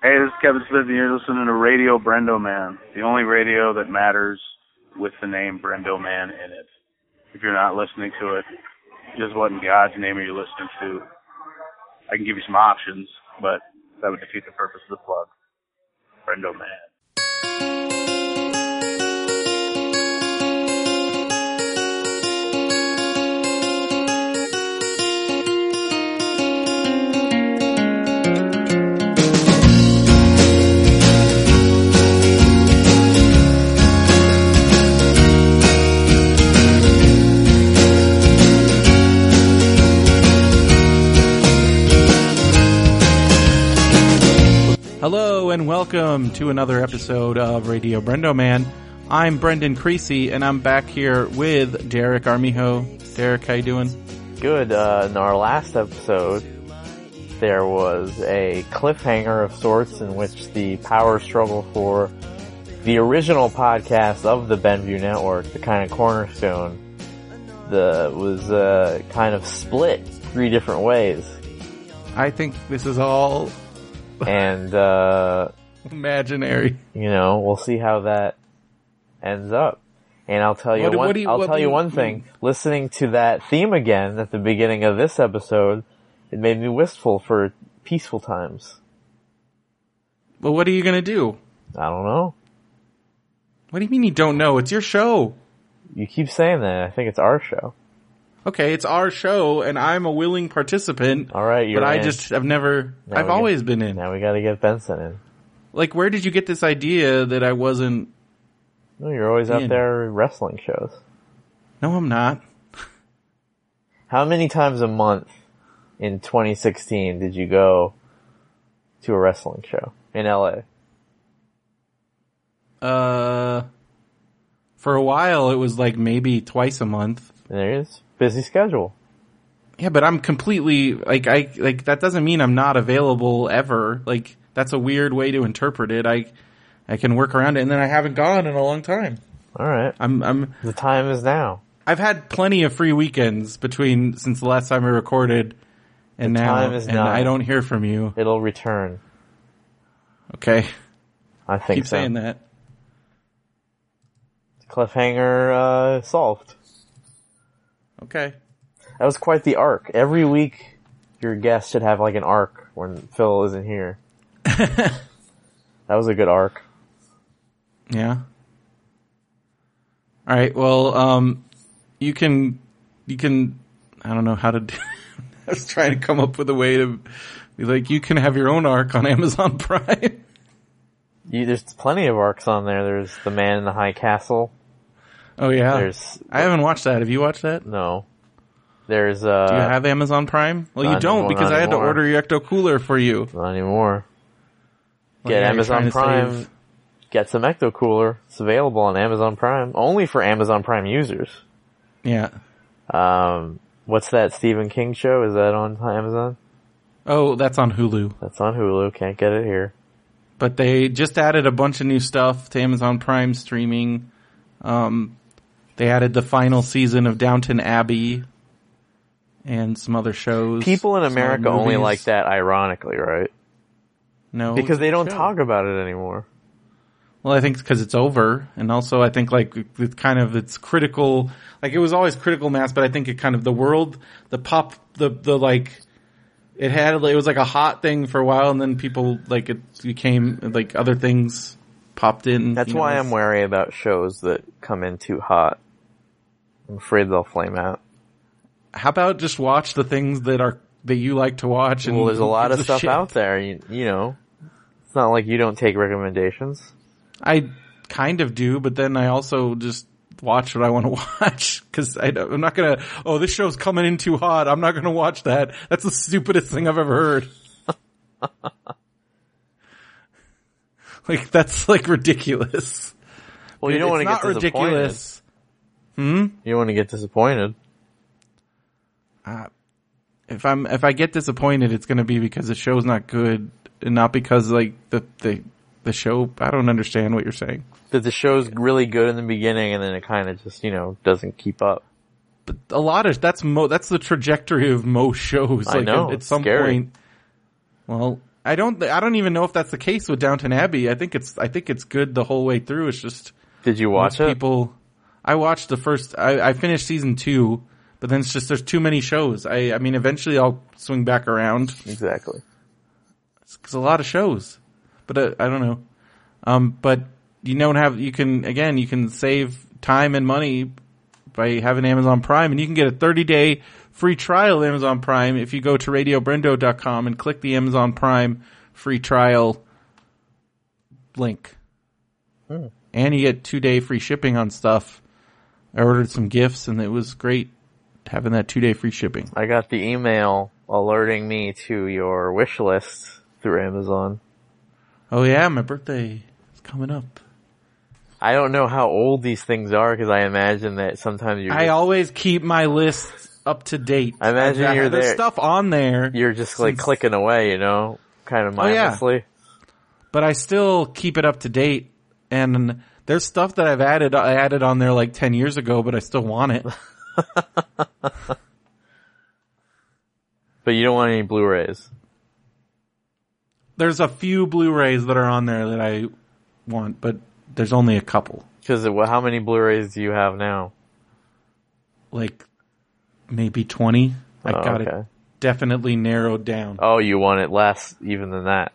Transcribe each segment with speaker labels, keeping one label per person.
Speaker 1: Hey, this is Kevin Smith, and you're listening to Radio Brendo Man, the only radio that matters with the name Brendo Man in it. If you're not listening to it, just what in God's name are you listening to? I can give you some options, but that would defeat the purpose of the plug. Brendo Man.
Speaker 2: Hello and welcome to another episode of Radio Brendo Man. I'm Brendan Creasy and I'm back here with Derek Armijo. Derek, how you doing?
Speaker 3: Good. Uh, in our last episode, there was a cliffhanger of sorts in which the power struggle for the original podcast of the Benview Network, the kind of cornerstone, the was uh, kind of split three different ways,
Speaker 2: I think this is all
Speaker 3: and uh,
Speaker 2: imaginary.
Speaker 3: you know we'll see how that ends up. And I'll tell you
Speaker 2: What do-
Speaker 3: one.
Speaker 2: what do you-
Speaker 3: I'll
Speaker 2: what
Speaker 3: tell
Speaker 2: do
Speaker 3: you
Speaker 2: you
Speaker 3: one thing. Listening to that theme again at the beginning of this episode, it made me wistful for peaceful times.
Speaker 2: Well, what are you gonna do?
Speaker 3: I don't know.
Speaker 2: What do you mean you don't know? It's your show.
Speaker 3: You keep saying that. I think it's our show.
Speaker 2: Okay, it's our show and I'm a willing participant.
Speaker 3: All right, you're
Speaker 2: But I
Speaker 3: in.
Speaker 2: just have never,
Speaker 3: Now
Speaker 2: I've
Speaker 3: we get-
Speaker 2: always been in.
Speaker 3: Now we got to get Benson in.
Speaker 2: Like, where did you get this idea that I wasn't,
Speaker 3: No, you're always out
Speaker 2: Ian.
Speaker 3: there wrestling shows.
Speaker 2: no I'm not.
Speaker 3: How many times a month in 2016 did you go to a wrestling show in LA?
Speaker 2: Uh, for a while it was like maybe twice a month.
Speaker 3: And there is busy schedule.
Speaker 2: Yeah, but I'm completely like I like that doesn't mean I'm not available ever. Like that's a weird way to interpret it. I I can work around it and then I haven't gone in a long time.
Speaker 3: All right,
Speaker 2: I'm I'm
Speaker 3: the time is now.
Speaker 2: I've had plenty of free weekends between since the last time I recorded and now
Speaker 3: time is
Speaker 2: and
Speaker 3: now.
Speaker 2: I don't hear from you.
Speaker 3: It'll return.
Speaker 2: Okay.
Speaker 3: I think
Speaker 2: Keep
Speaker 3: so.
Speaker 2: saying that.
Speaker 3: Cliffhanger uh, solved.
Speaker 2: Okay.
Speaker 3: That was quite the arc. Every week, your guest should have like an arc when Phil isn't here. that was a good arc.
Speaker 2: Yeah. All right. Well, um, you can, you can, I don't know how to do, I was trying to come up with a way to be like, you can have your own arc on Amazon Prime.
Speaker 3: You, there's plenty of arcs on there. There's the man in the high castle.
Speaker 2: oh yeah.
Speaker 3: There's
Speaker 2: I haven't watched that. Have you watched that?
Speaker 3: no. There's
Speaker 2: Do you
Speaker 3: uh
Speaker 2: have Amazon Prime? Well, you
Speaker 3: not
Speaker 2: don't
Speaker 3: anymore,
Speaker 2: because
Speaker 3: not
Speaker 2: I had to
Speaker 3: anymore.
Speaker 2: order your ecto cooler for you.
Speaker 3: not anymore.
Speaker 2: Well,
Speaker 3: Get
Speaker 2: yeah, you're
Speaker 3: Amazon
Speaker 2: trying to
Speaker 3: Prime.
Speaker 2: save-
Speaker 3: Get some Ecto Cooler. It's available on Amazon Prime only for Amazon Prime users.
Speaker 2: Yeah.
Speaker 3: Um, what's that Stephen King show? Is that on Amazon?
Speaker 2: Oh, that's on Hulu.
Speaker 3: That's on Hulu. Can't get it here.
Speaker 2: but they just added a bunch of new stuff to Amazon Prime streaming. Um, they added the final season of Downton Abbey and some other shows.
Speaker 3: People in
Speaker 2: some other
Speaker 3: America only
Speaker 2: movies.
Speaker 3: like that ironically, right?
Speaker 2: No,
Speaker 3: Because they don't
Speaker 2: Sure.
Speaker 3: talk about it anymore.
Speaker 2: Well, I think because it's over, and also I think like it- it's kind of it's critical. Like it was always critical mass, but I think it kind of the world, the pop, the the like, it had it was like a hot thing for a while, and then people like it became like other things popped in.
Speaker 3: That's
Speaker 2: you know,
Speaker 3: why
Speaker 2: it's-
Speaker 3: I'm wary about shows that come in too hot. I'm afraid they'll flame out.
Speaker 2: how about just watch the things that are that you like to watch? And
Speaker 3: Well, there's Mm-hmm. a lot of
Speaker 2: give
Speaker 3: stuff
Speaker 2: shit?
Speaker 3: out there, you, you know. It's not like you don't take recommendations.
Speaker 2: I kind of do, but then I also just watch what I want to watch because I'm not gonna. Oh, this show's coming in too hot. I'm not gonna watch that. That's the stupidest thing I've ever heard. like that's like ridiculous.
Speaker 3: Well, you don't want
Speaker 2: It's
Speaker 3: to get
Speaker 2: not
Speaker 3: disappointed.
Speaker 2: ridiculous.
Speaker 3: You don't want to get disappointed.
Speaker 2: if I'm if I get disappointed, it's going to be because the show's not good, and not because like the the the show. I don't understand what you're saying.
Speaker 3: That the show's really good in the beginning and then it kind of just, you know, doesn't keep up.
Speaker 2: But a lot of that's mo that's the trajectory of most shows.
Speaker 3: I know,
Speaker 2: at, at
Speaker 3: it's
Speaker 2: some
Speaker 3: scary.
Speaker 2: point. Well, I don't. I don't even know if that's the case with Downton Abbey. I think it's. I think it's good the whole way through. It's just
Speaker 3: Did you watch
Speaker 2: most
Speaker 3: it?
Speaker 2: people. I watched the first. I, I finished season two, but then it's just there's too many shows. I. I mean, eventually I'll swing back around
Speaker 3: Exactly.
Speaker 2: because a lot of shows. But uh, I don't know. Um, but you don't have. You can again. You can save time and money by having Amazon Prime, and you can get a 30 day free trial of Amazon Prime if you go to radiobrendo.com and click the Amazon Prime free trial link. And you get two day free shipping on stuff. I ordered some gifts, and it was great having that two day free shipping.
Speaker 3: I got the email alerting me to your wish list through Amazon.
Speaker 2: Oh yeah, my birthday is coming up.
Speaker 3: I don't know how old these things are because I imagine that sometimes you're
Speaker 2: I
Speaker 3: just,
Speaker 2: always keep my list up to date.
Speaker 3: I imagine
Speaker 2: There's
Speaker 3: you're there.
Speaker 2: stuff on there,
Speaker 3: you're just like
Speaker 2: since- Oh,
Speaker 3: clicking away, you know, kind of
Speaker 2: yeah.
Speaker 3: mindlessly.
Speaker 2: but I still keep it up to date. And there's stuff that I've added. I added on there like ten years ago, but I still want it.
Speaker 3: But you don't want any Blu-rays.
Speaker 2: There's a few Blu-rays that are on there that I want, but there's only a couple,
Speaker 3: Because how many Blu-rays do you have now?
Speaker 2: like maybe twenty. I
Speaker 3: Oh,
Speaker 2: got it
Speaker 3: okay.
Speaker 2: definitely narrowed down.
Speaker 3: Oh, you want it less even than that.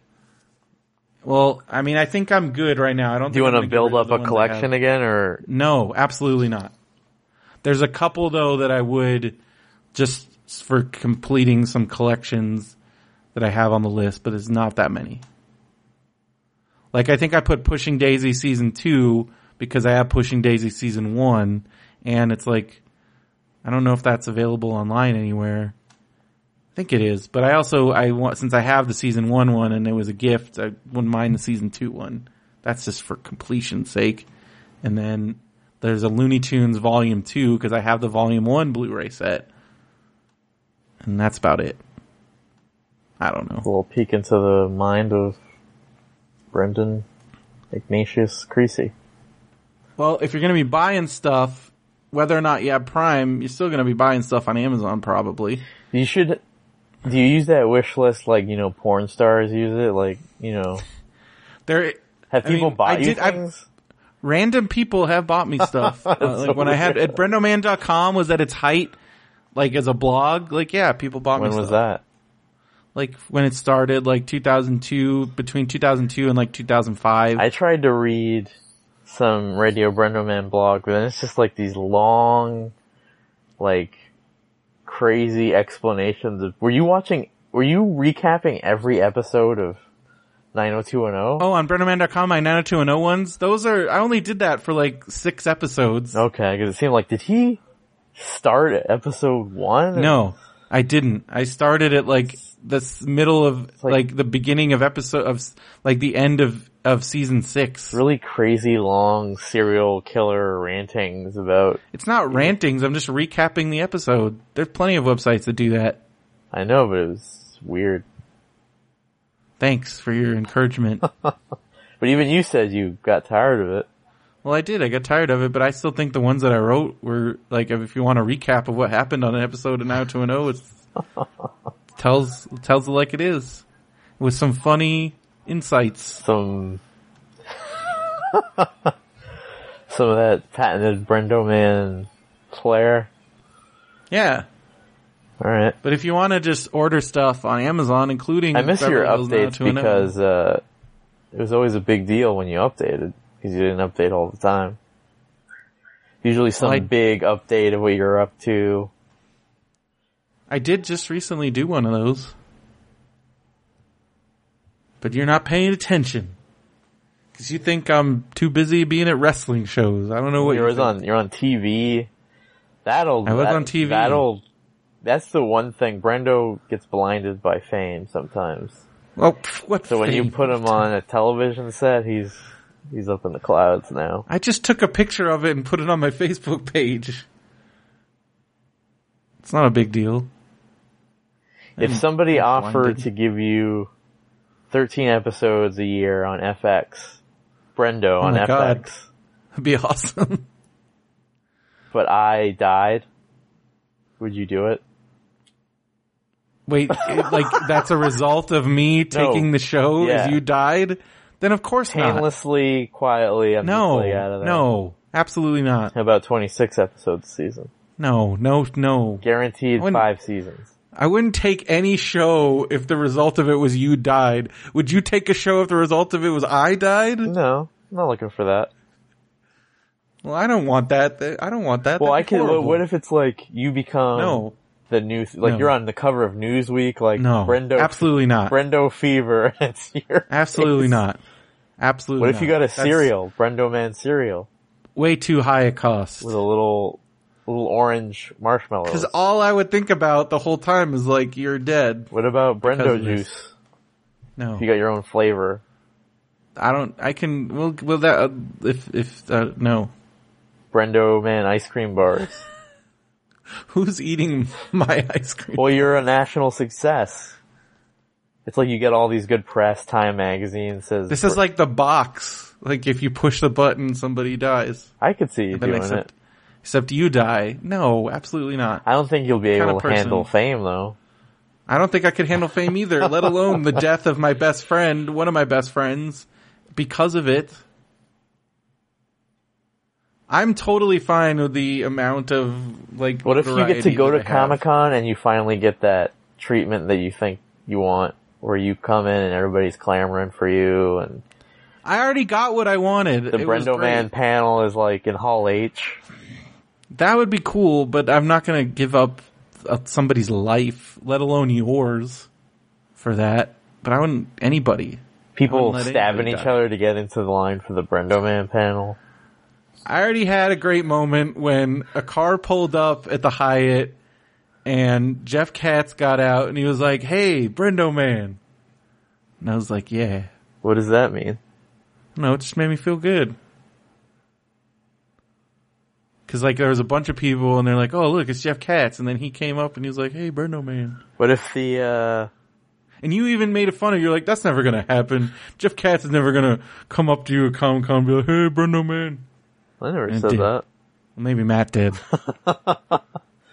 Speaker 2: Well, I mean, I think I'm good right now. I don't.
Speaker 3: Do you
Speaker 2: want to
Speaker 3: build up a collection again or
Speaker 2: No, absolutely not. There's a couple though that I would just for completing some collections that I have on the list, but it's not that many. Like I think I put Pushing Daisy season two because I have Pushing Daisy season one and it's like, I don't know if that's available online anywhere. I think it is, but I also, I want, since I have the season one one and it was a gift, I wouldn't mind the season two one. That's just for completion's sake. And then there's a Looney Tunes volume two because I have the volume one Blu-ray set. And that's about it. I don't know.
Speaker 3: a little peek into the mind of Brendan Ignatius Creasy?
Speaker 2: Well, if you're going to be buying stuff, whether or not you have Prime, you're still going to be buying stuff on Amazon probably.
Speaker 3: You should. Do you use that wish list like you know porn stars use it? Like you know,
Speaker 2: There,
Speaker 3: have
Speaker 2: I mean,
Speaker 3: people buy
Speaker 2: I
Speaker 3: you
Speaker 2: did- I-
Speaker 3: things?
Speaker 2: random people have bought me stuff. Uh, like
Speaker 3: so
Speaker 2: when I had at brendoman.com was at its height, like as a blog, like yeah, people bought
Speaker 3: when
Speaker 2: me
Speaker 3: was
Speaker 2: stuff.
Speaker 3: that?
Speaker 2: Like when it started, like 2002, between 2002 and like 2005.
Speaker 3: I tried to read some Radio Brendoman blog, but then it's just like these long, like crazy explanations of. Were you watching? Were you recapping every episode of 90210?
Speaker 2: Oh, on brennerman.com, my 90210 ones. Those are, I only did that for like six episodes.
Speaker 3: Okay, because it seemed like did he start at episode one?
Speaker 2: No, I didn't. I started at like the s- middle of,
Speaker 3: like-
Speaker 2: like, the beginning of episode of, s- like the end of, of season six.
Speaker 3: really crazy long serial killer rantings about
Speaker 2: It's not rantings. I'm just recapping the episode. There's plenty of websites that do that.
Speaker 3: I know, but it was weird.
Speaker 2: Thanks for your encouragement.
Speaker 3: But even you said you got tired of it.
Speaker 2: well, I did. I got tired of it, but I still think the ones that I wrote were like, if you want a recap of what happened on an episode of 90210, it tells, tells it like it is with some funny insights.
Speaker 3: Some some of that patented Brendoman flair.
Speaker 2: Yeah.
Speaker 3: All right.
Speaker 2: But if you want to just order stuff on Amazon, including
Speaker 3: I miss your
Speaker 2: Beverly Hills
Speaker 3: updates
Speaker 2: 90210,
Speaker 3: because uh, it was always a big deal when you updated because you didn't update all the time. Usually some
Speaker 2: I-
Speaker 3: big update of what you're up to.
Speaker 2: I did just recently do one of those. But you're not paying attention. Cause you think I'm too busy being at wrestling shows. I don't know what
Speaker 3: you're
Speaker 2: you
Speaker 3: always
Speaker 2: think.
Speaker 3: on you're on TV. That'll
Speaker 2: I was
Speaker 3: that-
Speaker 2: on TV.
Speaker 3: That'll that's the one thing. Brendo gets blinded by fame sometimes.
Speaker 2: Oh, pff, what?
Speaker 3: So when you
Speaker 2: fame?
Speaker 3: put him on a television set, he's he's up in the clouds now.
Speaker 2: I just took a picture of it and put it on my Facebook page. It's not a big deal.
Speaker 3: If somebody offered
Speaker 2: blinded.
Speaker 3: to give you thirteen episodes a year on FX, Brendo
Speaker 2: Oh
Speaker 3: on
Speaker 2: my
Speaker 3: FX,
Speaker 2: God. It'd be awesome.
Speaker 3: but I died, would you do it?
Speaker 2: Wait, it- like that's a result of me taking the show
Speaker 3: Yeah.
Speaker 2: as you died? Then of course not.
Speaker 3: Painlessly, quietly, I'm
Speaker 2: No,
Speaker 3: just like out of there.
Speaker 2: no, absolutely not.
Speaker 3: About 26 episodes a season.
Speaker 2: No, no, no.
Speaker 3: Guaranteed
Speaker 2: When-
Speaker 3: five seasons.
Speaker 2: I wouldn't take any show if the result of it was you died. Would you take a show if the result of it was I died?
Speaker 3: No, I'm not looking for that.
Speaker 2: Well, I don't want that. Th- I don't want that.
Speaker 3: Well, I
Speaker 2: That'd be
Speaker 3: can, what,
Speaker 2: horrible.
Speaker 3: what if um, it's like you become
Speaker 2: No,
Speaker 3: the news, like
Speaker 2: No.
Speaker 3: you're on the cover of Newsweek, like
Speaker 2: no,
Speaker 3: Brendo,
Speaker 2: absolutely not.
Speaker 3: Brendo Fever. It's your
Speaker 2: absolutely
Speaker 3: face.
Speaker 2: not. Absolutely.
Speaker 3: What if
Speaker 2: not.
Speaker 3: you got a
Speaker 2: That's
Speaker 3: cereal, Brendo Man cereal,
Speaker 2: Way too high a cost.
Speaker 3: with a little, little orange marshmallows?
Speaker 2: Because all I would think about the whole time is like, you're dead.
Speaker 3: What about Brendo
Speaker 2: of this.
Speaker 3: juice?
Speaker 2: No,
Speaker 3: If you got your own flavor.
Speaker 2: I don't. I can. Will will that uh, if if uh, no.
Speaker 3: Brendo Man ice cream bars.
Speaker 2: Who's eating my ice cream?
Speaker 3: Well, you're a national success. It's like you get all these good press. Time magazine says
Speaker 2: This is like the box. Like if you push the button, somebody dies.
Speaker 3: I could see you
Speaker 2: Then
Speaker 3: doing
Speaker 2: except,
Speaker 3: it.
Speaker 2: except you die. No, absolutely not.
Speaker 3: I don't think you'll be
Speaker 2: Kinda
Speaker 3: able to
Speaker 2: person.
Speaker 3: handle fame though.
Speaker 2: I don't think I could handle fame either, let alone the death of my best friend, one of my best friends, because of it. I'm totally fine with the amount of like.
Speaker 3: What if you get to
Speaker 2: variety that
Speaker 3: go to
Speaker 2: I have.
Speaker 3: Comic Con and you finally get that treatment that you think you want, where you come in and everybody's clamoring for you, and
Speaker 2: I already got what I wanted.
Speaker 3: the
Speaker 2: It was
Speaker 3: Brendo
Speaker 2: great.
Speaker 3: Man panel is like in Hall H.
Speaker 2: That would be cool, but I'm not going to give up uh, somebody's life, let alone yours, for that. But I wouldn't anybody.
Speaker 3: People
Speaker 2: let
Speaker 3: stabbing
Speaker 2: anybody
Speaker 3: each
Speaker 2: die.
Speaker 3: other to get into the line for the Brendo Man panel.
Speaker 2: I already had a great moment when a car pulled up at the Hyatt and Jeff Katz got out and he was like, Hey, Brendo man. And I was like, Yeah.
Speaker 3: What does that mean?
Speaker 2: No, it just made me feel good. Cause like there was a bunch of people and they're like, Oh, look, it's Jeff Katz. And then he came up and he was like, Hey, Brendo man.
Speaker 3: What if the uh
Speaker 2: And you even made fun of. it. You're like, that's never gonna happen. Jeff Katz is never gonna come up to you at Comic Con and be like, "Hey, Brendo man."
Speaker 3: I never
Speaker 2: It
Speaker 3: said
Speaker 2: did. Well,
Speaker 3: that.
Speaker 2: maybe Matt did.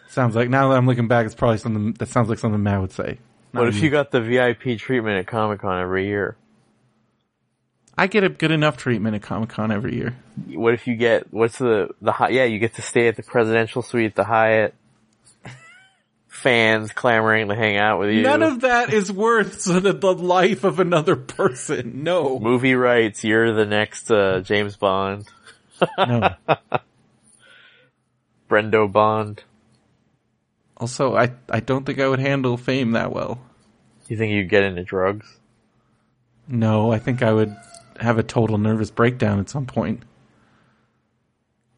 Speaker 2: sounds like now that I'm looking back, it's probably something that sounds like something Matt would say. Not
Speaker 3: What if you got the VIP treatment at Comic Con every year?
Speaker 2: I get a good enough treatment at Comic Con every year.
Speaker 3: What if you get what's the the Hy- yeah you get to stay at the presidential suite at the Hyatt? Fans clamoring to hang out with you.
Speaker 2: None of that is worth so that the life of another person. No,
Speaker 3: movie rights. You're the next uh, James Bond,
Speaker 2: no.
Speaker 3: Brendo Bond.
Speaker 2: Also, I I don't think I would handle fame that well.
Speaker 3: You think you get into drugs?
Speaker 2: No, I think I would have a total nervous breakdown at some point.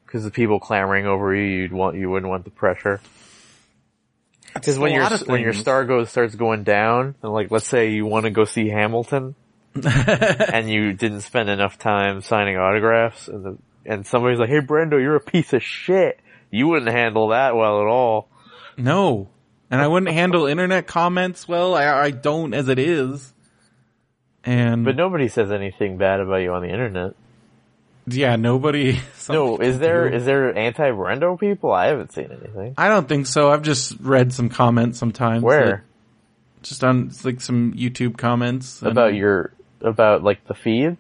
Speaker 3: Because the people clamoring over you, you'd want you wouldn't want the pressure. Because when
Speaker 2: a
Speaker 3: your
Speaker 2: lot of
Speaker 3: when your
Speaker 2: things.
Speaker 3: star goes starts going down, and like let's say you want to go see Hamilton, and you didn't spend enough time signing autographs, and the, and somebody's like, "Hey, Brendo, you're a piece of shit. You wouldn't handle that well at all."
Speaker 2: No. And I wouldn't handle internet comments well. I, I don't as it is. And
Speaker 3: But nobody says anything bad about you on the internet.
Speaker 2: yeah, nobody.
Speaker 3: No, is there
Speaker 2: do.
Speaker 3: is there anti Brendo people? I haven't seen anything.
Speaker 2: I don't think so. I've just read some comments sometimes.
Speaker 3: Where
Speaker 2: that- Just on it's like some YouTube comments and
Speaker 3: about your about like the feed?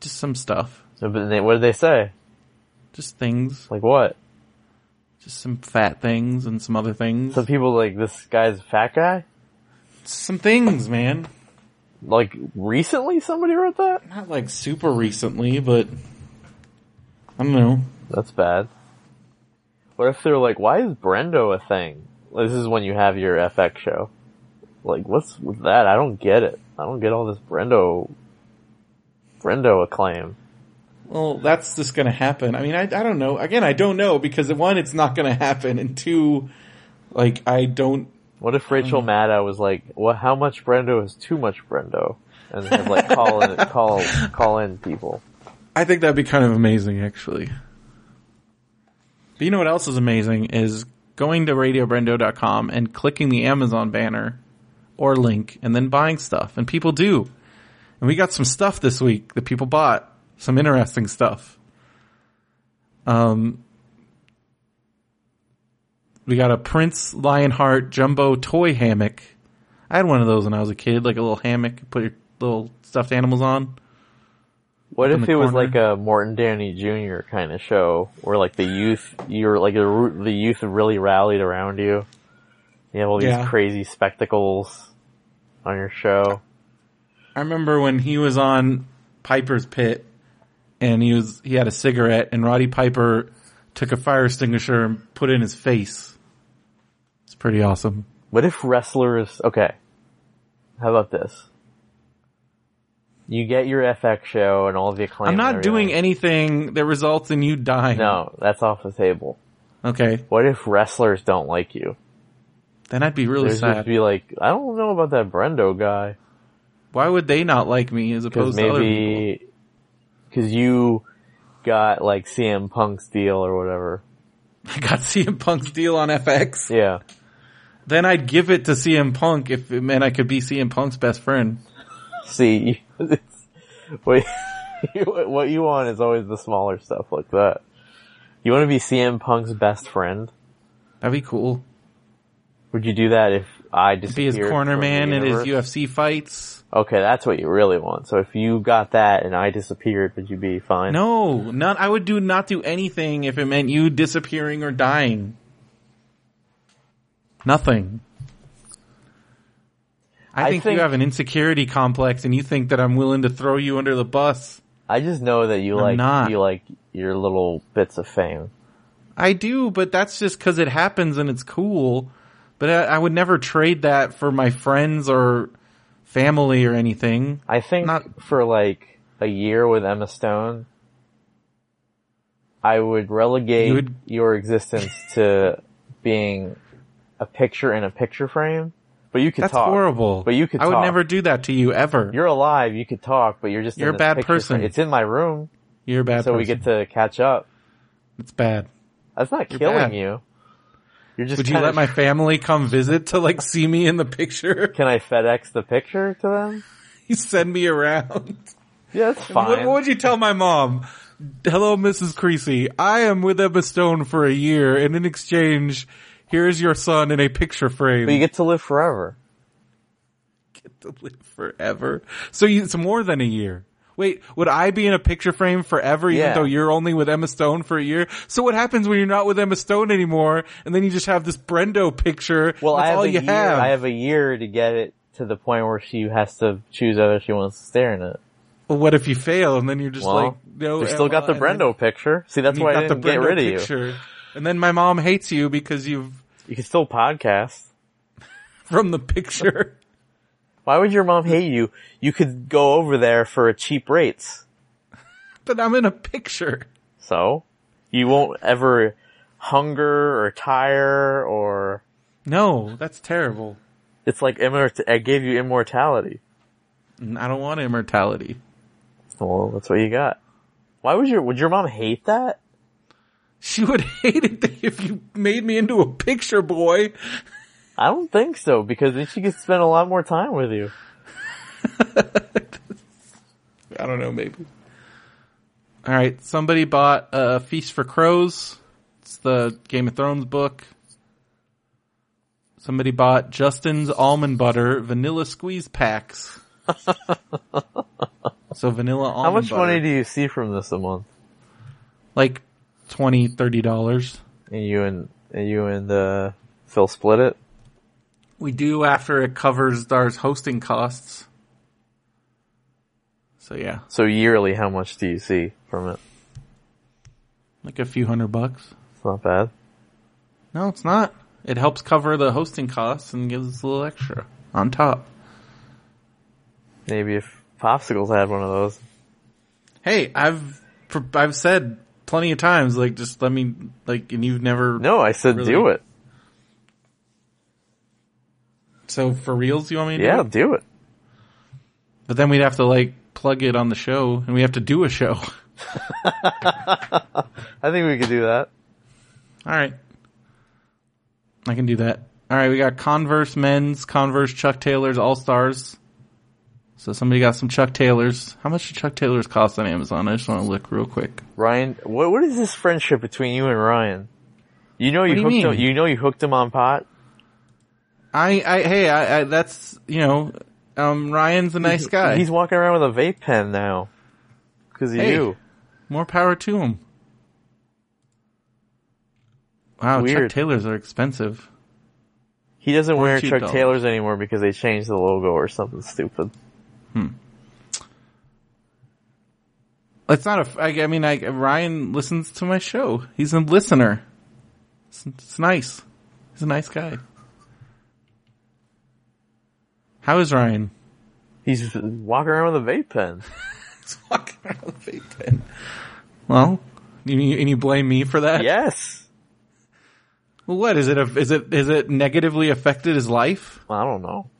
Speaker 2: just some stuff,
Speaker 3: So, but they, what did they say?
Speaker 2: just things,
Speaker 3: Like what?
Speaker 2: just some fat things and some other things,
Speaker 3: Some people like this guy's a fat guy.
Speaker 2: some things, man.
Speaker 3: Like recently, somebody wrote that.
Speaker 2: Not like super recently, but I don't know.
Speaker 3: That's bad. What if they're like, why is Brendo a thing? This is when you have your FX show. Like, what's with that? I don't get it. I don't get all this Brendo, Brendo acclaim.
Speaker 2: Well, that's just going to happen. I mean, I, I don't know. Again, I don't know because one, it's not going to happen, and two, like I don't.
Speaker 3: What if Rachel Maddow was like, well, how much Brendo is too much Brendo? And then like call in, call, call in people.
Speaker 2: I think that'd be kind of amazing, actually. But you know what else is amazing is going to RadioBrendo.com and clicking the Amazon banner or link, and then buying stuff, and people do. And we got some stuff this week that people bought, some interesting stuff. Um, We got a Prince Lionheart jumbo toy hammock. I had one of those when I was a kid, like a little hammock. You put your little stuffed animals on.
Speaker 3: What
Speaker 2: in
Speaker 3: if
Speaker 2: the
Speaker 3: it was
Speaker 2: corner.
Speaker 3: like a Morton Downey Jr. kind of show, where like the youth, you're like the ru- the youth really rallied around you. You have all these
Speaker 2: Yeah.
Speaker 3: crazy spectacles on your show.
Speaker 2: I remember when he was on Piper's Pit, and he was he had a cigarette, and Roddy Piper took a fire extinguisher and put it in his face. It's pretty awesome.
Speaker 3: What if wrestlers? Okay, how about this? You get your FX show and all the acclaim.
Speaker 2: I'm
Speaker 3: and
Speaker 2: not doing
Speaker 3: everything.
Speaker 2: anything that results in you dying.
Speaker 3: No, that's off the table.
Speaker 2: Okay,
Speaker 3: What if wrestlers don't like you?
Speaker 2: then I'd be really
Speaker 3: They're just
Speaker 2: sad.
Speaker 3: be like, I don't know about that Brendo guy.
Speaker 2: Why would they not like me as
Speaker 3: Because
Speaker 2: opposed to other people?
Speaker 3: maybe, because you got like CM Punk's deal or whatever.
Speaker 2: I got CM Punk's deal on FX.
Speaker 3: Yeah.
Speaker 2: Then I'd give it to CM Punk if it meant I could be CM Punk's best friend.
Speaker 3: See, it's, what, you- what you want is always the smaller stuff like that. You want to be CM Punk's best friend?
Speaker 2: That'd be cool.
Speaker 3: Would you do that if I
Speaker 2: Be
Speaker 3: disappeared?
Speaker 2: his corner
Speaker 3: from the
Speaker 2: man in his
Speaker 3: universe?
Speaker 2: UFC fights.
Speaker 3: Okay, that's what you really want. So if you got that and I disappeared, would you be fine?
Speaker 2: No, not. I would do not do anything if it meant you disappearing or dying. Nothing. I
Speaker 3: I
Speaker 2: think,
Speaker 3: think-
Speaker 2: you have an insecurity complex, and you think that I'm willing to throw you under the bus.
Speaker 3: I just know that you
Speaker 2: I'm
Speaker 3: like
Speaker 2: not.
Speaker 3: you like your little bits of fame.
Speaker 2: I do, but that's just because it happens and it's cool. But I, I would never trade that for my friends or family or anything.
Speaker 3: I think
Speaker 2: Not-
Speaker 3: for like a year with Emma Stone, I would relegate
Speaker 2: You would-
Speaker 3: your existence to being a picture in a picture frame. But you could
Speaker 2: That's
Speaker 3: talk.
Speaker 2: horrible.
Speaker 3: But you could
Speaker 2: I would
Speaker 3: talk.
Speaker 2: never do that to you ever. You're,
Speaker 3: You're alive. You could talk, but you're just in
Speaker 2: You're a
Speaker 3: this
Speaker 2: bad
Speaker 3: picture
Speaker 2: person.
Speaker 3: frame. It's in my room,
Speaker 2: a bad.
Speaker 3: so
Speaker 2: person.
Speaker 3: we get to catch up.
Speaker 2: It's bad.
Speaker 3: That's not
Speaker 2: You're
Speaker 3: killing
Speaker 2: bad.
Speaker 3: you. You're just.
Speaker 2: Would you
Speaker 3: kinda-
Speaker 2: let my family come visit to like see me in the picture?
Speaker 3: Can I FedEx the picture to them?
Speaker 2: You send me around.
Speaker 3: Yeah, that's fine.
Speaker 2: What, what would you tell my mom? Hello, Mrs. Creasy. I am with Emma Stone for a year, and in exchange, here's your son in a picture frame.
Speaker 3: but you get to live forever.
Speaker 2: get to live forever. So you, it's more than a year. Wait, would I be in a picture frame forever even
Speaker 3: Yeah.
Speaker 2: though you're only with Emma Stone for a year? So what happens when you're not with Emma Stone anymore and then you just have this Brendo picture?
Speaker 3: Well,
Speaker 2: that's
Speaker 3: I have
Speaker 2: all
Speaker 3: a
Speaker 2: you
Speaker 3: year.
Speaker 2: have.
Speaker 3: I have a year to get it to the point where she has to choose whether she wants to stare in it.
Speaker 2: Well, what if you fail and then you're just
Speaker 3: Well,
Speaker 2: like, no,
Speaker 3: we still got the
Speaker 2: Emma, and then
Speaker 3: Brendo picture. See, that's
Speaker 2: you
Speaker 3: why I
Speaker 2: got the
Speaker 3: didn't get
Speaker 2: Brendo
Speaker 3: rid of you.
Speaker 2: picture. And then my mom hates you because you've
Speaker 3: You can still podcast.
Speaker 2: from the picture.
Speaker 3: Why would your mom hate you? You could go over there for cheap rates.
Speaker 2: but I'm in a picture.
Speaker 3: So you won't ever hunger or tire or
Speaker 2: No, that's terrible.
Speaker 3: it's like immort- I gave you immortality.
Speaker 2: And I don't want immortality.
Speaker 3: Well, that's what you got. Why would your would your mom hate that?
Speaker 2: She would hate it if you made me into a picture boy.
Speaker 3: I don't think so because then she could spend a lot more time with you.
Speaker 2: I don't know, maybe. All right, somebody bought uh, Feast for Crows. It's the Game of Thrones book. Somebody bought Justin's almond butter vanilla squeeze packs. so vanilla almond
Speaker 3: How much
Speaker 2: butter,
Speaker 3: money do you see from this a month?
Speaker 2: like 20 30 dollars.
Speaker 3: And you and, and you and uh, Phil split it.
Speaker 2: We do after it covers our hosting costs. So yeah,
Speaker 3: So yearly, how much do you see from it?
Speaker 2: like a few hundred bucks.
Speaker 3: It's not bad.
Speaker 2: No, it's not. It helps cover the hosting costs and gives us a little extra on top.
Speaker 3: Maybe if popsicles had one of those.
Speaker 2: Hey, I've pr- I've said plenty of times, like just let me like, and you've never.
Speaker 3: No, I said
Speaker 2: Really?
Speaker 3: do it.
Speaker 2: So for reals, you want me to? do
Speaker 3: Yeah,
Speaker 2: it?
Speaker 3: do it.
Speaker 2: But then we'd have to like plug it on the show, and we have to do a show.
Speaker 3: I think we could do that.
Speaker 2: All right, I can do that. All right, we got Converse men's, Converse Chuck Taylors All Stars. So somebody got some Chuck Taylors. How much do Chuck Taylors cost on Amazon? I just want to look real quick.
Speaker 3: Ryan, what what is this friendship between you and Ryan? You know you
Speaker 2: do you
Speaker 3: hooked
Speaker 2: mean?
Speaker 3: him. You know you hooked him on pot.
Speaker 2: I, I, hey, I, I, that's, you know, um, Ryan's a nice guy.
Speaker 3: He's walking around with a vape pen now because of
Speaker 2: Hey.
Speaker 3: you.
Speaker 2: More power to him. Wow, Chuck
Speaker 3: Weird.
Speaker 2: Taylors are expensive.
Speaker 3: He doesn't wear
Speaker 2: cheap
Speaker 3: Chuck
Speaker 2: dollars.
Speaker 3: Taylors anymore because they changed the logo or something stupid.
Speaker 2: It's not a. f- I I mean, I, Ryan listens to my show. He's a listener. It's, it's nice. He's a nice guy. How is Ryan?
Speaker 3: He's walking around with a vape pen.
Speaker 2: He's walking around with a vape pen. Well, you, you- and you blame me for that?
Speaker 3: yes.
Speaker 2: Well, what is it? A, is it is it negatively affected his life?
Speaker 3: I don't know.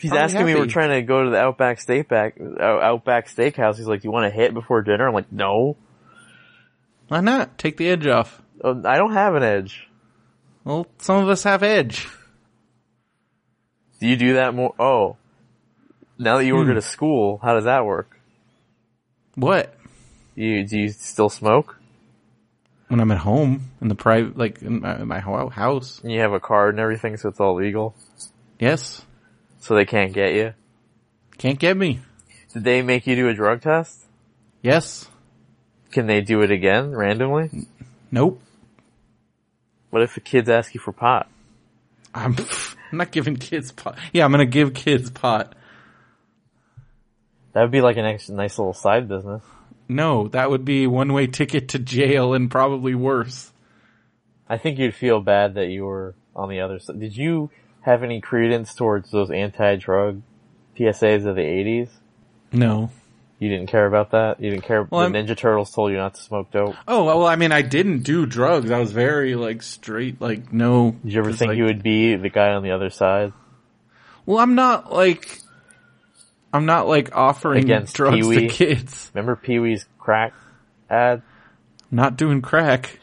Speaker 3: He's
Speaker 2: Probably
Speaker 3: asking me.
Speaker 2: happy.
Speaker 3: We're trying to go to the Outback Steak back, uh, Outback Steakhouse. He's like, "Do you want to hit before dinner?" I'm like, "No,
Speaker 2: Why not take the edge off?
Speaker 3: Uh, I don't have an edge."
Speaker 2: Well, some of us have edge.
Speaker 3: Do you do that more? Oh, now that you were
Speaker 2: Hmm.
Speaker 3: going to school, how does that work?
Speaker 2: What?
Speaker 3: You do you still smoke?
Speaker 2: When I'm at home in the private, like in my, in my ho- house.
Speaker 3: And you have a card and everything, so it's all legal,
Speaker 2: Yes,
Speaker 3: so they can't get you.
Speaker 2: can't get me.
Speaker 3: Did they make you do a drug test?
Speaker 2: Yes,
Speaker 3: Can they do it again
Speaker 2: Hmm.
Speaker 3: randomly?
Speaker 2: nope.
Speaker 3: What if the kids ask you for pot?
Speaker 2: I'm, I'm not giving kids pot. Yeah, I'm gonna give kids pot.
Speaker 3: That would be like an extra nice little side business.
Speaker 2: No, that would be one way ticket to jail and probably worse.
Speaker 3: I think you'd feel bad that you were on the other side. Did you have any credence towards those anti-drug PSAs of the 80s?
Speaker 2: No.
Speaker 3: You didn't care about that? You didn't care?
Speaker 2: Well,
Speaker 3: the
Speaker 2: I'm-
Speaker 3: Ninja Turtles told you not to smoke dope?
Speaker 2: Oh well, I mean, I didn't do drugs. I was very like straight, like no.
Speaker 3: Did you ever
Speaker 2: just,
Speaker 3: think
Speaker 2: like-
Speaker 3: you would be the guy on the other side
Speaker 2: Well, I'm not like, I'm not like offering
Speaker 3: Against
Speaker 2: drugs
Speaker 3: Pee-wee?
Speaker 2: to kids.
Speaker 3: Remember Pee Wee's crack ad?
Speaker 2: Not doing crack.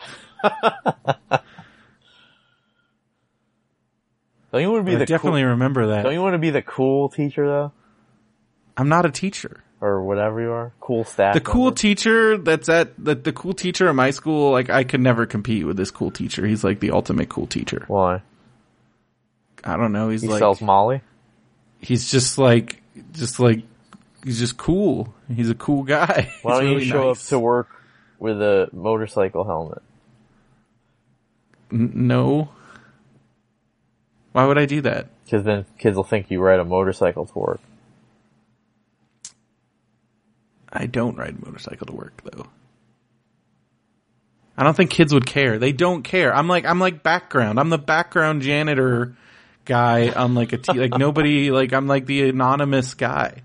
Speaker 3: Don't you want to be
Speaker 2: I
Speaker 3: the
Speaker 2: definitely remember
Speaker 3: Cool, don't
Speaker 2: that.
Speaker 3: you want to be the cool teacher though,
Speaker 2: I'm not a teacher.
Speaker 3: or whatever you are? Cool staff.
Speaker 2: The cool
Speaker 3: member?
Speaker 2: teacher that's at the, the cool teacher at my school, like I could never compete with this cool teacher. He's like the ultimate cool teacher.
Speaker 3: Why?
Speaker 2: I don't know. He's
Speaker 3: He
Speaker 2: like
Speaker 3: sells Molly.
Speaker 2: he's just like just like he's just cool. He's a cool guy.
Speaker 3: Why
Speaker 2: He's
Speaker 3: don't
Speaker 2: really
Speaker 3: you show
Speaker 2: nice.
Speaker 3: up to work with a motorcycle helmet?
Speaker 2: N- no. Why would I do that?
Speaker 3: Because then kids will think you ride a motorcycle to work.
Speaker 2: I don't ride a motorcycle to work though. I don't think kids would care. They don't care. I'm like I'm like background. I'm the background janitor guy on like a t- like nobody like I'm like the anonymous guy.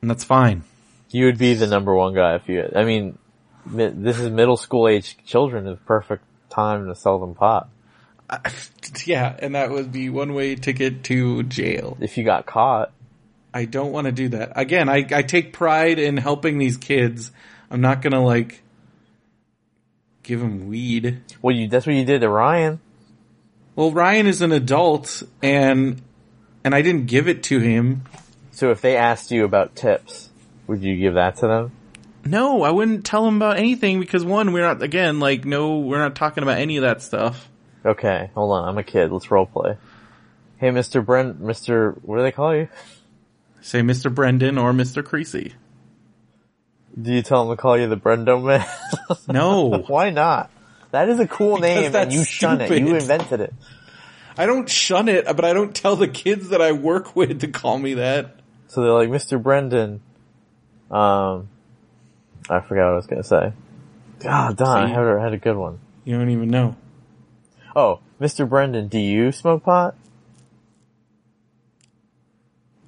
Speaker 2: And that's fine.
Speaker 3: You would be the number one guy if you. I mean, mi- this is middle school age children. Is perfect time to sell them pot.
Speaker 2: yeah, and that would be one way ticket to jail.
Speaker 3: If you got caught,
Speaker 2: I don't want to do that. Again, I, I take pride in helping these kids. I'm not gonna like give them weed.
Speaker 3: well, you that's what you did to Ryan.
Speaker 2: Well, Ryan is an adult, and and I didn't give it to him.
Speaker 3: So if they asked you about tips, would you give that to them?
Speaker 2: No, I wouldn't tell him about anything because one, we're not again like no, we're not talking about any of that stuff.
Speaker 3: Okay, hold on. I'm a kid. Let's role play. Hey, Mr. Brent, Mr. What do they call you?
Speaker 2: Say, Mr. Brendan or Mr. Creasy.
Speaker 3: Do you tell them to call you the Brendo Man?
Speaker 2: No,
Speaker 3: Why not? That is a cool name, and
Speaker 2: that's
Speaker 3: you shun it. You
Speaker 2: stupid.
Speaker 3: invented it.
Speaker 2: I don't shun it, but I don't tell the kids that I work with to call me that.
Speaker 3: So they're like, Mr. Brendan, um, I forgot what I was gonna say. God, Don, I
Speaker 2: See?
Speaker 3: had, a- had a good one.
Speaker 2: You don't even know.
Speaker 3: Oh, Mr. Brendan, do you smoke pot?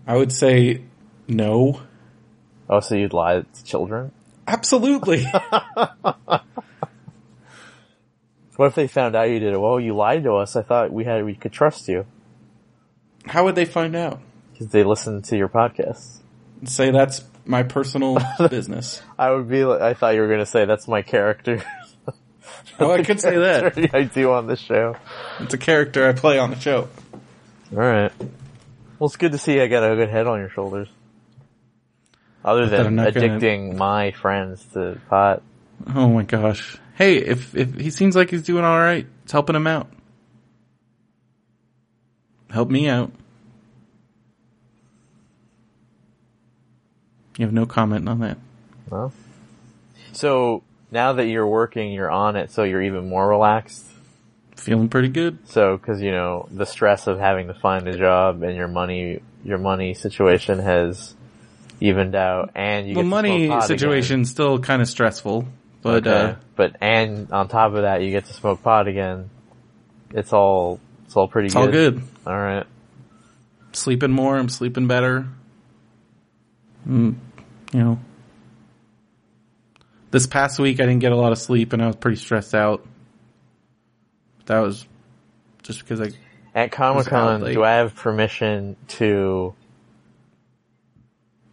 Speaker 2: I would say no.
Speaker 3: Oh, so you'd lie to children?
Speaker 2: Absolutely.
Speaker 3: What if they found out you did it? Well, you lied to us. I thought we had, we could trust you.
Speaker 2: How would they find out?
Speaker 3: Cause they listen to your podcast.
Speaker 2: Say that's my personal business.
Speaker 3: I would be like, I thought you were gonna say that's my character.
Speaker 2: Oh, I could say that.
Speaker 3: I do on this show.
Speaker 2: It's a character I play on the show.
Speaker 3: Alright. Well, it's good to see I got a good head on your shoulders. Other
Speaker 2: But I'm
Speaker 3: than
Speaker 2: not gonna-
Speaker 3: addicting my friends to pot.
Speaker 2: Oh my gosh. hey, if if he seems like he's doing all right, it's helping him out. Help me out. You have no comment on that.
Speaker 3: Well, so now that you're working, you're on it, so you're even more relaxed.
Speaker 2: Feeling pretty good.
Speaker 3: So, cause you know, the stress of having to find a job and your money, your money situation has evened out and you
Speaker 2: The
Speaker 3: get to smoke
Speaker 2: money
Speaker 3: pot again.
Speaker 2: situation's still kind of stressful, but uh,
Speaker 3: Okay. but and on top of that, you get to smoke pot again. It's all, it's all pretty
Speaker 2: it's
Speaker 3: good.
Speaker 2: all good.
Speaker 3: All right.
Speaker 2: Sleeping more. I'm sleeping better. Mm, you know, this past week I didn't get a lot of sleep and I was pretty stressed out. That was just because I
Speaker 3: At Comic Con,
Speaker 2: Exactly.
Speaker 3: do I have permission to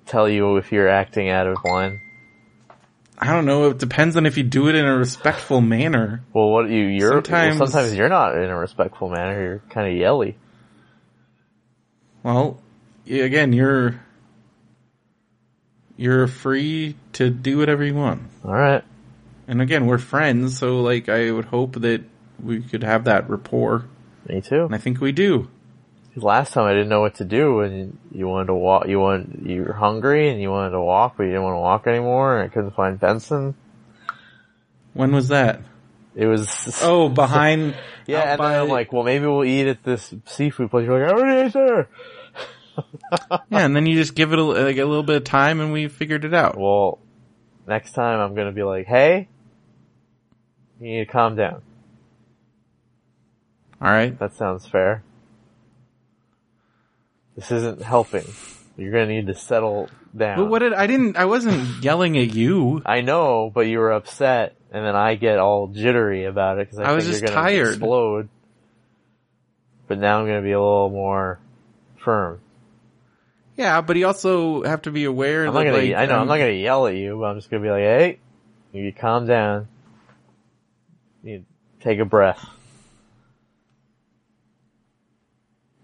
Speaker 3: tell you if you're acting out of line?
Speaker 2: I don't know. It depends on if you do it in a respectful manner.
Speaker 3: Well, what you you're well, sometimes,
Speaker 2: Sometimes-
Speaker 3: you're not in a respectful manner. You're kind of yelly.
Speaker 2: Well, y- again, you're you're free to do whatever you want.
Speaker 3: All right.
Speaker 2: And again, we're friends, so like I would hope that we could have that rapport,
Speaker 3: Me too.
Speaker 2: and I think we do.
Speaker 3: 'Cause Last time I didn't know what to do, and you wanted to walk. You want you were hungry, and you wanted to walk, but you didn't want to walk anymore. And I couldn't find Benson.
Speaker 2: When was that?
Speaker 3: It was
Speaker 2: Oh, behind. out
Speaker 3: yeah. And
Speaker 2: by-
Speaker 3: then I'm like, well, maybe we'll eat at this seafood place. You're like, I already ate there.
Speaker 2: yeah, and then you just give it a, like a little bit of time, and we figured it out.
Speaker 3: Well, next time I'm gonna be like, hey, you need to calm down.
Speaker 2: All right.
Speaker 3: That sounds fair. This isn't helping. You're gonna need to settle down.
Speaker 2: But what did I didn't? I wasn't yelling at you.
Speaker 3: I know, but you were upset, and then I get all jittery about it because I,
Speaker 2: I was
Speaker 3: think
Speaker 2: just
Speaker 3: you're gonna
Speaker 2: tired.
Speaker 3: explode. But now I'm gonna be a little more firm.
Speaker 2: Yeah, but you also have to be aware.
Speaker 3: I'm
Speaker 2: that,
Speaker 3: not gonna.
Speaker 2: like,
Speaker 3: I know I'm
Speaker 2: um,
Speaker 3: not gonna yell at you, but I'm just gonna be like, "Hey, you need to calm down. You need to take a breath.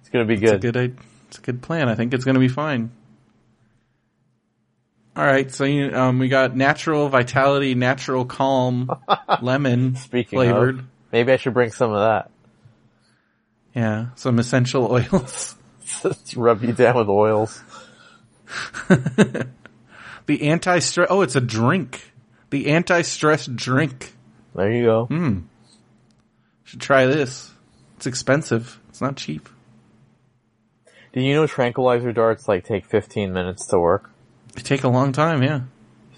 Speaker 3: It's gonna be
Speaker 2: It's
Speaker 3: good.
Speaker 2: a good. i- It's a good plan. I think it's going to be fine. All right, so you, um, we got natural vitality, natural calm, lemon
Speaker 3: Speaking
Speaker 2: flavored.
Speaker 3: of, maybe I should bring some of that.
Speaker 2: Yeah, some essential oils.
Speaker 3: Just rub you down with oils.
Speaker 2: the anti-stress. Oh, it's a drink. The anti-stress drink.
Speaker 3: There you go.
Speaker 2: Hmm. Should try this. It's expensive. It's not cheap.
Speaker 3: Do you know tranquilizer darts like take 15 minutes to work?
Speaker 2: They take a long time. Yeah,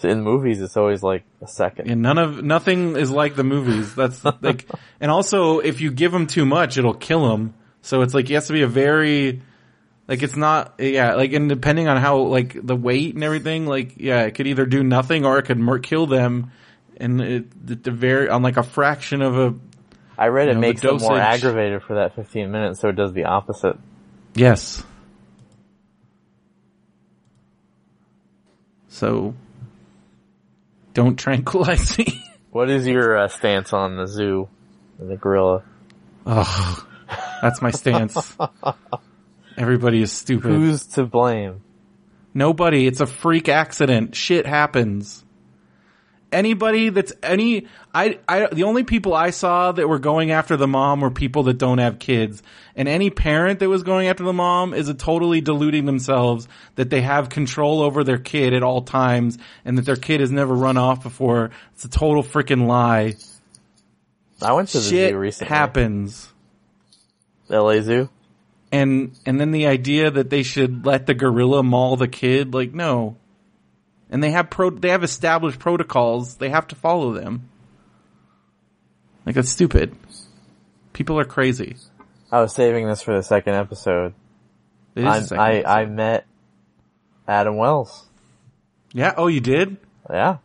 Speaker 3: In movies, it's always like a second.
Speaker 2: and none of nothing is like the movies. That's like, and also if you give them too much, it'll kill them. So it's like you has to be a very, like it's not, yeah, like and depending on how like the weight and everything, like yeah, it could either do nothing or it could mur- kill them, and it the, the very on like a fraction of a
Speaker 3: I read
Speaker 2: know,
Speaker 3: it
Speaker 2: the
Speaker 3: makes them more
Speaker 2: dosage-
Speaker 3: aggravated for that 15 minutes, so it does the opposite.
Speaker 2: yes. So, don't tranquilize me.
Speaker 3: What is your uh, stance on the zoo and the gorilla?
Speaker 2: Ugh. That's my stance. Everybody is stupid.
Speaker 3: Who's to blame?
Speaker 2: Nobody. It's a freak accident. Shit happens. Anybody that's any, I, I, the only people I saw that were going after the mom were people that don't have kids. And any parent that was going after the mom is a totally deluding themselves that they have control over their kid at all times and that their kid has never run off before. It's a total freaking lie.
Speaker 3: I went to the
Speaker 2: Shit
Speaker 3: zoo recently.
Speaker 2: happens.
Speaker 3: LA Zoo.
Speaker 2: and and then the idea that they should let the gorilla maul the kid like no and they have pro they have established protocols they have to follow them like that's stupid people are crazy
Speaker 3: I was saving this for the second episode.
Speaker 2: It is a
Speaker 3: I'm-
Speaker 2: second
Speaker 3: I,
Speaker 2: episode.
Speaker 3: I met Adam Wells.
Speaker 2: yeah oh you did
Speaker 3: Yeah.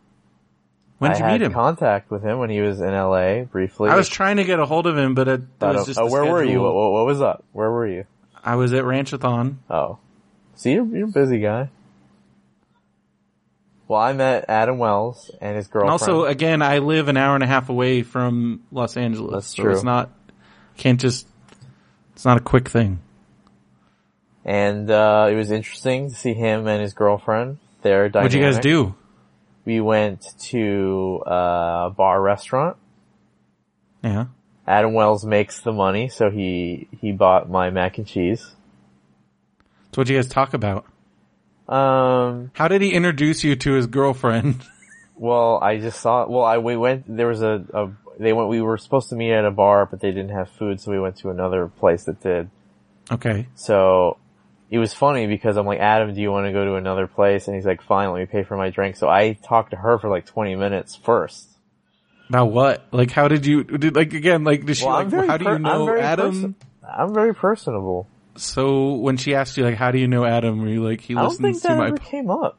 Speaker 2: when
Speaker 3: I
Speaker 2: did you
Speaker 3: had
Speaker 2: meet him
Speaker 3: contact with him when he was in LA briefly.
Speaker 2: i was trying to get a hold of him but it, it
Speaker 3: But, uh,
Speaker 2: was just
Speaker 3: oh,
Speaker 2: the
Speaker 3: where were you?
Speaker 2: schedule.
Speaker 3: What, what, what was up? Where were you?
Speaker 2: i was at ranchathon
Speaker 3: Oh. See, you're, you're a busy guy. Well, I met Adam Wells and his
Speaker 2: And
Speaker 3: girlfriend.
Speaker 2: also again i live an hour and a half away from los angeles
Speaker 3: That's
Speaker 2: so
Speaker 3: true.
Speaker 2: it's not can't just it's not a quick thing
Speaker 3: and, uh, it was interesting to see him and his girlfriend. They're dynamic.
Speaker 2: what'd you guys do
Speaker 3: We went to, uh, a bar restaurant
Speaker 2: Yeah.
Speaker 3: Adam Wells makes the money, so he he bought my mac and cheese.
Speaker 2: So what do you guys talk about?
Speaker 3: Um,
Speaker 2: How did he introduce you to his girlfriend?
Speaker 3: well, I just saw. Well, I we went. There was a, a they went. We were supposed to meet at a bar, but they didn't have food, so we went to another place that did.
Speaker 2: okay.
Speaker 3: So it was funny because I'm like, Adam, do you want to go to another place? And he's like, fine, let me pay for my drink. So I talked to her for like 20 minutes first.
Speaker 2: About what? Like, how did you? Did, like again? Like, did she?
Speaker 3: Well, I'm
Speaker 2: like,
Speaker 3: very
Speaker 2: how do
Speaker 3: per-
Speaker 2: you
Speaker 3: I'm
Speaker 2: know
Speaker 3: very
Speaker 2: Adam?
Speaker 3: person- I'm very personable.
Speaker 2: so when she asked you, like, how do you know Adam? Were you like, he
Speaker 3: I don't think
Speaker 2: listens to
Speaker 3: that
Speaker 2: my?
Speaker 3: ever came up.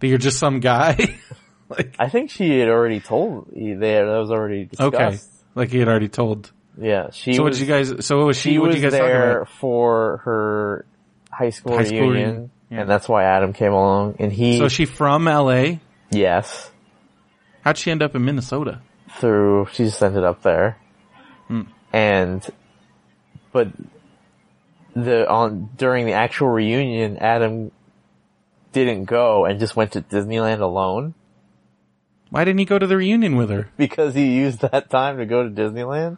Speaker 2: But you're just some guy. like,
Speaker 3: I think she had already told they that was already discussed.
Speaker 2: okay. Like he had already told.
Speaker 3: Yeah, she
Speaker 2: so what
Speaker 3: was,
Speaker 2: did you guys? So what was she?
Speaker 3: she
Speaker 2: what
Speaker 3: was
Speaker 2: did you guys talk
Speaker 3: there
Speaker 2: about?
Speaker 3: for her high school
Speaker 2: High school
Speaker 3: reunion,
Speaker 2: reunion, yeah.
Speaker 3: and that's why Adam came along. And he,
Speaker 2: So is she from L.A.
Speaker 3: yes,
Speaker 2: How'd she end up in Minnesota?
Speaker 3: through she just ended up there
Speaker 2: Hmm.
Speaker 3: and but the on during the actual reunion adam didn't go and just went to disneyland alone
Speaker 2: Why didn't he go to the reunion with her?
Speaker 3: because he used that time to go to disneyland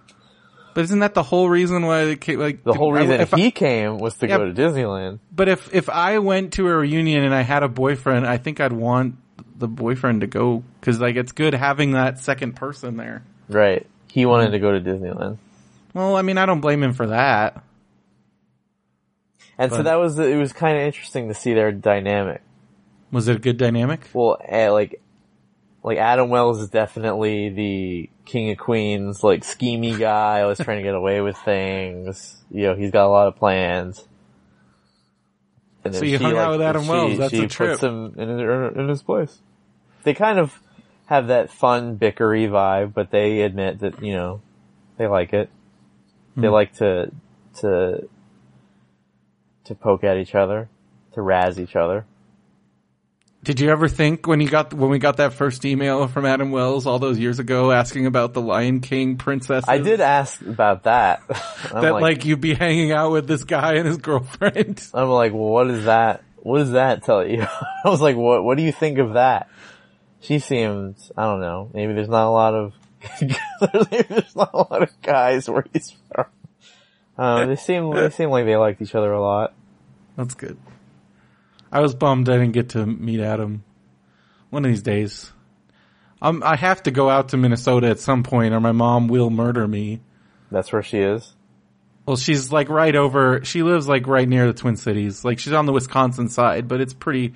Speaker 2: But isn't that the whole reason why they came, like
Speaker 3: the whole
Speaker 2: I-
Speaker 3: reason
Speaker 2: if I-
Speaker 3: he came was to
Speaker 2: Yeah,
Speaker 3: go to disneyland
Speaker 2: but if if I went to a reunion and I had a boyfriend, I think I'd want the boyfriend to go because like it's good having that second person there.
Speaker 3: right he
Speaker 2: Hmm.
Speaker 3: wanted to go to disneyland
Speaker 2: Well, I mean, I don't blame him for that.
Speaker 3: and so
Speaker 2: But-
Speaker 3: that was it was kind of interesting to see their dynamic
Speaker 2: Was it a good dynamic?
Speaker 3: well, eh, like, like Adam Wells is definitely the king of queens, like schemy guy, always trying to get away with things. You know, he's got a lot of plans. And
Speaker 2: So
Speaker 3: then
Speaker 2: you
Speaker 3: she,
Speaker 2: hung out with
Speaker 3: and
Speaker 2: Adam
Speaker 3: she-
Speaker 2: Wells, that's
Speaker 3: she
Speaker 2: a trip.
Speaker 3: puts him in, in, in his place. They kind of have that fun bickery vibe, but they admit that you know they like it.
Speaker 2: Hmm.
Speaker 3: They like to to to poke at each other, to razz each other.
Speaker 2: Did you ever think when you got when we got that first email from Adam Wells all those years ago asking about the Lion King princess?
Speaker 3: I did ask about that. I'm
Speaker 2: that like, you'd be hanging out with this guy and his girlfriend.
Speaker 3: I'm like, well, what is that? What does that tell you? I was like, what What do you think of that? She seems, I don't know. Maybe there's not a lot of, maybe there's not a lot of guys where he's from. Um, they seem they seem like they liked each other a lot.
Speaker 2: That's good. I was bummed I didn't get to meet Adam. One of these days, um, I have to go out to Minnesota at some point, or my mom will murder me.
Speaker 3: That's where she is.
Speaker 2: Well, she's like right over. She lives like right near the Twin Cities. Like she's on the Wisconsin side, but it's pretty.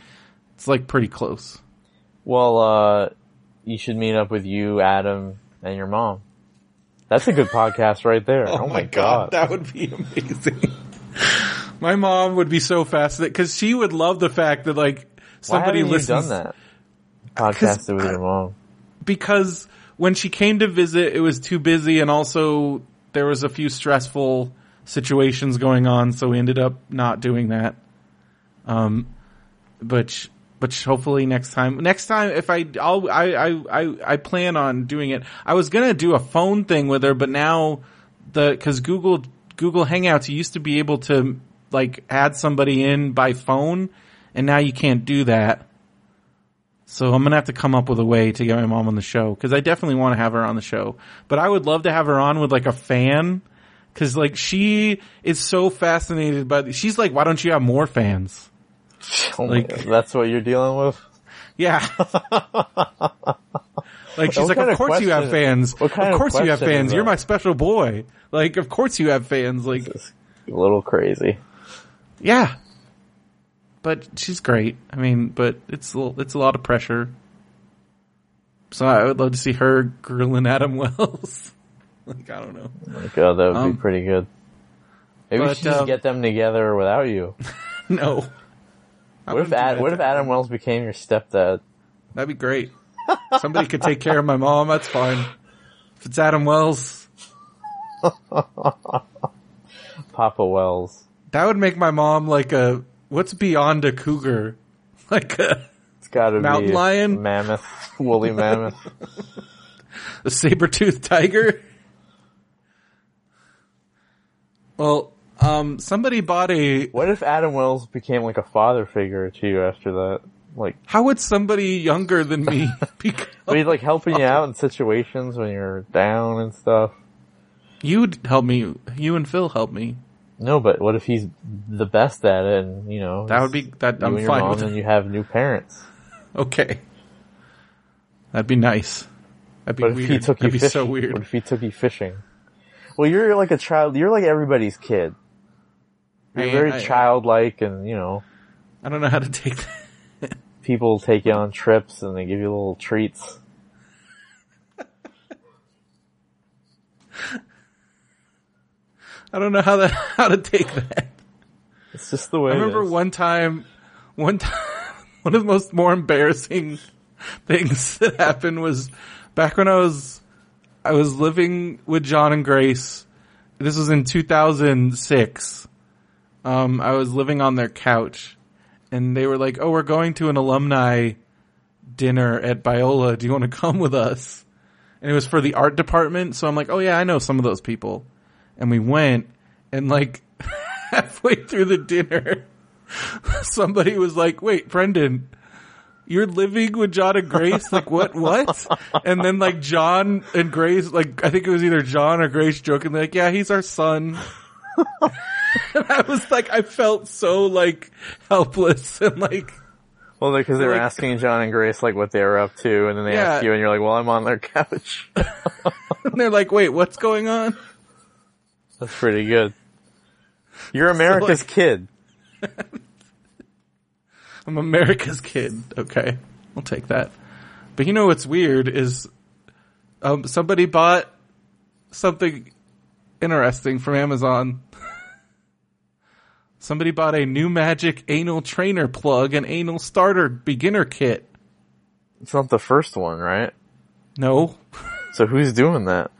Speaker 2: It's like pretty close.
Speaker 3: Well, uh, you should meet up with you, Adam, and your mom. That's a good podcast right there. Oh, my god.
Speaker 2: that would be amazing. my mom would be so fascinated because she would love the fact that like
Speaker 3: Why
Speaker 2: somebody
Speaker 3: haven't you
Speaker 2: listens
Speaker 3: done that? Podcasted with your mom.
Speaker 2: because when she came to visit, it was too busy, and also there was a few stressful situations going on, so we ended up not doing that. Um, but sh- but sh- hopefully next time, next time if I I'll, I I I I plan on doing it. I was gonna do a phone thing with her, but now the because Google Google Hangouts you used to be able to like add somebody in by phone, and now you can't do that. So I'm gonna have to come up with a way to get my mom on the show because I definitely want to have her on the show. But I would love to have her on with like a fan because like she is so fascinated by. The, she's like, why don't you have more fans?
Speaker 3: Oh my
Speaker 2: Like-
Speaker 3: God, that's what you're dealing with.
Speaker 2: Yeah. like she's
Speaker 3: What
Speaker 2: like,
Speaker 3: kind
Speaker 2: of
Speaker 3: of
Speaker 2: course you have
Speaker 3: question-
Speaker 2: fans.
Speaker 3: what kind
Speaker 2: of
Speaker 3: of
Speaker 2: course you have
Speaker 3: question is
Speaker 2: fans. You're
Speaker 3: that?"
Speaker 2: my special boy. Like, of course you have fans. Like,
Speaker 3: A little crazy.
Speaker 2: yeah. But she's great. I mean, but it's a l- it's a lot of pressure. So I would love to see her grilling Adam Wells. like I don't know.
Speaker 3: Like, oh, that would
Speaker 2: Um,
Speaker 3: be pretty good. Maybe
Speaker 2: but,
Speaker 3: we should just
Speaker 2: um,
Speaker 3: get them together without you.
Speaker 2: No. I
Speaker 3: What if,
Speaker 2: wouldn't do
Speaker 3: Ad,
Speaker 2: that.
Speaker 3: what if Adam Wells became your stepdad?
Speaker 2: That'd be great. Somebody could take care of my mom. That's fine. If it's Adam Wells,
Speaker 3: Papa Wells.
Speaker 2: that would make my mom like a what's beyond a cougar, like a,
Speaker 3: It's gotta
Speaker 2: Mountain
Speaker 3: be
Speaker 2: lion?
Speaker 3: mammoth, woolly mammoth.
Speaker 2: a saber-toothed tiger. Well, um, somebody bought a.
Speaker 3: What if Adam Wells became like a father figure to you after that? Like,
Speaker 2: How would somebody younger than me Oh, become?
Speaker 3: but he's like helping you out in situations when you're down and stuff.
Speaker 2: You'd help me. You and Phil help me.
Speaker 3: No, but what if he's the best at it and, you know,
Speaker 2: That would be that.
Speaker 3: you
Speaker 2: I'm
Speaker 3: and your
Speaker 2: fine
Speaker 3: mom
Speaker 2: with
Speaker 3: and
Speaker 2: it.
Speaker 3: you have new parents.
Speaker 2: Okay, that'd be nice. That'd be
Speaker 3: What if
Speaker 2: weird.
Speaker 3: he took
Speaker 2: that'd be
Speaker 3: you fishing?
Speaker 2: so weird.
Speaker 3: What if he took you fishing? Well, you're like a child, you're like everybody's kid. You're
Speaker 2: I-
Speaker 3: very
Speaker 2: I-
Speaker 3: childlike and, you know,
Speaker 2: I don't know how to take that.
Speaker 3: people take you on trips and they give you little treats.
Speaker 2: I don't know how that how to take that.
Speaker 3: It's just the way
Speaker 2: I
Speaker 3: it
Speaker 2: remember
Speaker 3: is.
Speaker 2: one time, one time, one of the most more embarrassing things that happened was back when I was, I was living with John and Grace. This was in 2006. Um, I was living on their couch and they were like, Oh, we're going to an alumni dinner at Biola. Do you want to come with us? And it was for the art department. So I'm like, Oh yeah, I know some of those people. And we went and like, halfway through the dinner, somebody was like, wait, Brendan, you're living with John and Grace? Like, what, what? And then like John and Grace, like, I think it was either John or Grace joking, like, yeah, he's our son. and I was like, I felt so like helpless and like,
Speaker 3: Well, because they were
Speaker 2: like-
Speaker 3: asking John and Grace like what they were up to, and then they
Speaker 2: Yeah.
Speaker 3: asked you, and you're like, "Well, I'm on their couch."
Speaker 2: and they're like, wait, what's going on?
Speaker 3: That's pretty good. You're America's kid.
Speaker 2: I'm America's kid. Okay. I'll take that. But you know what's weird is um, somebody bought something interesting from Amazon. somebody bought a new magic anal trainer plug and anal starter beginner kit.
Speaker 3: It's not the first one, right?
Speaker 2: No.
Speaker 3: So who's doing that?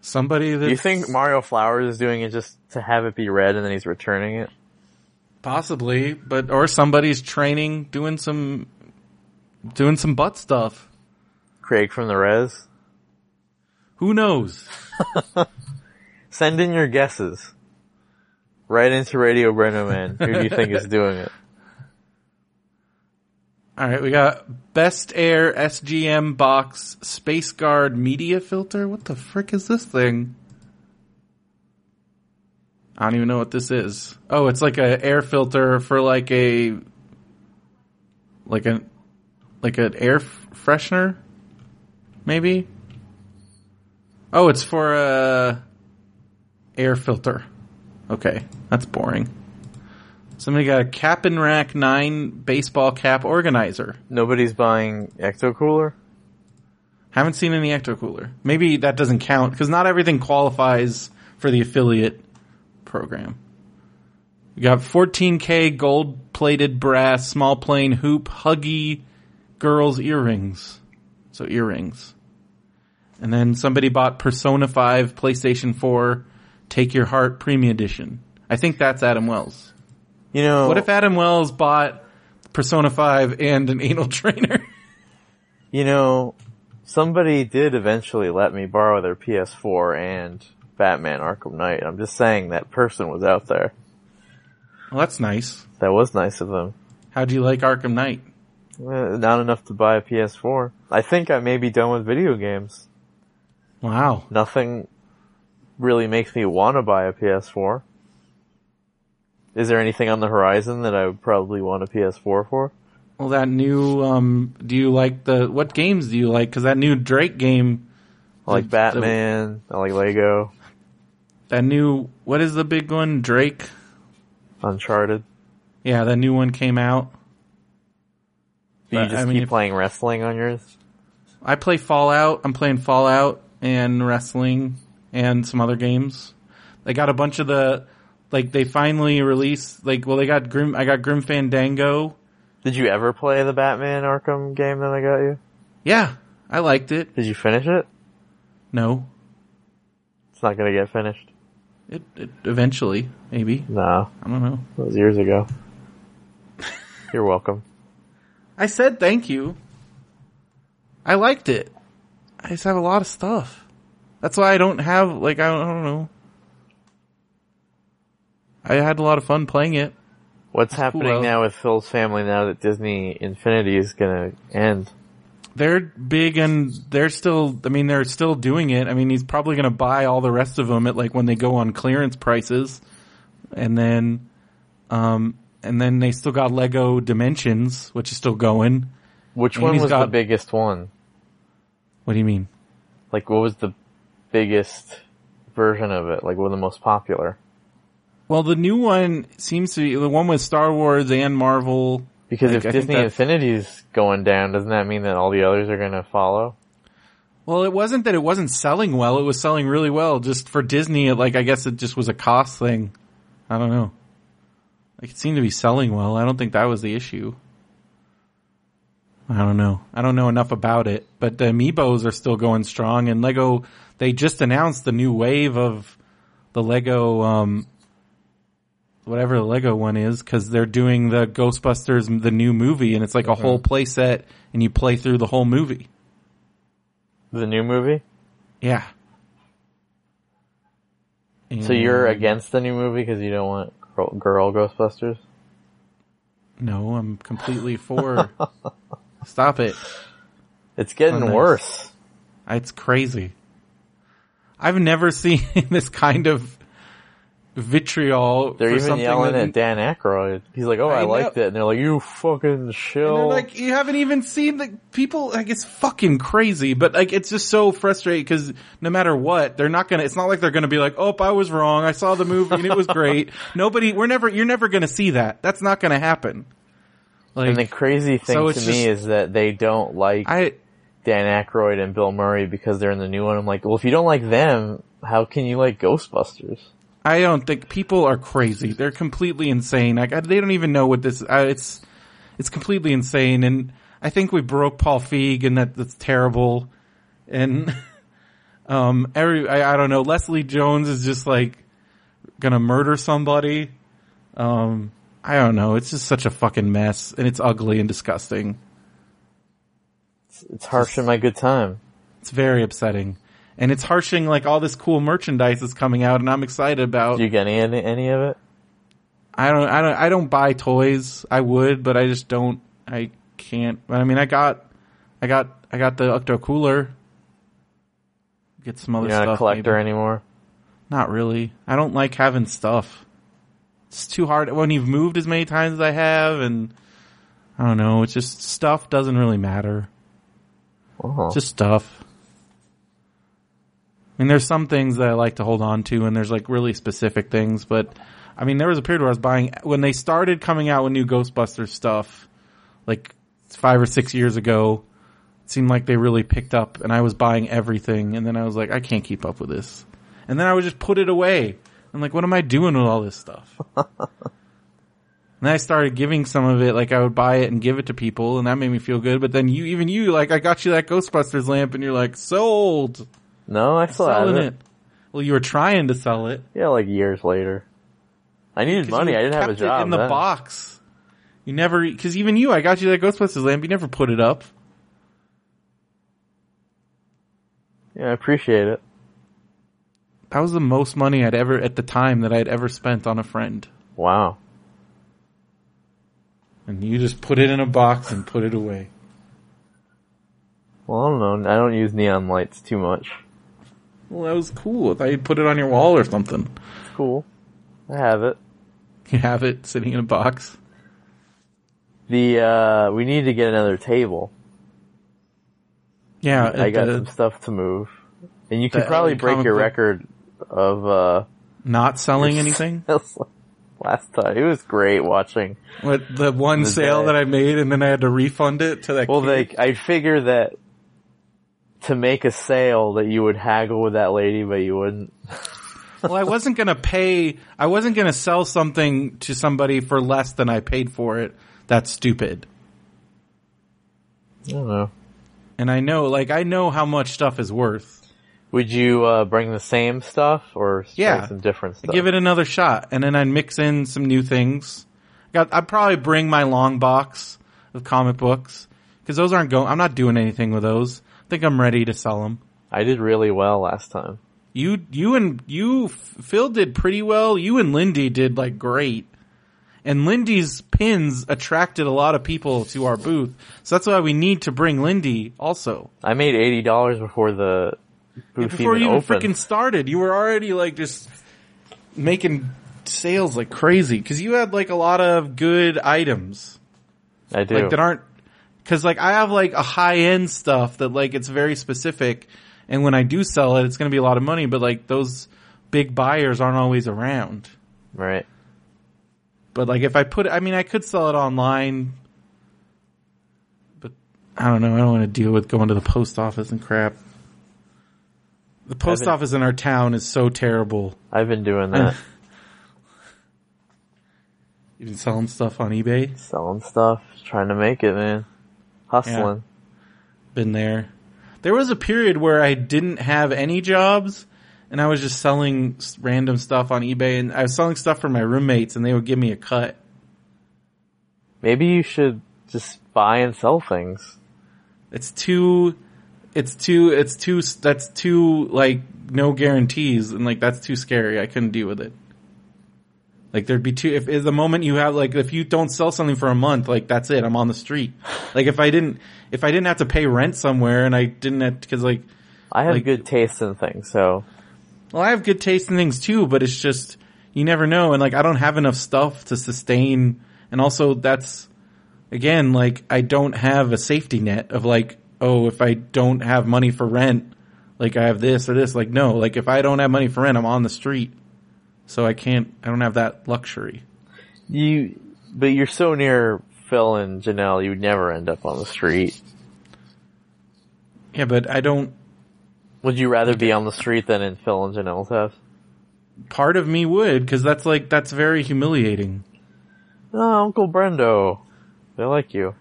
Speaker 2: Somebody that
Speaker 3: Do you think Mario Flowers is doing it just to have it be read, and then he's returning it?
Speaker 2: possibly, but or somebody's training doing some doing some butt stuff.
Speaker 3: Craig from the Res,
Speaker 2: Who knows?
Speaker 3: send in your guesses. Right into Radio Brenneman. Who do you think is doing it?
Speaker 2: All right, we got Best Air SGM Box Space Guard Media Filter. What the frick is this thing? I don't even know what this is. Oh, it's like a air filter for like a like an like an air f- freshener, maybe. Oh, it's for a air filter. Okay, that's boring. Somebody got a Cap and Rack 9 baseball cap organizer.
Speaker 3: Nobody's buying Ecto Cooler.
Speaker 2: Haven't seen any Ecto Cooler. Maybe that doesn't count because not everything qualifies for the affiliate program. We got 14K gold plated brass small plane hoop huggy girls earrings. So earrings. And then somebody bought Persona 5 PlayStation 4 Take Your Heart Premium Edition. I think that's Adam Wells.
Speaker 3: You know,
Speaker 2: What if Adam Wells bought Persona 5 and an anal trainer?
Speaker 3: You know, somebody did eventually let me borrow their PS4 and Batman Arkham Knight. I'm just saying that person was out there.
Speaker 2: well, that's nice.
Speaker 3: That was nice of them.
Speaker 2: How do you like Arkham Knight?
Speaker 3: Eh, Not enough to buy a PS4. I think I may be done with video games.
Speaker 2: Wow.
Speaker 3: Nothing really makes me want to buy a PS4. Is there anything on the horizon that I would probably want a PS4 for?
Speaker 2: Well, that new, um, do you like the, what games do you like? Cause that new Drake game,
Speaker 3: I like
Speaker 2: The- the-
Speaker 3: Batman, I like Lego,
Speaker 2: that new, what is the big one? Drake?
Speaker 3: Uncharted.
Speaker 2: Yeah, that new one came out.
Speaker 3: Do you
Speaker 2: But,
Speaker 3: just
Speaker 2: I mean,
Speaker 3: keep
Speaker 2: if-
Speaker 3: playing wrestling on yours?
Speaker 2: I play Fallout. I'm playing Fallout and wrestling and some other games. They got a bunch of the, like they finally released, like, well, they got Grim, I got Grim Fandango.
Speaker 3: Did you ever play the Batman Arkham game that I got you?
Speaker 2: Yeah, I liked it.
Speaker 3: Did you finish it?
Speaker 2: No,
Speaker 3: It's not gonna get finished.
Speaker 2: It, it eventually, maybe.
Speaker 3: No,
Speaker 2: I don't know.
Speaker 3: it was years ago. You're welcome.
Speaker 2: I said thank you. I liked it. I just have a lot of stuff. That's why I don't have like I don't, I don't know. I had a lot of fun playing it.
Speaker 3: What's happening
Speaker 2: else?
Speaker 3: now with Phil's family now that Disney Infinity is gonna end?
Speaker 2: they're big and they're still. I mean, they're still doing it. I mean, he's probably going to buy all the rest of them at like when they go on clearance prices, and then, um, and then they still got Lego Dimensions, which is still going.
Speaker 3: Which
Speaker 2: And
Speaker 3: one
Speaker 2: he's
Speaker 3: was the
Speaker 2: got-
Speaker 3: biggest one?
Speaker 2: What do you mean?
Speaker 3: Like, what was the biggest version of it? Like, what was the most popular?
Speaker 2: Well, the new one seems to be the one with Star Wars and Marvel.
Speaker 3: Because
Speaker 2: Like,
Speaker 3: if
Speaker 2: I think
Speaker 3: Disney
Speaker 2: that's-
Speaker 3: Infinity's going down, doesn't that mean that all the others are going to follow?
Speaker 2: Well, it wasn't that it wasn't selling well; it was selling really well. Just for Disney, it, like I guess it just was a cost thing. I don't know. Like it seemed to be selling well. I don't think that was the issue. I don't know. I don't know enough about it, but the amiibos are still going strong, and Lego they just announced the new wave of the Lego um whatever the Lego one is because they're doing the Ghostbusters the new movie, and it's like a whole play set, and you play through the whole movie.
Speaker 3: The new movie?
Speaker 2: Yeah.
Speaker 3: So you're
Speaker 2: Mm.
Speaker 3: against the new movie because you don't want girl, girl Ghostbusters?
Speaker 2: no, I'm completely for. Stop it!
Speaker 3: It's getting
Speaker 2: Oh, nice.
Speaker 3: worse.
Speaker 2: It's crazy. I've never seen this kind of vitriol.
Speaker 3: They're
Speaker 2: for
Speaker 3: even
Speaker 2: something
Speaker 3: yelling
Speaker 2: that-
Speaker 3: at Dan Aykroyd. He's like, "Oh, I,
Speaker 2: I know.
Speaker 3: liked it," and they're like, "You fucking
Speaker 2: And they're
Speaker 3: shill."
Speaker 2: like, you haven't even seen the people. Like, it's fucking crazy. But like, it's just so frustrating because no matter what, they're not gonna. It's not like they're gonna be like, "Oh, I was wrong. I saw the movie and it was great." Nobody. We're never. You're never gonna see that. That's not gonna happen. Like,
Speaker 3: and the crazy thing
Speaker 2: So
Speaker 3: to
Speaker 2: it's
Speaker 3: me is that they don't like
Speaker 2: I
Speaker 3: Dan Aykroyd and Bill Murray because they're in the new one. I'm like, well, if you don't like them, how can you like Ghostbusters?
Speaker 2: I don't think people are crazy. They're completely insane. Like I, they don't even know what this. Uh, it's it's completely insane, and I think we broke Paul Feig, and that that's terrible. And um, every I, I don't know. Leslie Jones is just like gonna murder somebody. Um, I don't know. It's just such a fucking mess, and it's ugly and disgusting.
Speaker 3: It's harsh in my good time.
Speaker 2: It's very upsetting, and it's harshing. Like all this cool merchandise is coming out, and I'm excited about.
Speaker 3: Do you get any any of it?
Speaker 2: I don't, I don't, I don't buy toys. I would, but I just don't. I can't. I mean, I got, I got, I got the Octo Cooler. Get some other
Speaker 3: You're not
Speaker 2: stuff.
Speaker 3: a collector
Speaker 2: maybe.
Speaker 3: anymore.
Speaker 2: Not really. I don't like having stuff. It's too hard when you've moved as many times as I have, and I don't know. It's just stuff doesn't really matter.
Speaker 3: Oh.
Speaker 2: Just stuff. I mean, there's some things that I like to hold on to, and there's like really specific things. But I mean, there was a period where I was buying when they started coming out with new Ghostbusters stuff, like five or six years ago. It seemed like they really picked up, and I was buying everything. And then I was like, I can't keep up with this. And then I would just put it away. I'm like, what am I doing with all this stuff? and then I started giving some of it, like I would buy it and give it to people, and that made me feel good. But then you, even you, like I got you that Ghostbusters lamp, and you're like, sold,
Speaker 3: no, I still have
Speaker 2: selling
Speaker 3: it.
Speaker 2: it. Well, you were trying to sell it.
Speaker 3: Yeah, like years later. I needed
Speaker 2: 'Cause
Speaker 3: money.
Speaker 2: you
Speaker 3: I didn't have a
Speaker 2: kept it
Speaker 3: job.
Speaker 2: in the
Speaker 3: then.
Speaker 2: box. You never, because even you, I got you that Ghostbusters lamp. You never put it up.
Speaker 3: Yeah, I appreciate it.
Speaker 2: That was the most money I'd ever at the time that I'd ever spent on a friend.
Speaker 3: Wow.
Speaker 2: And you just put it in a box and put it away.
Speaker 3: Well, I don't know. I don't use neon lights too much.
Speaker 2: Well, that was cool. I thought you'd put it on your wall or something.
Speaker 3: It's cool. I have it.
Speaker 2: You have it sitting in a box.
Speaker 3: The uh we need to get another table.
Speaker 2: Yeah,
Speaker 3: I
Speaker 2: at
Speaker 3: got
Speaker 2: the-
Speaker 3: some stuff to move. And you could
Speaker 2: the
Speaker 3: probably
Speaker 2: LA
Speaker 3: break
Speaker 2: comic
Speaker 3: your
Speaker 2: book-
Speaker 3: record of uh
Speaker 2: not selling anything.
Speaker 3: last time. It was great watching.
Speaker 2: What the one
Speaker 3: The
Speaker 2: sale
Speaker 3: day.
Speaker 2: that I made, and then I had to refund it to that.
Speaker 3: Well,
Speaker 2: kid.
Speaker 3: like I figure that to make a sale that you would haggle with that lady, but you wouldn't.
Speaker 2: well, I wasn't gonna pay. I wasn't gonna sell something to somebody for less than I paid for it. That's stupid.
Speaker 3: I don't know.
Speaker 2: And I know, like, I know how much stuff is worth.
Speaker 3: Would you uh, bring the same stuff or strike
Speaker 2: Yeah.
Speaker 3: some different
Speaker 2: I
Speaker 3: stuff?
Speaker 2: give it another shot, and then I'd mix in some new things. Got, I'd probably bring my long box of comic books because those aren't going. I'm not doing anything with those. I think I'm ready to sell them.
Speaker 3: I did really well last time.
Speaker 2: You, you and you, Phil did pretty well. You and Lindy did like great. And Lindy's pins attracted a lot of people to our booth. So that's why we need to bring Lindy also.
Speaker 3: I made eighty dollars before the booth
Speaker 2: Before
Speaker 3: even
Speaker 2: you even
Speaker 3: opened.
Speaker 2: freaking started, you were already like just making sales like crazy. Cause you had like a lot of good items.
Speaker 3: I do.
Speaker 2: like that aren't because like I have like a high end stuff that like it's very specific, and when I do sell it, it's going to be a lot of money. But like those big buyers aren't always around.
Speaker 3: right.
Speaker 2: But like if I put, I mean, I could sell it online, but I don't know. I don't want to deal with going to the post office and crap. The post
Speaker 3: Evan-
Speaker 2: office in our town is so terrible.
Speaker 3: I've been doing that.
Speaker 2: You've been selling stuff on eBay.
Speaker 3: Selling stuff, trying to make it, man. Hustling.
Speaker 2: Been there. There was a period where I didn't have any jobs and I was just selling s- random stuff on eBay and I was selling stuff for my roommates and they would give me a cut.
Speaker 3: Maybe you should just buy and sell things.
Speaker 2: It's too, it's too, it's too, s- that's too like no guarantees and like that's too scary. I couldn't deal with it. Like there'd be two, if, if the moment you have like, if you don't sell something for a month, like that's it, I'm on the street. Like if I didn't, if I didn't have to pay rent somewhere and I didn't have, cause like,
Speaker 3: I have
Speaker 2: Like-
Speaker 3: good taste in things, so
Speaker 2: Well, I have good taste in things too, but it's just you never know, and like I don't have enough stuff to sustain, and also that's again like I don't have a safety net of like oh if I don't have money for rent, like I have this or this. Like no, like if I don't have money for rent, I'm on the street, so I can't. I don't have that luxury.
Speaker 3: you, but you're so near Phil and Janelle, you would never end up on the street.
Speaker 2: Yeah, but I don't.
Speaker 3: Would you rather be on the street than in Phil and Janelle's house?
Speaker 2: Part of me would because that's like that's very humiliating.
Speaker 3: Oh, Uncle Brendo. They like you.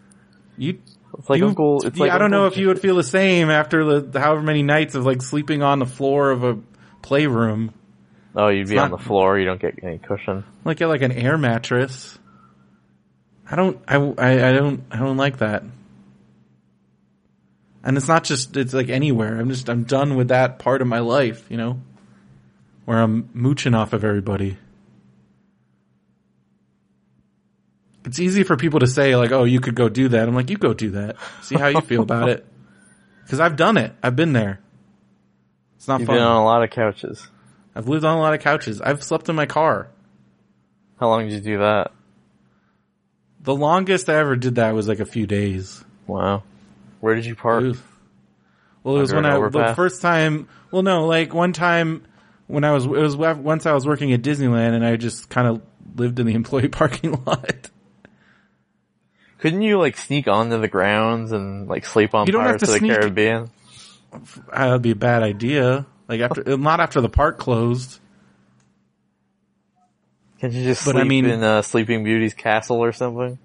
Speaker 2: You
Speaker 3: It's like
Speaker 2: You-
Speaker 3: Uncle, it's
Speaker 2: yeah,
Speaker 3: like
Speaker 2: I don't
Speaker 3: Uncle
Speaker 2: know if you would feel the same after the, the however many nights of like sleeping on the floor of a playroom,
Speaker 3: Oh, you'd be on
Speaker 2: not-
Speaker 3: the floor. You don't get any cushion.
Speaker 2: like at like an air mattress. I don't, I, I, I don't, I don't like that. And it's not just, it's like anywhere. I'm just, I'm done with that part of my life, you know, where I'm mooching off of everybody. It's easy for people to say like, oh, you could go do that. I'm like, you go do that. See how you feel about it. Cause I've done it. I've been there. It's not
Speaker 3: You've
Speaker 2: fun.
Speaker 3: been on a lot of couches.
Speaker 2: I've lived on a lot of couches. I've slept in my car.
Speaker 3: How long did you do that?
Speaker 2: The longest I ever did that was like a few days.
Speaker 3: Wow. Where did you park?
Speaker 2: Oof. Well, it was
Speaker 3: Under
Speaker 2: when I
Speaker 3: an
Speaker 2: the
Speaker 3: overpass?
Speaker 2: first time. Well, no, like one time when I was it was wa- once I was working at Disneyland and I just kind of lived in the employee parking lot.
Speaker 3: Couldn't you like sneak onto the grounds and like sleep on
Speaker 2: You don't have
Speaker 3: Pirates
Speaker 2: to
Speaker 3: of the
Speaker 2: sneak.
Speaker 3: Caribbean?
Speaker 2: That would be a bad idea. Like after not after the park closed.
Speaker 3: Can you just
Speaker 2: But
Speaker 3: sleep
Speaker 2: I mean-
Speaker 3: in uh, Sleeping Beauty's castle or something?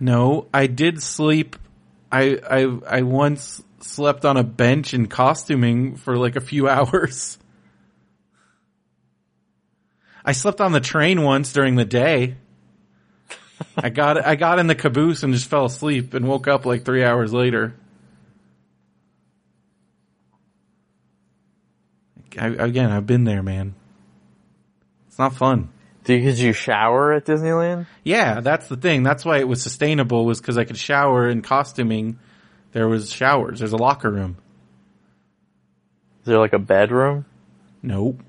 Speaker 2: No, I did sleep. I I I once slept on a bench in costuming for like a few hours. I slept on the train once during the day. I got I got in the caboose and just fell asleep and woke up like 3 hours later. I, again, I've been there, man. It's not fun.
Speaker 3: Do could you shower at Disneyland?
Speaker 2: Yeah, that's the thing. That's why it was sustainable was because I could shower and costuming. There was showers. There's a locker room.
Speaker 3: Is there like a bedroom?
Speaker 2: Nope.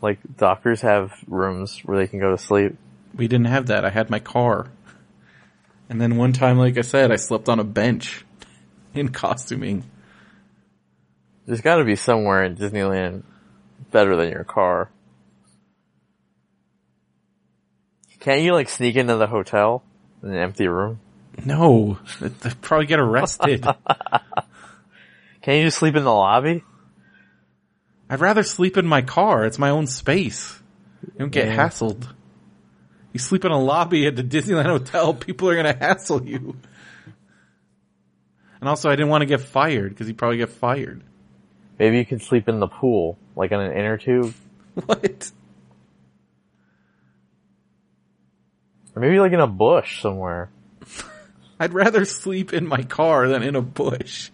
Speaker 3: Like doctors have rooms where they can go to sleep.
Speaker 2: We didn't have that. I had my car. And then one time, like I said, I slept on a bench in costuming.
Speaker 3: There's got to be somewhere in Disneyland better than your car. Can't you like sneak into the hotel in an empty room?
Speaker 2: No, I'd I'd probably get arrested.
Speaker 3: Can't you just sleep in the lobby?
Speaker 2: I'd rather sleep in my car. It's my own space. You don't get
Speaker 3: Yeah.
Speaker 2: hassled. You sleep in a lobby at the Disneyland hotel, people are gonna hassle you. And also I didn't want to get fired because he'd probably get fired.
Speaker 3: Maybe you could sleep in the pool, like on an inner tube,
Speaker 2: What?
Speaker 3: or maybe like in a bush somewhere.
Speaker 2: I'd rather sleep in my car than in a bush.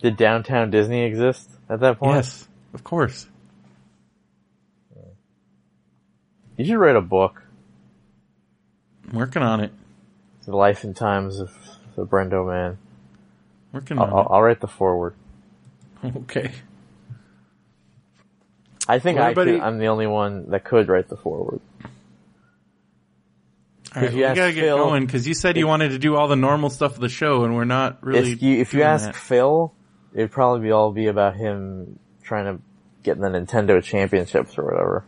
Speaker 3: Did downtown Disney exist at that point?
Speaker 2: Yes, of course.
Speaker 3: You should write a book.
Speaker 2: I'm working on it.
Speaker 3: The life and times of the Brendo man.
Speaker 2: Working
Speaker 3: I'll, I'll,
Speaker 2: on
Speaker 3: I'll write the forward.
Speaker 2: it. Okay.
Speaker 3: I think
Speaker 2: Well,
Speaker 3: I could,
Speaker 2: everybody-
Speaker 3: I'm the only one that could write the forward.
Speaker 2: All right, well,
Speaker 3: you
Speaker 2: we
Speaker 3: ask
Speaker 2: gotta get
Speaker 3: Phil-
Speaker 2: going because you said you wanted to do all the normal stuff of the show, and we're not really.
Speaker 3: if you if you
Speaker 2: doing
Speaker 3: ask
Speaker 2: that.
Speaker 3: Phil, it'd probably be all be about him trying to get in the Nintendo championships or whatever.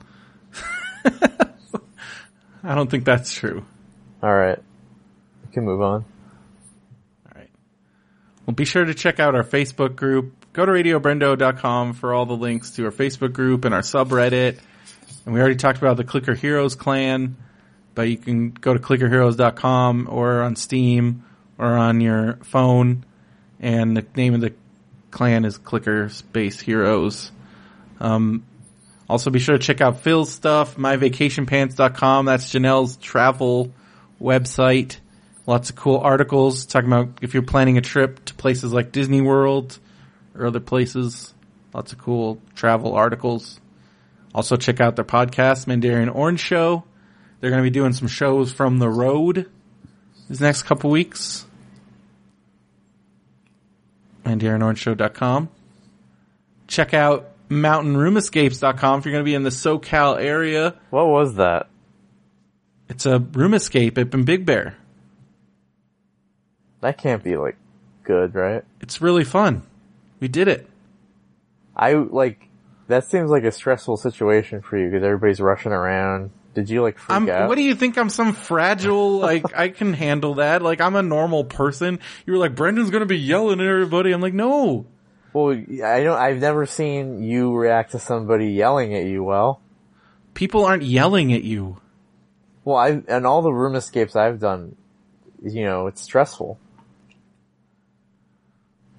Speaker 2: I don't think that's true.
Speaker 3: All right, we can move on.
Speaker 2: All right. Well, be sure to check out our Facebook group. Go to radiobrendo.com for all the links to our Facebook group and our subreddit. And we already talked about the Clicker Heroes clan, but you can go to clickerheroes.com or on Steam or on your phone. And the name of the clan is Clicker Space Heroes. Um, also be sure to check out Phil's stuff, myvacationpants.com. That's Janelle's travel website lots of cool articles talking about if you're planning a trip to places like Disney World or other places. Lots of cool travel articles. Also check out their podcast, Mandarin Orange Show. They're going to be doing some shows from the road these next couple weeks. MandarinOrangeShow.com. Check out MountainRoomEscapes.com if you're going to be in the SoCal area.
Speaker 3: What was that?
Speaker 2: It's a room escape up in Big Bear.
Speaker 3: That can't be like good, right?
Speaker 2: It's really fun. We did it.
Speaker 3: I like that seems like a stressful situation for you because everybody's rushing around. Did you like freak
Speaker 2: I'm,
Speaker 3: out?
Speaker 2: what do you think? I'm some fragile, like, I can handle that. Like, I'm a normal person. You were like, Brendan's gonna be yelling at everybody. I'm like, no.
Speaker 3: well, I don't. I've never seen you react to somebody yelling at you. Well,
Speaker 2: People aren't yelling at you.
Speaker 3: well, I and all the room escapes I've done, you know, it's stressful.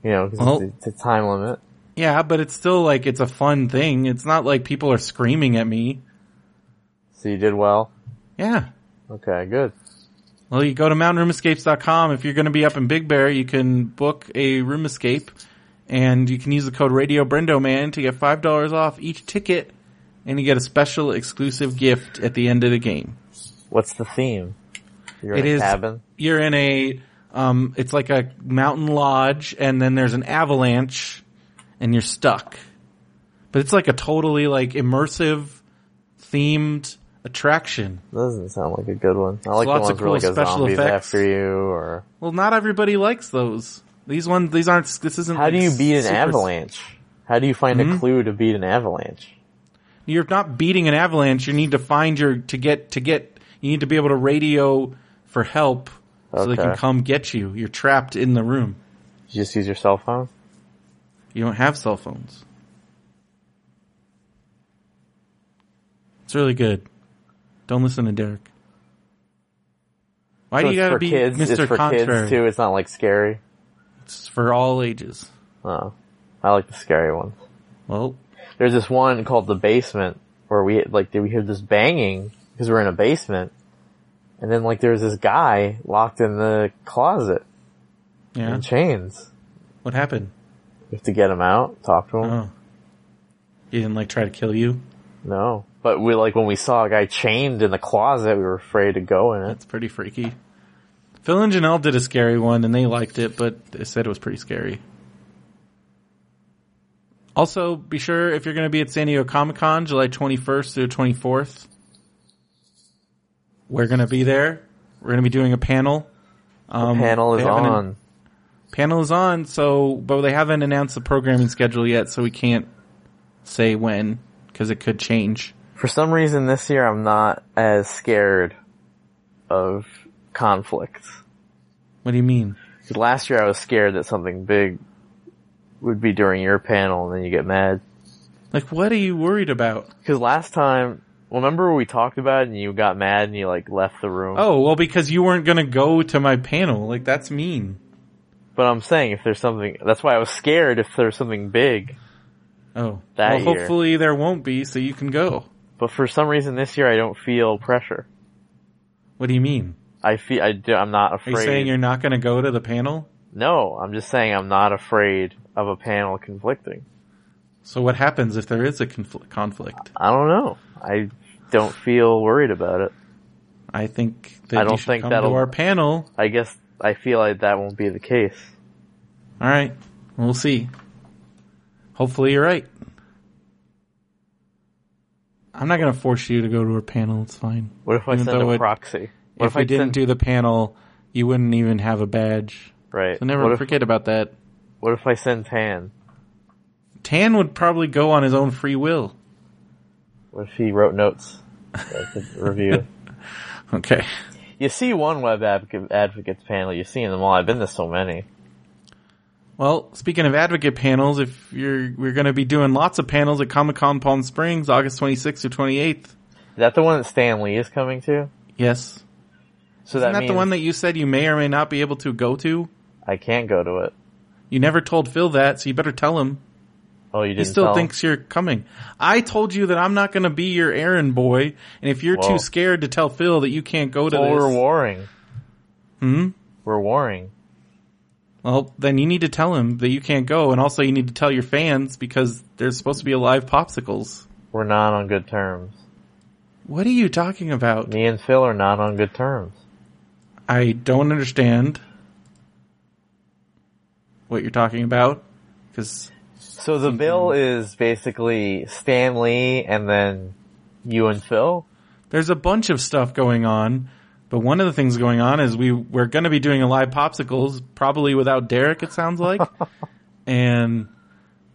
Speaker 3: You know, 'cause
Speaker 2: Well-
Speaker 3: it's, it's a time limit.
Speaker 2: Yeah, but it's still like, it's a fun thing. It's not like people are screaming at me.
Speaker 3: So you did well.
Speaker 2: Yeah.
Speaker 3: Okay, good.
Speaker 2: Well, you go to mountainroomescapes.com. If you're going to be up in Big Bear, you can book a room escape and you can use the code Radio Brendo Man to get $5 off each ticket and you get a special exclusive gift at the end of the game.
Speaker 3: What's the theme? You're in
Speaker 2: It
Speaker 3: a
Speaker 2: is-
Speaker 3: cabin.
Speaker 2: you're in a um it's like a mountain lodge and then there's an avalanche and you're stuck but it's like a totally like immersive themed attraction
Speaker 3: Doesn't sound like a good one. I like the
Speaker 2: lots
Speaker 3: ones
Speaker 2: of
Speaker 3: where like
Speaker 2: cool
Speaker 3: a
Speaker 2: special
Speaker 3: zombie's
Speaker 2: effects.
Speaker 3: after you or
Speaker 2: well not everybody likes those these ones these aren't this isn't
Speaker 3: How do
Speaker 2: like
Speaker 3: you beat an
Speaker 2: super- Hmm?
Speaker 3: avalanche? How do you find a clue to beat an avalanche?
Speaker 2: you're not beating an avalanche you need to find your to get to get you need to be able to radio for help so they
Speaker 3: Okay.
Speaker 2: can come get you you're trapped in the room
Speaker 3: You just use your cell phone?
Speaker 2: You don't have cell phones. It's really good. Don't listen to Derek. Why
Speaker 3: So
Speaker 2: do you
Speaker 3: it's
Speaker 2: gotta
Speaker 3: for
Speaker 2: be
Speaker 3: kids.
Speaker 2: Mr.
Speaker 3: It's for
Speaker 2: Contrary?
Speaker 3: kids too. It's not like scary.
Speaker 2: It's for all ages.
Speaker 3: Oh, I like the scary one.
Speaker 2: Well,
Speaker 3: There's this one called the basement where we like we hear this banging because we're in a basement, and then like there's this guy locked in the closet
Speaker 2: yeah.
Speaker 3: in chains.
Speaker 2: What happened?
Speaker 3: We have to get him out, talk to him.
Speaker 2: Oh. He didn't like try to kill you?
Speaker 3: No, but we like when we saw a guy chained in the closet, we were afraid to go in it.
Speaker 2: That's pretty freaky. Phil and Janelle did a scary one and they liked it, but they said it was pretty scary. Also, be sure if you're going to be at San Diego Comic Con July 21st through 24th, we're going to be there. We're going to be doing a panel. Um,
Speaker 3: Panel is
Speaker 2: they haven't-
Speaker 3: on.
Speaker 2: panel is on, so, but they haven't announced the programming schedule yet, so we can't say when because it could change.
Speaker 3: For some reason this year I'm not as scared of conflict.
Speaker 2: What do you mean?
Speaker 3: 'Cause Last year I was scared that something big would be during your panel and then you get mad.
Speaker 2: Like, what are you worried about?
Speaker 3: Cause last time, well, remember we talked about it and you got mad and you like left the room?
Speaker 2: Oh, well, because you weren't gonna go to my panel. Like, that's mean.
Speaker 3: But I'm saying if there's something, that's why I was scared if there's something big.
Speaker 2: Oh.
Speaker 3: That
Speaker 2: well,
Speaker 3: year.
Speaker 2: hopefully there won't be, so you can go.
Speaker 3: But for some reason this year I don't feel pressure.
Speaker 2: What do you mean?
Speaker 3: I feel, I do, I'm not
Speaker 2: Are
Speaker 3: afraid.
Speaker 2: you saying you're not gonna go to the panel?
Speaker 3: No, I'm just saying I'm not afraid of a panel conflicting.
Speaker 2: So what happens if there is a confl- conflict?
Speaker 3: I don't know. I don't feel worried about it.
Speaker 2: I think that
Speaker 3: I
Speaker 2: you
Speaker 3: don't
Speaker 2: should
Speaker 3: think
Speaker 2: come
Speaker 3: that'll-
Speaker 2: to our panel.
Speaker 3: I guess I feel like that won't be the case.
Speaker 2: All right, we'll see. Hopefully, you're right. I'm not going to force you to go to our panel. It's fine.
Speaker 3: What if I
Speaker 2: Even
Speaker 3: send
Speaker 2: though
Speaker 3: a
Speaker 2: it-
Speaker 3: proxy? What
Speaker 2: If, we
Speaker 3: I
Speaker 2: didn't
Speaker 3: send-
Speaker 2: do the panel, you wouldn't even have a badge.
Speaker 3: right?
Speaker 2: So never
Speaker 3: what, if,
Speaker 2: forget about that.
Speaker 3: what if I send Tan?
Speaker 2: Tan would probably go on his own free will.
Speaker 3: What if he wrote notes? that I could review.
Speaker 2: Okay.
Speaker 3: You see one web advocate, advocates panel. You've seen them all. I've been to so many.
Speaker 2: Well, speaking of advocate panels, if you're we're going to be doing lots of panels at Comic Con Palm Springs, August 26th to 28th.
Speaker 3: Is that the one that Stan Lee is coming to?
Speaker 2: Yes.
Speaker 3: So
Speaker 2: Isn't
Speaker 3: that
Speaker 2: that
Speaker 3: means
Speaker 2: the one that you said you may or may not be able to go to?
Speaker 3: I can't go to it.
Speaker 2: You never told Phil that, so you better tell him.
Speaker 3: Oh, you didn't.
Speaker 2: He still
Speaker 3: tell him?
Speaker 2: thinks you're coming. I told you that I'm not going to be your errand boy, and if you're
Speaker 3: Whoa.
Speaker 2: too scared to tell Phil that you can't go to
Speaker 3: Well, we're
Speaker 2: this,
Speaker 3: warring.
Speaker 2: Hmm?
Speaker 3: We're warring.
Speaker 2: well, then you need to tell him that you can't go, and also you need to tell your fans because there's supposed to be a live popsicles.
Speaker 3: We're not on good terms.
Speaker 2: What are you talking about?
Speaker 3: Me and Phil are not on good terms.
Speaker 2: I don't understand what you're talking about because
Speaker 3: So
Speaker 2: Mm-hmm.
Speaker 3: the bill is basically Stan Lee and then you and Phil.
Speaker 2: there's a bunch of stuff going on. But one of the things going on is we we're going to be doing a live popsicles, probably without Derek. It sounds like, and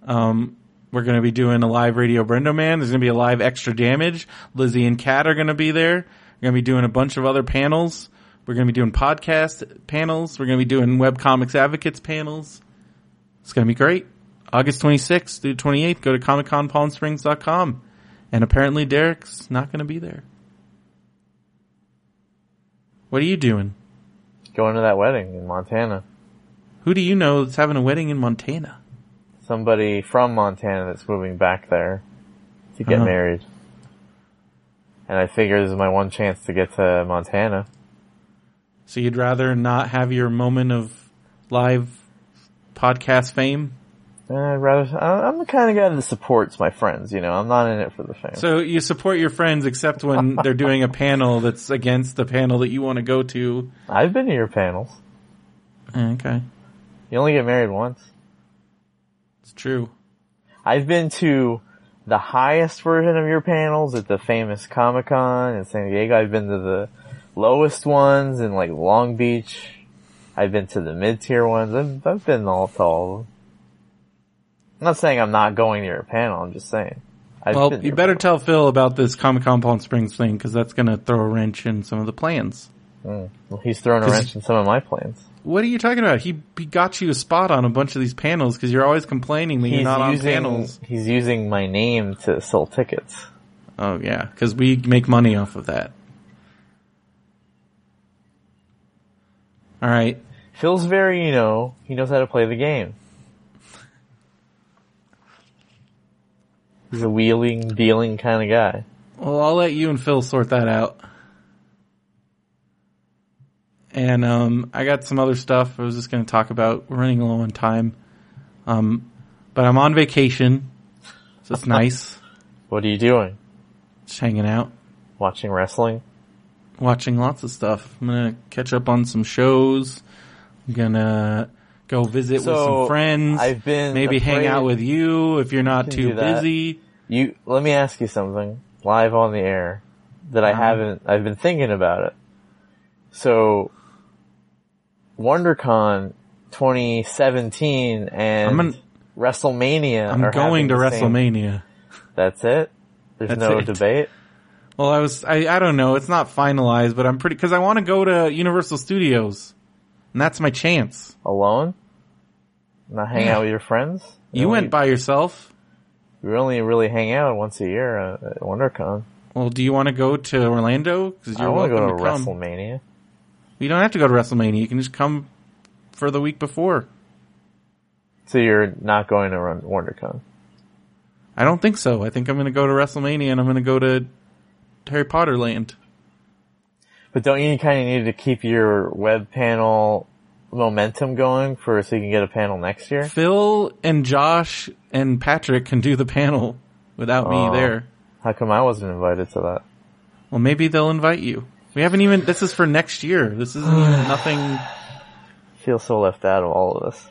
Speaker 2: um, we're going to be doing a live Radio Brendo Man. There's going to be a live Extra Damage. Lizzie and Kat are going to be there. We're going to be doing a bunch of other panels. We're going to be doing podcast panels. We're going to be doing Web Comics Advocates panels. It's going to be great. August 26th through 28th, go to comicconpalmsprings.com. And apparently Derek's not going to be there. What are you doing?
Speaker 3: Going to that wedding in Montana.
Speaker 2: Who do you know that's having a wedding in Montana?
Speaker 3: Somebody from Montana that's moving back there to get
Speaker 2: Uh-huh.
Speaker 3: married. And I figure this is my one chance to get to Montana.
Speaker 2: So you'd rather not have your moment of live podcast fame?
Speaker 3: Uh, I'd rather, I- I'm the kind of guy that supports my friends, you know, I'm not in it for the fame.
Speaker 2: So you support your friends except when they're doing a panel that's against the panel that you want to go to.
Speaker 3: I've been to your panels.
Speaker 2: Eh, Okay.
Speaker 3: You only get married once.
Speaker 2: It's true.
Speaker 3: I've been to the highest version of your panels at the famous Comic Con in San Diego. I've been to the lowest ones in like Long Beach. I've been to the mid tier ones. I've, I've been all to all of them. I'm not saying I'm not going to your panel. I'm just saying. I've
Speaker 2: Well,
Speaker 3: been to
Speaker 2: you
Speaker 3: your
Speaker 2: better tell
Speaker 3: panel.
Speaker 2: Phil about this Comic Con Palm Springs thing because that's going to throw a wrench in some of the plans.
Speaker 3: Well, he's throwing a
Speaker 2: 'cause-
Speaker 3: wrench in some of my plans.
Speaker 2: What are you talking about? He, he got you a spot on a bunch of these panels because you're always complaining that you're
Speaker 3: He's
Speaker 2: not
Speaker 3: using
Speaker 2: on panels.
Speaker 3: he's using my name to sell tickets.
Speaker 2: Oh yeah, because we make money off of that. All right.
Speaker 3: Phil's very, you know, he knows how to play the game. He's a wheeling, dealing kind of guy.
Speaker 2: Well, I'll let you and Phil sort that out. And um, I got some other stuff I was just going to talk about. We're running low on time, um, but I'm on vacation, so it's nice
Speaker 3: What are you doing?
Speaker 2: just hanging out.
Speaker 3: Watching wrestling?
Speaker 2: watching lots of stuff. I'm gonna catch up on some shows. I'm gonna go visit with
Speaker 3: So,
Speaker 2: some friends.
Speaker 3: I've been
Speaker 2: maybe hang
Speaker 3: afraid-
Speaker 2: out with you if you're not
Speaker 3: can
Speaker 2: too
Speaker 3: do that.
Speaker 2: busy.
Speaker 3: You, let me ask you something live on the air that I
Speaker 2: Uh-huh.
Speaker 3: haven't, I've been thinking about it. So, WonderCon 2017 and
Speaker 2: I'm gonna-
Speaker 3: WrestleMania.
Speaker 2: I'm
Speaker 3: are
Speaker 2: going
Speaker 3: having
Speaker 2: to
Speaker 3: the same-
Speaker 2: WrestleMania.
Speaker 3: That's it? There's
Speaker 2: That's
Speaker 3: no
Speaker 2: it.
Speaker 3: debate?
Speaker 2: Well, I was I, I don't know. It's not finalized, but I'm pretty because I want to go to Universal Studios, and that's my chance.
Speaker 3: alone? Not hang out with your friends?
Speaker 2: You
Speaker 3: only-
Speaker 2: went by yourself.
Speaker 3: We only really hang out once a year uh, at WonderCon.
Speaker 2: Well, do you want to go to Orlando? Because
Speaker 3: I
Speaker 2: you're
Speaker 3: want
Speaker 2: welcome
Speaker 3: to go
Speaker 2: to,
Speaker 3: to
Speaker 2: come.
Speaker 3: WrestleMania.
Speaker 2: You don't have to go to WrestleMania. You can just come for the week before.
Speaker 3: So you're not going to run WonderCon.
Speaker 2: I don't think so. I think I'm going to go to WrestleMania and I'm going to go to Harry Potter Land.
Speaker 3: But don't you kind of need to keep your web panel momentum going for so you can get a panel next year?
Speaker 2: Phil and Josh and Patrick can do the panel without
Speaker 3: Aw.
Speaker 2: me there.
Speaker 3: How come I wasn't invited to that?
Speaker 2: Well, maybe they'll invite you. We haven't even. This is for next year. This isn't even nothing.
Speaker 3: Feel so left out of all of this.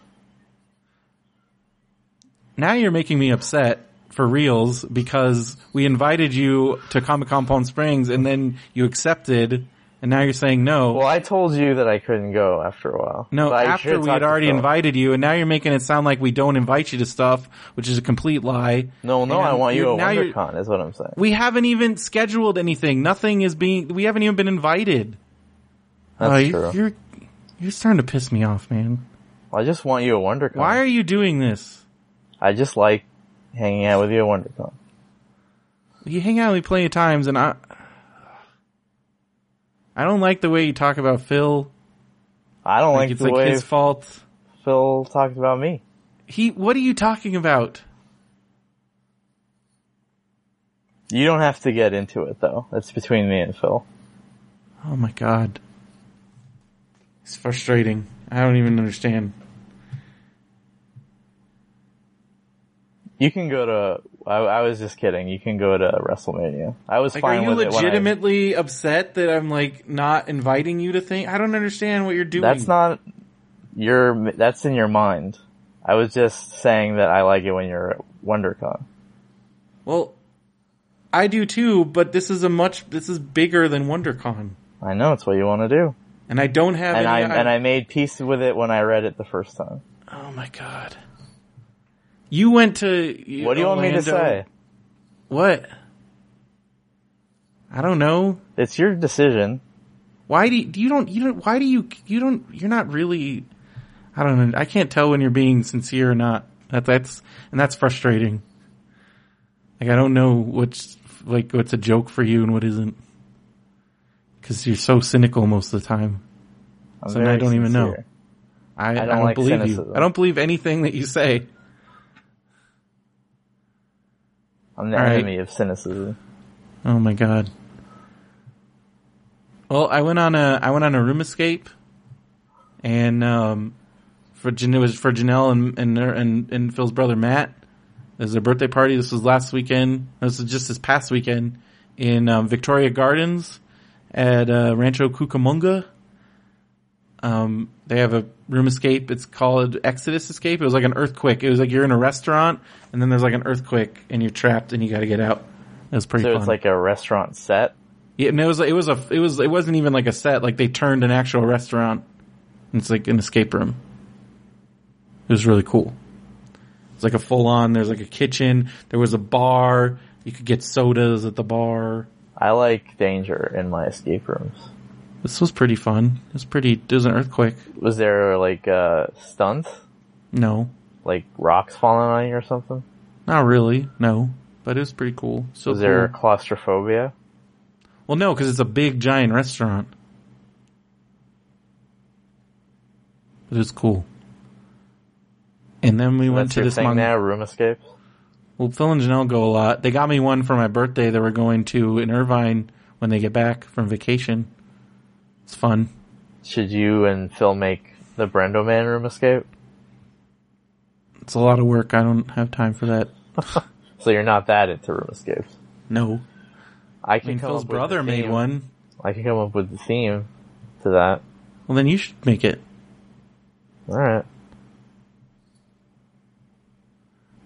Speaker 2: Now you're making me upset for reals because we invited you to Comic Con Palm Springs and then you accepted, and now you're saying no.
Speaker 3: Well, I told you that I couldn't go after a while.
Speaker 2: no,
Speaker 3: But I
Speaker 2: after
Speaker 3: should
Speaker 2: we
Speaker 3: talk
Speaker 2: had
Speaker 3: to
Speaker 2: already
Speaker 3: Phil.
Speaker 2: invited you, and now you're making it sound like we don't invite you to stuff, which is a complete lie.
Speaker 3: No, no, I
Speaker 2: And
Speaker 3: want you
Speaker 2: you-
Speaker 3: at
Speaker 2: now you're-
Speaker 3: WonderCon, is what I'm saying.
Speaker 2: We haven't even scheduled anything. Nothing is being. We haven't even been invited.
Speaker 3: That's
Speaker 2: Oh, you-
Speaker 3: true.
Speaker 2: You're you're starting to piss me off, man.
Speaker 3: I just want you at WonderCon.
Speaker 2: Why are you doing this?
Speaker 3: I just like hanging out with you at WonderCon.
Speaker 2: You hang out with me plenty of times, and I I don't like the way you talk about Phil.
Speaker 3: I don't like,
Speaker 2: it's
Speaker 3: the
Speaker 2: like
Speaker 3: way
Speaker 2: his fault.
Speaker 3: Phil talked about me.
Speaker 2: He. What are you talking about?
Speaker 3: You don't have to get into it though. It's between me and Phil.
Speaker 2: Oh my god. It's frustrating. I don't even understand.
Speaker 3: You can go to. I, I was just kidding. You can go to WrestleMania. I was
Speaker 2: Like, are
Speaker 3: fine
Speaker 2: you
Speaker 3: with it when I-
Speaker 2: legitimately upset that I'm like not inviting you to think? I don't understand what you're doing.
Speaker 3: that's not your. That's in your mind. I was just saying that I like it when you're at WonderCon.
Speaker 2: Well, I do too, but this is a much this is bigger than WonderCon,
Speaker 3: I know it's what you want to do,
Speaker 2: and I don't have
Speaker 3: and I
Speaker 2: any.
Speaker 3: and I made peace with it when I read it the first time.
Speaker 2: oh my god! You went to you-
Speaker 3: What do you want me to
Speaker 2: Oh, Orlando-
Speaker 3: say?
Speaker 2: What? I don't know.
Speaker 3: It's your decision.
Speaker 2: Why do you, you don't you don't why do you you don't you're not really I don't know. I can't tell when you're being sincere or not. That that's and that's frustrating. Like I don't know what's like what's a joke for you and what isn't. Cuz you're so cynical most of the time.
Speaker 3: I'm
Speaker 2: So now I
Speaker 3: very
Speaker 2: don't even know.
Speaker 3: sincere.
Speaker 2: I, I don't,
Speaker 3: like
Speaker 2: believe
Speaker 3: cynicism.
Speaker 2: you. I don't believe anything that you say.
Speaker 3: I'm the
Speaker 2: All right.
Speaker 3: enemy of cynicism.
Speaker 2: Oh my god. Well, I went on a I went on a room escape, and um, for Jan- it was for Janelle and and their- and, and Phil's brother Matt. It was their birthday party. This was last weekend. This was just this past weekend in um, Victoria Gardens at uh, Rancho Cucamonga. Um, they have a room escape. It's called Exodus Escape. It was like an earthquake. It was like you're in a restaurant and then there's like an earthquake and you're trapped and you got to get out. It was pretty
Speaker 3: So
Speaker 2: fun.
Speaker 3: it's like a restaurant set.
Speaker 2: Yeah, and it was it was a it was it wasn't even like a set. Like they turned an actual restaurant. And it's like an escape room. It was really cool. It's like a full on. There's like a kitchen. There was a bar. You could get sodas at the bar.
Speaker 3: I like danger in my escape rooms.
Speaker 2: This was pretty fun. It was pretty. It was an earthquake.
Speaker 3: Was there like uh stunts?
Speaker 2: No,
Speaker 3: Like rocks falling on you or something?
Speaker 2: not really. No, but it was pretty cool. So
Speaker 3: Was there
Speaker 2: cool.
Speaker 3: claustrophobia?
Speaker 2: Well, no, because it's a big giant restaurant. But it was cool. And then we went
Speaker 3: That's
Speaker 2: to
Speaker 3: your
Speaker 2: this
Speaker 3: thing
Speaker 2: Mong-
Speaker 3: now, room escapes?
Speaker 2: Well, Phil and Janelle go a lot. They got me one for my birthday that we're going to in Irvine when they get back from vacation. It's fun.
Speaker 3: Should you and Phil make the Brendo Man room escape?
Speaker 2: It's a lot of work. I don't have time for that.
Speaker 3: So you're not that into room escapes.
Speaker 2: No.
Speaker 3: I
Speaker 2: I
Speaker 3: can
Speaker 2: mean,
Speaker 3: come
Speaker 2: Phil's
Speaker 3: up with
Speaker 2: brother
Speaker 3: the
Speaker 2: made
Speaker 3: theme.
Speaker 2: one.
Speaker 3: I can come up with the theme to that.
Speaker 2: Well, then you should make it.
Speaker 3: Alright.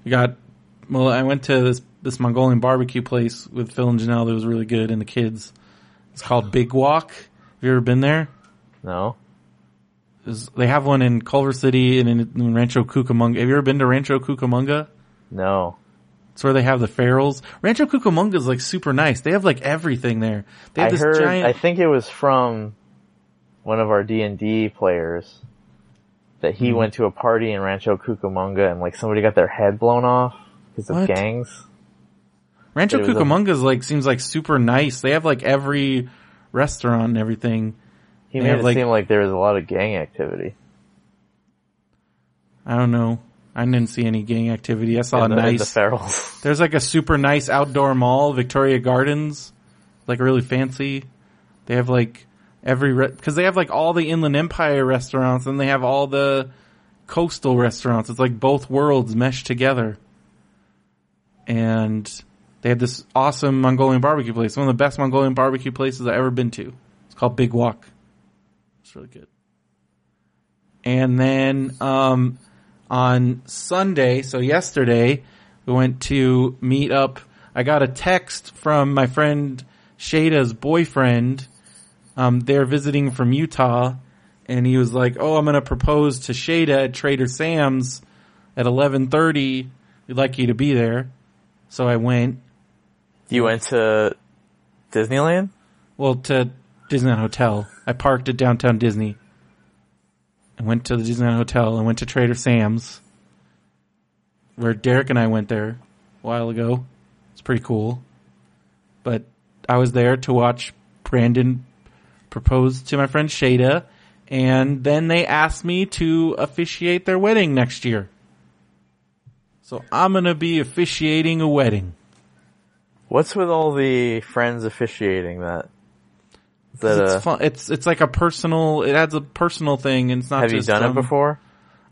Speaker 2: We got, well, I went to this, this Mongolian barbecue place with Phil and Janelle that was really good and the kids. It's called Big Walk. Have you ever been there?
Speaker 3: No?
Speaker 2: It's- They have one in Culver City and in, in Rancho Cucamonga. Have you ever been to Rancho Cucamonga?
Speaker 3: No.
Speaker 2: It's where they have the ferals. Rancho Cucamonga is like super nice. They have like everything there. They have
Speaker 3: I
Speaker 2: this
Speaker 3: heard
Speaker 2: giant.
Speaker 3: I think it was from one of our D and D players that
Speaker 2: Mm-hmm.
Speaker 3: he went to a party in Rancho Cucamonga and like somebody got their head blown off because of
Speaker 2: What?
Speaker 3: gangs.
Speaker 2: Rancho
Speaker 3: it was a-
Speaker 2: Cucamonga is like seems like super nice. They have like every restaurant and everything.
Speaker 3: He
Speaker 2: They
Speaker 3: made
Speaker 2: have,
Speaker 3: it
Speaker 2: like-
Speaker 3: seem like there was a lot of gang activity
Speaker 2: I don't know. I didn't see any gang activity. I saw a
Speaker 3: in, the, in the
Speaker 2: nice.
Speaker 3: ferals.
Speaker 2: There's like a super nice outdoor mall, Victoria Gardens, like really fancy. They have like every because they have like all the Inland Empire restaurants and they have all the coastal restaurants. It's like both worlds meshed together. And they had this awesome Mongolian barbecue place, one of the best Mongolian barbecue places I've ever been to. It's called Big Walk. It's really good. And then um, on Sunday, so yesterday, we went to meet up. I got a text from my friend Shada's boyfriend. Um, they're visiting from Utah, and he was like, "Oh, I'm going to propose to Shada at Trader Sam's at 11:30. We'd like you to be there." So I went.
Speaker 3: You went to Disneyland?
Speaker 2: Well, to Disneyland Hotel. I parked at downtown Disney. I went to the Disneyland Hotel and went to Trader Sam's, where Derek and I went there a while ago. It's pretty cool. But I was there to watch Brandon propose to my friend Shada, and then they asked me to officiate their wedding next year. So I'm gonna be officiating a wedding.
Speaker 3: What's with all the friends officiating that? Is that uh,
Speaker 2: it's fun. It's it's like a personal. It adds a personal thing, and it's not.
Speaker 3: have you
Speaker 2: just,
Speaker 3: done
Speaker 2: um,
Speaker 3: it before?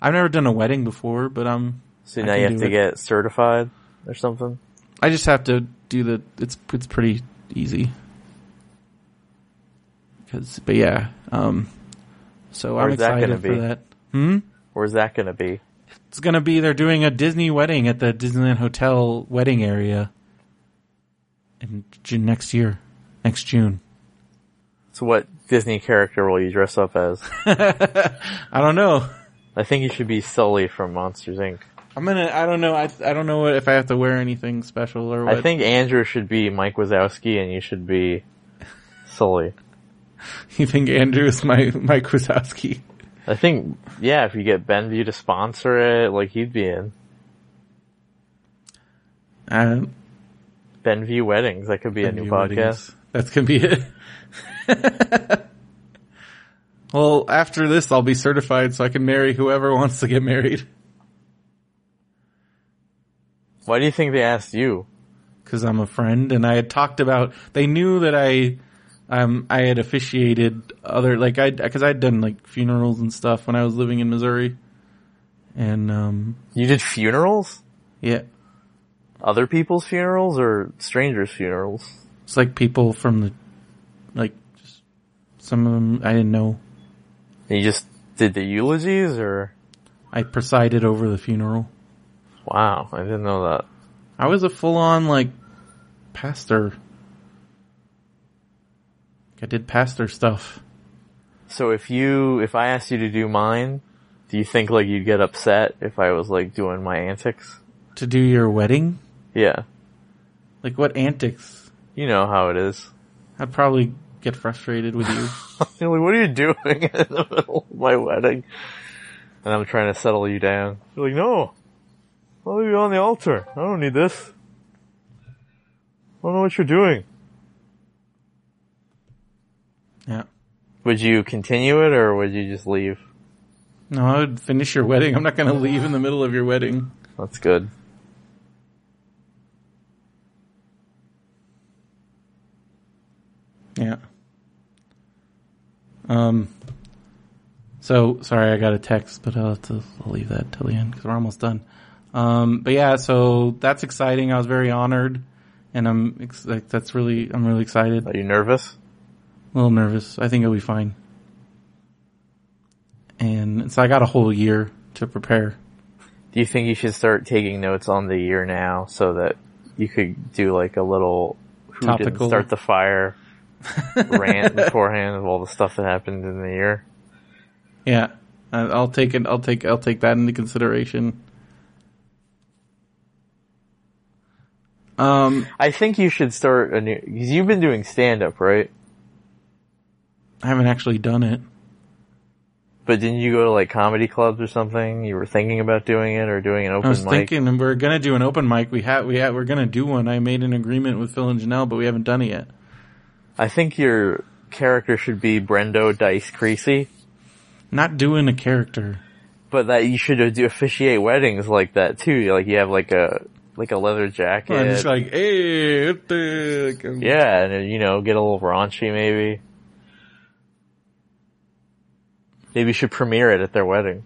Speaker 2: I've never done a wedding before, but um, I'm.
Speaker 3: So
Speaker 2: I
Speaker 3: now
Speaker 2: can
Speaker 3: you have
Speaker 2: do
Speaker 3: to
Speaker 2: it.
Speaker 3: get certified or something?
Speaker 2: I just have to do the. It's it's pretty easy. Cause, but yeah, um, so I'm
Speaker 3: Where's that
Speaker 2: excited
Speaker 3: gonna
Speaker 2: for
Speaker 3: be?
Speaker 2: that. Hmm.
Speaker 3: Where's that gonna be?
Speaker 2: It's gonna be they're doing a Disney wedding at the Disneyland Hotel wedding area. In June next year, next June.
Speaker 3: So what Disney character will you dress up as?
Speaker 2: I don't know.
Speaker 3: I think you should be Sully from Monsters Inc.
Speaker 2: I'm gonna. I don't know. I I don't know what, if I have to wear anything special or what.
Speaker 3: I think Andrew should be Mike Wazowski and you should be Sully.
Speaker 2: you think Andrew is my Mike Wazowski.
Speaker 3: I think, yeah, if you get Benview to sponsor it, like he'd be in.
Speaker 2: Um,
Speaker 3: Benview Weddings, that could be a new
Speaker 2: New
Speaker 3: podcast.
Speaker 2: weddings. That's gonna be it. well, after this, I'll be certified, so I can marry whoever wants to get married.
Speaker 3: Why do you think they asked you?
Speaker 2: Because I'm a friend, and I had talked about. They knew that I, um, I had officiated other like I because I'd done like funerals and stuff when I was living in Missouri, and um,
Speaker 3: You did funerals?
Speaker 2: yeah,
Speaker 3: Other people's funerals or strangers' funerals?
Speaker 2: It's like people from the, like, just some of them I didn't know.
Speaker 3: And you just did the eulogies or?
Speaker 2: I presided over the funeral.
Speaker 3: Wow, I didn't know that.
Speaker 2: I was a full on, like, pastor. I did pastor stuff.
Speaker 3: So if you, if I asked you to do mine, do you think like you'd get upset if I was like doing my antics?
Speaker 2: To do your wedding?
Speaker 3: Yeah.
Speaker 2: Like, what antics?
Speaker 3: You know how it is.
Speaker 2: I'd probably get frustrated with you.
Speaker 3: You're like, what are you doing in the middle of my wedding? And I'm trying to settle you down. You're like, no. I'll leave you on the altar. I don't need this. I don't know what you're doing.
Speaker 2: yeah.
Speaker 3: Would you continue it or would you just leave?
Speaker 2: No, I would finish your wedding. I'm not gonna leave in the middle of your wedding.
Speaker 3: That's good.
Speaker 2: Yeah. Um. So sorry, I got a text, but I'll have to I'll leave that till the end because we're almost done. Um. But yeah, so that's exciting. I was very honored, and I'm ex- like that's really I'm really excited.
Speaker 3: Are you nervous?
Speaker 2: A little nervous. I think it'll be fine. And so I got a whole year to prepare.
Speaker 3: Do you think you should start taking notes on the year now so that you could do like a little who
Speaker 2: Topical.
Speaker 3: didn't start the fire rant beforehand of all the stuff that happened in the year?
Speaker 2: Yeah, I- I'll take it. I'll take. I'll take that into consideration. Um.
Speaker 3: I think you should start a new, cause you've been doing stand up, right?
Speaker 2: I haven't actually done it.
Speaker 3: But didn't you go to like comedy clubs or something? You were thinking about doing it or doing an open
Speaker 2: I was
Speaker 3: mic?
Speaker 2: thinking, and we're gonna do an open mic. We have, we have, we're gonna do one. I made an agreement with Phil and Janelle, but we haven't done it yet.
Speaker 3: I think your character should be Brendo Dice Creasy,
Speaker 2: Not doing a character.
Speaker 3: but that you should do officiate weddings like that too. Like you have like a, like a leather jacket.
Speaker 2: I'm just like, hey, what the-" Like, I'm-
Speaker 3: yeah, and you know, get a little raunchy maybe. Maybe you should premiere it at their wedding.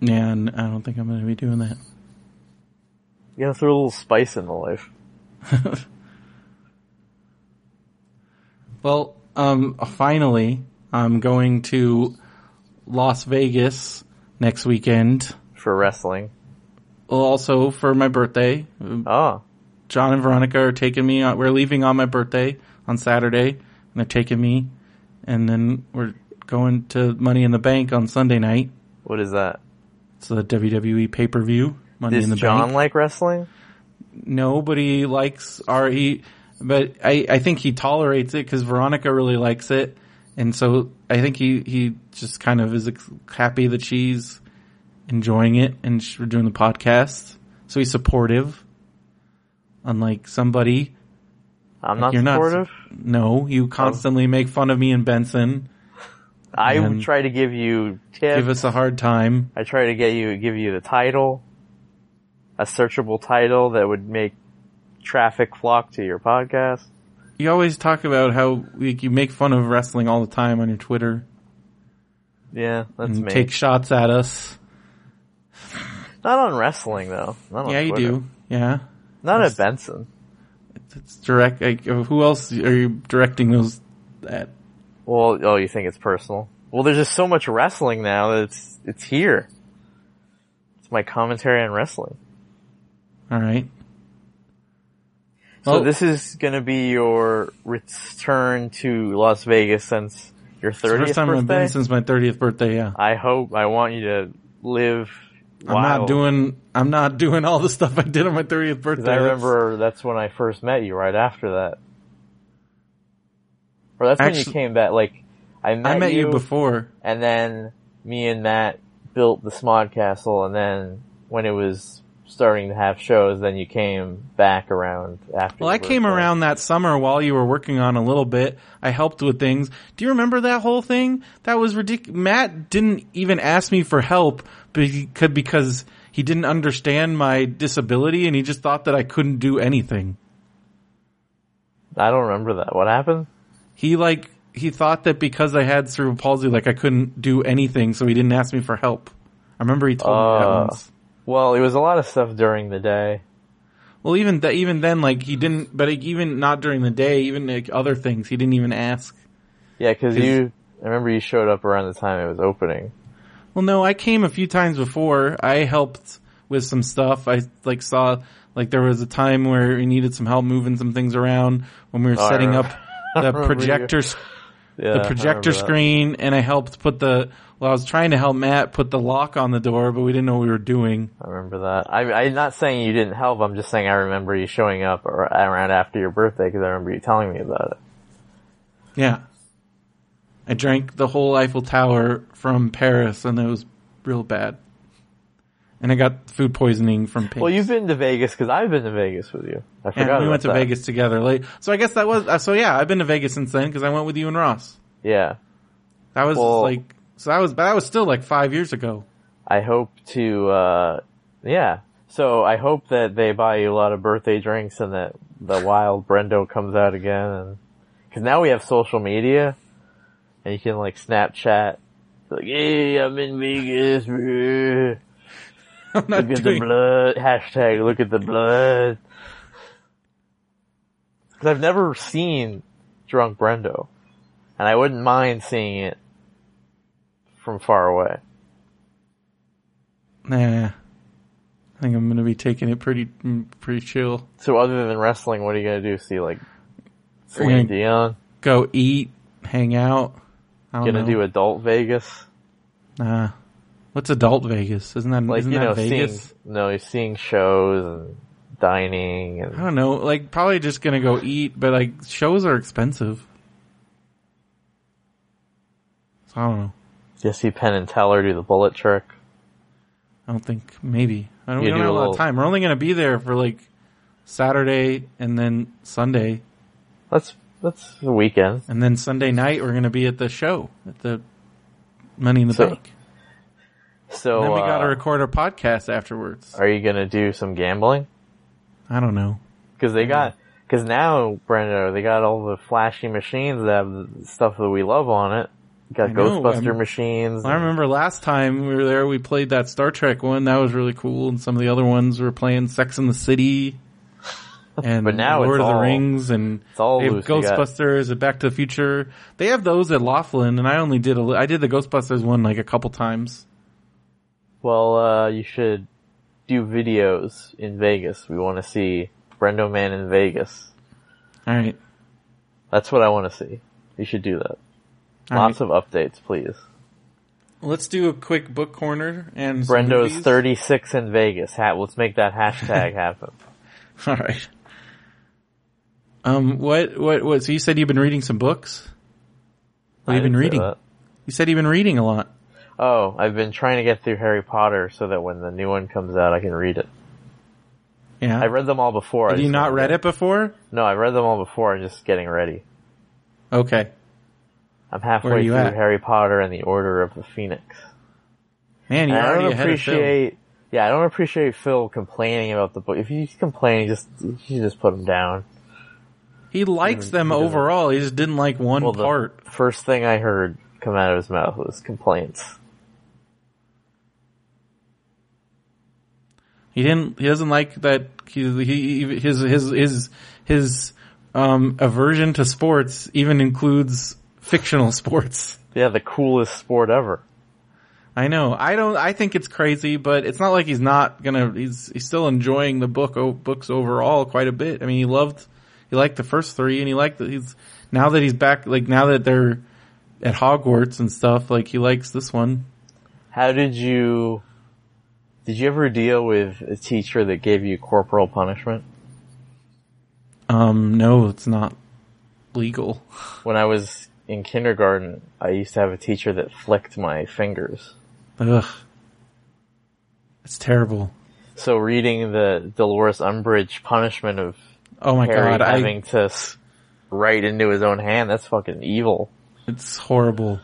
Speaker 2: yeah. And I don't think I'm gonna be doing that.
Speaker 3: You gotta throw a little spice in the life.
Speaker 2: Well, um, finally, I'm going to Las Vegas next weekend.
Speaker 3: for wrestling.
Speaker 2: Also for my birthday,
Speaker 3: Oh,
Speaker 2: John and Veronica are taking me. On, we're leaving on my birthday on Saturday, and they're taking me, and then we're going to Money in the Bank on Sunday night.
Speaker 3: what is that?
Speaker 2: It's the WWE pay per view. Money
Speaker 3: Does
Speaker 2: in the
Speaker 3: John
Speaker 2: Bank.
Speaker 3: like wrestling?
Speaker 2: Nobody likes our he, but I I think he tolerates it because Veronica really likes it, and so I think he he just kind of is ex- happy that she's enjoying it and sh- we're doing the podcast, so he's supportive. Unlike somebody
Speaker 3: I'm not
Speaker 2: You're not-
Speaker 3: supportive.
Speaker 2: No, you constantly make fun of me and Benson.
Speaker 3: I
Speaker 2: Man.
Speaker 3: try to give you tips.
Speaker 2: Give us a hard time.
Speaker 3: I try to get you give you the title, a searchable title that would make traffic flock to your podcast.
Speaker 2: You always talk about how like, you make fun of wrestling all the time on your Twitter
Speaker 3: Yeah, that's
Speaker 2: and
Speaker 3: me.
Speaker 2: take shots at us.
Speaker 3: Not on wrestling though. Not on
Speaker 2: yeah, you
Speaker 3: Twitter.
Speaker 2: do. Yeah.
Speaker 3: Not at Benson.
Speaker 2: It's direct. Like, uh, who else are you directing those at?
Speaker 3: Well, oh, you think it's personal? Well, there's just so much wrestling now that it's it's here. It's my commentary on wrestling.
Speaker 2: All right.
Speaker 3: So
Speaker 2: Well-
Speaker 3: this is going to be your return to Las Vegas since your
Speaker 2: It's the
Speaker 3: 30th
Speaker 2: first time I've
Speaker 3: birthday.
Speaker 2: been since my 30th birthday. Yeah.
Speaker 3: I hope I want you to live.
Speaker 2: I'm not
Speaker 3: wild.
Speaker 2: doing, I'm not doing all the stuff I did on my 30th
Speaker 3: Because
Speaker 2: birthday.
Speaker 3: I remember that's when I first met you, right after that. Or that's when you
Speaker 2: Actu-
Speaker 3: came back, like, I met,
Speaker 2: I met you before.
Speaker 3: and then me and Matt built the Smod Castle, and then when it was starting to have shows, then you came back around after.
Speaker 2: Well,
Speaker 3: your
Speaker 2: I came
Speaker 3: birthday.
Speaker 2: around that summer while you were working on a little bit. I helped with things. Do you remember that whole thing? That was ridiculous. Matt didn't even ask me for help because, because he didn't understand my disability and he just thought that I couldn't do anything.
Speaker 3: I don't remember that. What happened?
Speaker 2: He like, he thought that because I had cerebral palsy, like I couldn't do anything, so he didn't ask me for help. I remember he told me that
Speaker 3: Uh.
Speaker 2: once.
Speaker 3: Well, it was a lot of stuff during the day.
Speaker 2: Well, even that, even then, like he didn't, but like, even not during the day, even like other things, he didn't even ask.
Speaker 3: Yeah, because
Speaker 2: 'Cause-
Speaker 3: you. I remember you showed up around the time it was opening.
Speaker 2: Well, no, I came a few times before. I helped with some stuff. I like saw like there was a time where we needed some help moving some things around when we were
Speaker 3: Oh, I
Speaker 2: setting up
Speaker 3: remember- I
Speaker 2: the
Speaker 3: remember
Speaker 2: projector s-
Speaker 3: Yeah, I
Speaker 2: the
Speaker 3: remember
Speaker 2: projector
Speaker 3: that.
Speaker 2: screen, and I helped put the. Well, I was trying to help Matt put the lock on the door, but we didn't know what we were doing.
Speaker 3: I remember that. I, I'm not saying you didn't help. I'm just saying I remember you showing up ar- around after your birthday because I remember you telling me about it.
Speaker 2: Yeah, I drank the whole Eiffel Tower from Paris, and it was real bad. And I got food poisoning from pigs.
Speaker 3: Well, you've been to Vegas because I've been to Vegas with you. I forgot
Speaker 2: And we
Speaker 3: about
Speaker 2: went to
Speaker 3: that.
Speaker 2: Vegas together. Like, so I guess that was uh, so. Yeah, I've been to Vegas since then because I went with you and Ross.
Speaker 3: Yeah,
Speaker 2: That was
Speaker 3: Well-
Speaker 2: like so. That was but that was still like five years ago.
Speaker 3: I hope to. uh Yeah, so I hope that they buy you a lot of birthday drinks and that the wild Brendo comes out again. And because now we have social media, and you can like Snapchat. Like, hey, I'm in Vegas. bruh."
Speaker 2: I'm not
Speaker 3: Look at the
Speaker 2: doing.
Speaker 3: blood. Hashtag look at the blood. Because I've never seen drunk Brendo, and I wouldn't mind seeing it from far away.
Speaker 2: Nah, I think I'm gonna be taking it pretty mm, pretty chill.
Speaker 3: So other than wrestling, what are you gonna do? See like Celine
Speaker 2: gonna-
Speaker 3: Dion?
Speaker 2: Go eat, hang out. I don't
Speaker 3: Gonna
Speaker 2: know.
Speaker 3: do adult Vegas?
Speaker 2: Nah, what's adult Vegas? Isn't that
Speaker 3: Like
Speaker 2: not
Speaker 3: you know,
Speaker 2: that Vegas?
Speaker 3: seeing no, you're seeing shows and dining
Speaker 2: I
Speaker 3: and
Speaker 2: don't know. Like probably just gonna go eat, but like shows are expensive. So I don't know.
Speaker 3: you see Penn and Teller do the bullet trick.
Speaker 2: I don't think maybe. I don't, we
Speaker 3: You
Speaker 2: don't
Speaker 3: do
Speaker 2: have a
Speaker 3: a
Speaker 2: lot
Speaker 3: little-
Speaker 2: of time. We're only going to be there for like Saturday and then Sunday,
Speaker 3: That's that's the weekend.
Speaker 2: and then Sunday night we're going to be at the show at the Money in the
Speaker 3: So,
Speaker 2: Bank.
Speaker 3: So
Speaker 2: And then we
Speaker 3: uh,
Speaker 2: got to record our podcast afterwards.
Speaker 3: are you gonna do some gambling?
Speaker 2: I don't know.
Speaker 3: Because
Speaker 2: Mm-hmm.
Speaker 3: they got, because now, Brendo, they got all the flashy machines that have the stuff that we love on it. Got
Speaker 2: I know,
Speaker 3: Ghostbuster
Speaker 2: I'm-
Speaker 3: machines.
Speaker 2: I remember last time we were there, we played that Star Trek one. That was really cool, and some of the other ones were playing Sex in the City. and
Speaker 3: But now
Speaker 2: Lord
Speaker 3: it's
Speaker 2: of the
Speaker 3: all-
Speaker 2: Rings and
Speaker 3: it's all
Speaker 2: they have
Speaker 3: loosely got-
Speaker 2: Ghostbusters and Back to the Future. They have those at Laughlin, and I only did a li- I did the Ghostbusters one like a couple times.
Speaker 3: Well, uh, you should do videos in Vegas. We want to see Brendo Man in Vegas.
Speaker 2: All right,
Speaker 3: That's what I want to see. You should do that.
Speaker 2: All
Speaker 3: Lots of updates, please.
Speaker 2: let's do a quick book corner and some
Speaker 3: Brendo's
Speaker 2: movies.
Speaker 3: 36 in Vegas. Ha- let's make that hashtag happen.
Speaker 2: All right. Um, what, what, what? So you said you've been reading some books. What
Speaker 3: I
Speaker 2: have you been
Speaker 3: didn't say
Speaker 2: reading?
Speaker 3: that.
Speaker 2: You said you've been reading a lot.
Speaker 3: Oh, I've been trying to get through Harry Potter so that when the new one comes out, I can read it.
Speaker 2: Yeah.
Speaker 3: I read them all before.
Speaker 2: have you not read it before?
Speaker 3: No, I read them all before. I'm just getting ready.
Speaker 2: Okay.
Speaker 3: I'm
Speaker 2: Where are
Speaker 3: halfway
Speaker 2: you
Speaker 3: through
Speaker 2: at?
Speaker 3: Harry Potter and the Order of the Phoenix.
Speaker 2: Man, you
Speaker 3: And I
Speaker 2: already
Speaker 3: don't
Speaker 2: ahead of Phil.
Speaker 3: appreciate. Yeah, I don't appreciate Phil complaining about the book. If he's complaining, just you should just put him down.
Speaker 2: He likes them
Speaker 3: he doesn't-
Speaker 2: overall. He just didn't like one
Speaker 3: Mm-hmm. Well, the
Speaker 2: part.
Speaker 3: first thing I heard come out of his mouth was complaints.
Speaker 2: He didn't. He doesn't like that. He, he his his his his um, aversion to sports even includes fictional sports.
Speaker 3: Yeah, the coolest sport ever.
Speaker 2: I know. I don't. I think it's crazy, but it's not like he's not gonna. He's he's still enjoying the book o- books overall quite a bit. I mean, he loved. He liked the first three, and he liked. The, he's now that he's back. Like now that they're at Hogwarts and stuff. Like he likes this one.
Speaker 3: How did you? Did you ever deal with a teacher that gave you corporal punishment?
Speaker 2: Um, no, it's not legal.
Speaker 3: When I was in kindergarten, I used to have a teacher that flicked my fingers.
Speaker 2: Ugh, it's terrible.
Speaker 3: So reading the Dolores Umbridge punishment of
Speaker 2: Oh my
Speaker 3: Harry
Speaker 2: god, I,
Speaker 3: having to s- write into his own hand, that's fucking evil.
Speaker 2: it's horrible.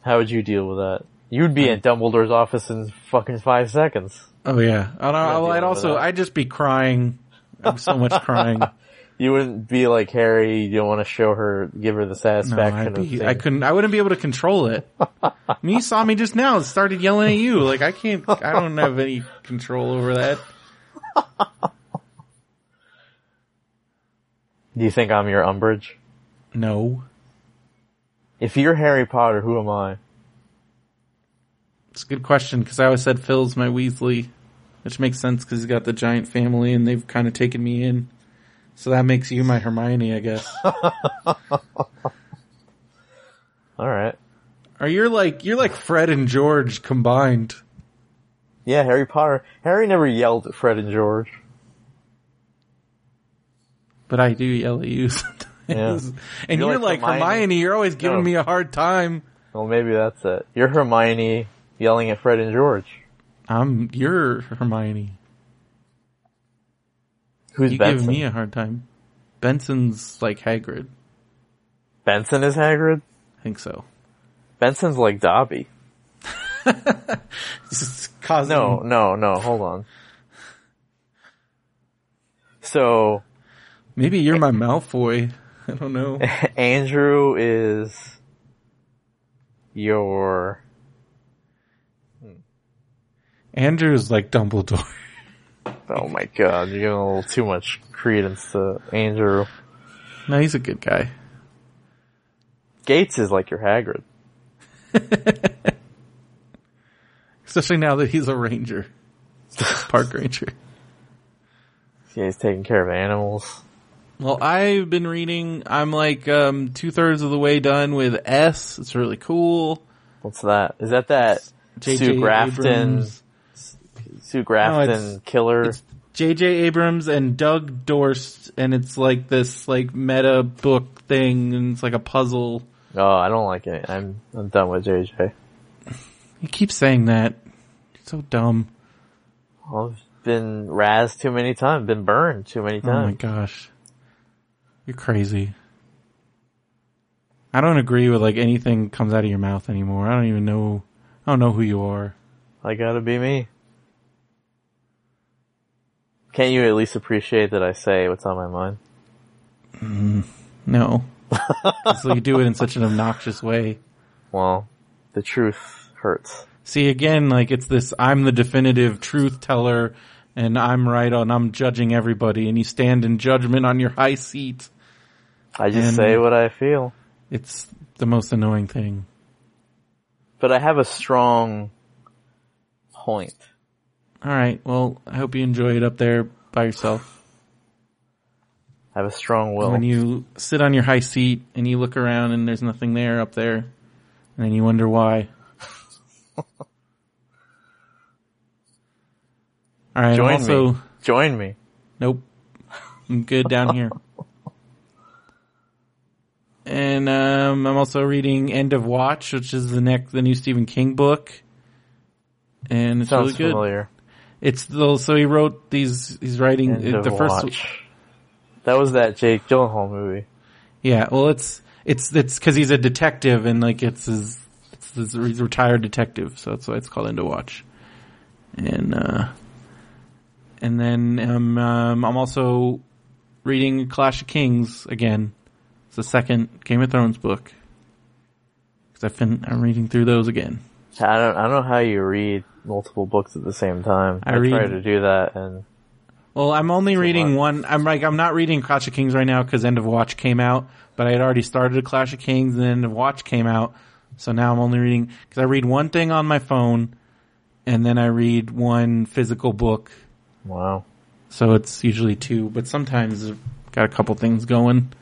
Speaker 3: How would you deal with that? You'd be in Dumbledore's office in fucking five seconds.
Speaker 2: Oh yeah, and I,
Speaker 3: not
Speaker 2: I'd
Speaker 3: dealing with
Speaker 2: also
Speaker 3: that.
Speaker 2: I'd just be crying. I'm so much crying.
Speaker 3: You wouldn't be like Harry, you don't want to show her, give her the
Speaker 2: No,
Speaker 3: satisfaction
Speaker 2: I'd
Speaker 3: of
Speaker 2: be,
Speaker 3: seeing-
Speaker 2: I couldn't. I wouldn't be able to control it. I mean, you saw me just now. and Started yelling at you. Like I can't. I don't have any control over that.
Speaker 3: Do you think I'm your Umbridge?
Speaker 2: No,
Speaker 3: If you're Harry Potter, who am I?
Speaker 2: it's a good question because I always said Phil's my Weasley, which makes sense because he's got the giant family and they've kind of taken me in. So that makes you my Hermione, I guess.
Speaker 3: Alright.
Speaker 2: Or you're like you're like Fred and George combined.
Speaker 3: Yeah, Harry Potter. Harry never yelled at Fred and George.
Speaker 2: but I do yell at you sometimes. And you're,
Speaker 3: You're
Speaker 2: like,
Speaker 3: like
Speaker 2: Hermione.
Speaker 3: Hermione.
Speaker 2: you're always giving
Speaker 3: No.
Speaker 2: me a hard time.
Speaker 3: Well, maybe that's it. You're Hermione yelling at Fred and George.
Speaker 2: I'm you're Hermione.
Speaker 3: Who's
Speaker 2: You
Speaker 3: Benson?
Speaker 2: give me a hard time. Benson's like Hagrid.
Speaker 3: Benson is Hagrid?
Speaker 2: I think so.
Speaker 3: Benson's like Dobby.
Speaker 2: Cosmo.
Speaker 3: No, no, no, hold on. So,
Speaker 2: Maybe you're my Malfoy. I don't know.
Speaker 3: Andrew is your,
Speaker 2: Andrew's like Dumbledore.
Speaker 3: oh my god, you're giving a little too much credence to Andrew.
Speaker 2: No, he's a good guy.
Speaker 3: Gates is like your Hagrid.
Speaker 2: Especially now that he's a ranger. Park ranger.
Speaker 3: Yeah, he's taking care of animals.
Speaker 2: Well, I've been reading, I'm like, um, two thirds of the way done with S. It's really cool.
Speaker 3: What's that? Is that that Sue Grafton,
Speaker 2: Abrams.
Speaker 3: Sue Grafton
Speaker 2: it's-
Speaker 3: killer?
Speaker 2: it's J.J. Abrams and Doug Dorst, and it's like this like meta book thing, and it's like a puzzle.
Speaker 3: oh, I don't like it. I'm, I'm done with JJ.
Speaker 2: You keep saying that. It's so dumb.
Speaker 3: I've been razzed too many times, been burned too many
Speaker 2: Oh my
Speaker 3: times.
Speaker 2: gosh, you're crazy. I don't agree with like anything comes out of your mouth anymore. I don't even know. I don't know who you are.
Speaker 3: I gotta be me. Can't you at least appreciate that I say what's on my mind?
Speaker 2: No. so you do it in such an obnoxious way.
Speaker 3: Well, the truth hurts.
Speaker 2: See again, like it's this I'm the definitive truth teller and I'm right and I'm judging everybody and you stand in judgment on your high seat.
Speaker 3: I just
Speaker 2: And-
Speaker 3: say what I feel.
Speaker 2: It's the most annoying thing.
Speaker 3: But I have a strong point.
Speaker 2: All right. Well, I hope you enjoy it up there by yourself.
Speaker 3: I have a strong will.
Speaker 2: When you sit on your high seat and you look around and there's nothing there up there and then you wonder why. All right.
Speaker 3: Join
Speaker 2: also,
Speaker 3: me. Join me.
Speaker 2: Nope. I'm good down here. And um, I'm also reading End of Watch, which is the next the new Stephen King book. And it's really
Speaker 3: Sounds
Speaker 2: good.
Speaker 3: familiar.
Speaker 2: It's the, so he wrote these he's writing
Speaker 3: End
Speaker 2: uh,
Speaker 3: of
Speaker 2: the first
Speaker 3: watch. That was that Jake Gyllenhaal movie.
Speaker 2: Yeah, well it's it's it's cuz he's a detective and like it's his, it's his he's a retired detective, so that's why it's called End of Watch. And uh and then um, um I'm also reading Clash of Kings again. It's the second Game of Thrones book. Cuz I've been I'm reading through those again.
Speaker 3: I don't. I don't know how you read multiple books at the same time.
Speaker 2: I
Speaker 3: I, try
Speaker 2: read-
Speaker 3: to do that, and
Speaker 2: Well, I'm only reading
Speaker 3: lot.
Speaker 2: one. I'm like I'm not reading Clash of Kings right now because End of Watch came out, but I had already started Clash of Kings and End of Watch came out, so now I'm only reading because I read one thing on my phone, and then I read one physical book.
Speaker 3: wow,
Speaker 2: So it's usually two, but sometimes I've got a couple things going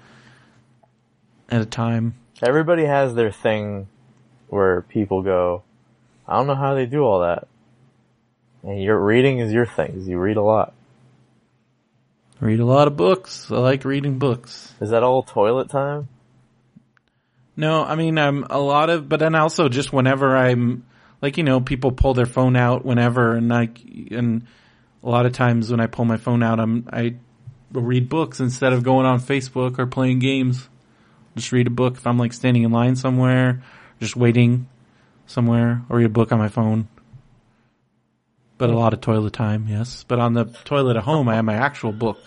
Speaker 2: at a time.
Speaker 3: everybody has their thing where people go. I don't know how they do all that. And your reading is your thing. 'cause You read a lot.
Speaker 2: I read a lot of books. I like reading books.
Speaker 3: Is that all toilet time?
Speaker 2: No, I mean, um, a lot of, but then also just whenever I'm, like, you know, people pull their phone out whenever, and like, and a lot of times when I pull my phone out, I'm, I will read books instead of going on Facebook or playing games. Just read a book if I'm like standing in line somewhere, just waiting somewhere, or read a book on my phone. But a lot of toilet time, yes. But on the toilet at home, I have my actual book.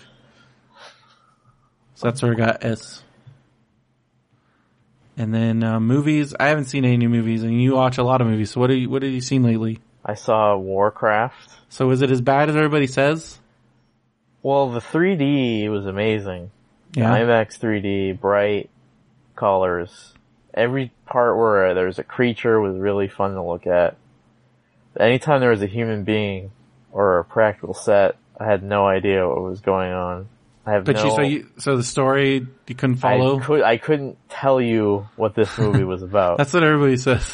Speaker 2: So that's where I got S. And then uh, movies. I haven't seen any new movies, and you watch a lot of movies. So what are you, what have you seen lately?
Speaker 3: I saw Warcraft.
Speaker 2: So is it as bad as everybody says?
Speaker 3: Well, the 3D was amazing.
Speaker 2: Yeah.
Speaker 3: IMAX 3D, bright colors. Every part where there was a creature was really fun to look at. Anytime there was a human being or a practical set, I had no idea what was going on. I have
Speaker 2: but
Speaker 3: no.
Speaker 2: you so you so the story you couldn't follow.
Speaker 3: I, could, I couldn't tell you what this movie was about.
Speaker 2: That's what everybody says.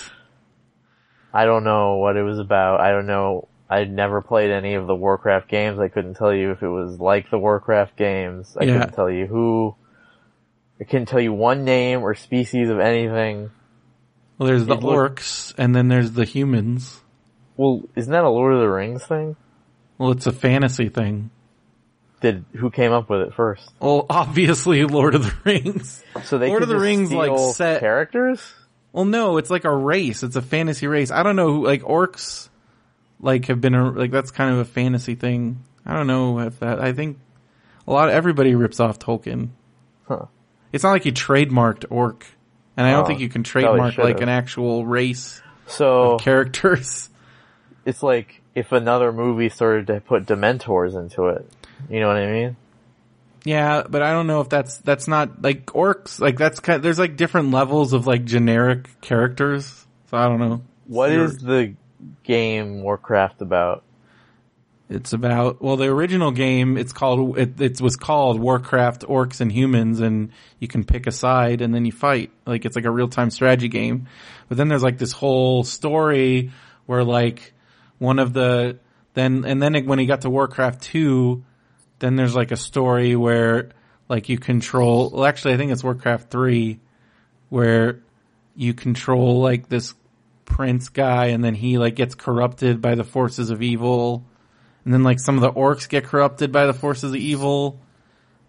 Speaker 3: I don't know what it was about. I don't know. I'd never played any of the Warcraft games. I couldn't tell you if it was like the Warcraft games. I
Speaker 2: Yeah.
Speaker 3: couldn't tell you who. I couldn't tell you one name or species of anything.
Speaker 2: Well, there's the
Speaker 3: It looked-
Speaker 2: orcs, and then there's the humans.
Speaker 3: Well, isn't that a Lord of the Rings thing?
Speaker 2: Well, it's a fantasy thing.
Speaker 3: Did who came up with it first?
Speaker 2: Well, obviously Lord of the Rings.
Speaker 3: So they
Speaker 2: Lord
Speaker 3: could
Speaker 2: of the
Speaker 3: just
Speaker 2: Rings, like,
Speaker 3: steal
Speaker 2: set-
Speaker 3: characters.
Speaker 2: Well, no, it's like a race. It's a fantasy race. I don't know who like orcs like have been a, like that's kind of a fantasy thing. I don't know if that. I think a lot of everybody rips off Tolkien.
Speaker 3: Huh.
Speaker 2: It's not like he trademarked orc, and I don't
Speaker 3: Oh,
Speaker 2: think you can
Speaker 3: probably
Speaker 2: trademark
Speaker 3: should've. Oh.
Speaker 2: like an actual race
Speaker 3: So
Speaker 2: characters.
Speaker 3: it's like if another movie started to put Dementors into it. You know what I mean?
Speaker 2: Yeah, but I don't know if that's that's not like orcs. Like that's kind there's like different levels of like generic characters. So I don't know.
Speaker 3: What
Speaker 2: You're-
Speaker 3: is the game Warcraft about?
Speaker 2: It's about well, the original game. It's called it, it was called Warcraft: Orcs and Humans, and you can pick a side and then you fight. Like it's like a real time strategy game. But then there's like this whole story where like one of the then and then it, when he got to Warcraft two, then there's like a story where like you control. Well, actually, I think it's Warcraft three where you control like this prince guy, and then he like gets corrupted by the forces of evil and then like some of the orcs get corrupted by the forces of evil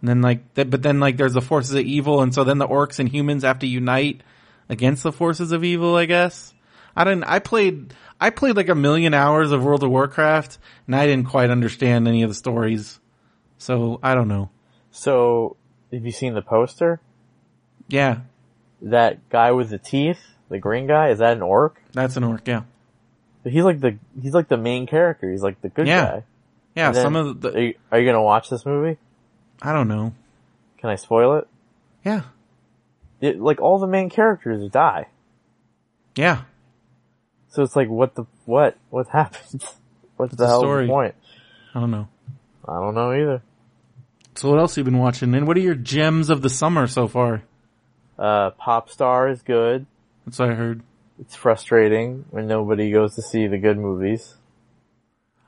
Speaker 2: and then like th- but then like there's the forces of evil and so then the orcs and humans have to unite against the forces of evil i guess i didn't i played i played like a million hours of world of warcraft and i didn't quite understand any of the stories so i don't know
Speaker 3: So have you seen the poster?
Speaker 2: yeah
Speaker 3: That guy with the teeth, the green guy, is that an orc?
Speaker 2: that's an orc yeah
Speaker 3: But he's like the he's like the main character. He's like the good
Speaker 2: Yeah.
Speaker 3: guy.
Speaker 2: Yeah,
Speaker 3: And then-
Speaker 2: some of
Speaker 3: Are
Speaker 2: the
Speaker 3: you, are you gonna watch this movie?
Speaker 2: I don't know.
Speaker 3: Can I spoil it?
Speaker 2: Yeah,
Speaker 3: it? Like all the main characters die.
Speaker 2: yeah.
Speaker 3: So it's like, what the, what, what happened? What's the,
Speaker 2: the
Speaker 3: hell
Speaker 2: story?
Speaker 3: point?
Speaker 2: I don't know.
Speaker 3: I don't know either.
Speaker 2: So what else you been watching? And what are your gems of the summer so far?
Speaker 3: Uh, Pop Star is good.
Speaker 2: That's what I heard.
Speaker 3: It's frustrating when nobody goes to see the good movies.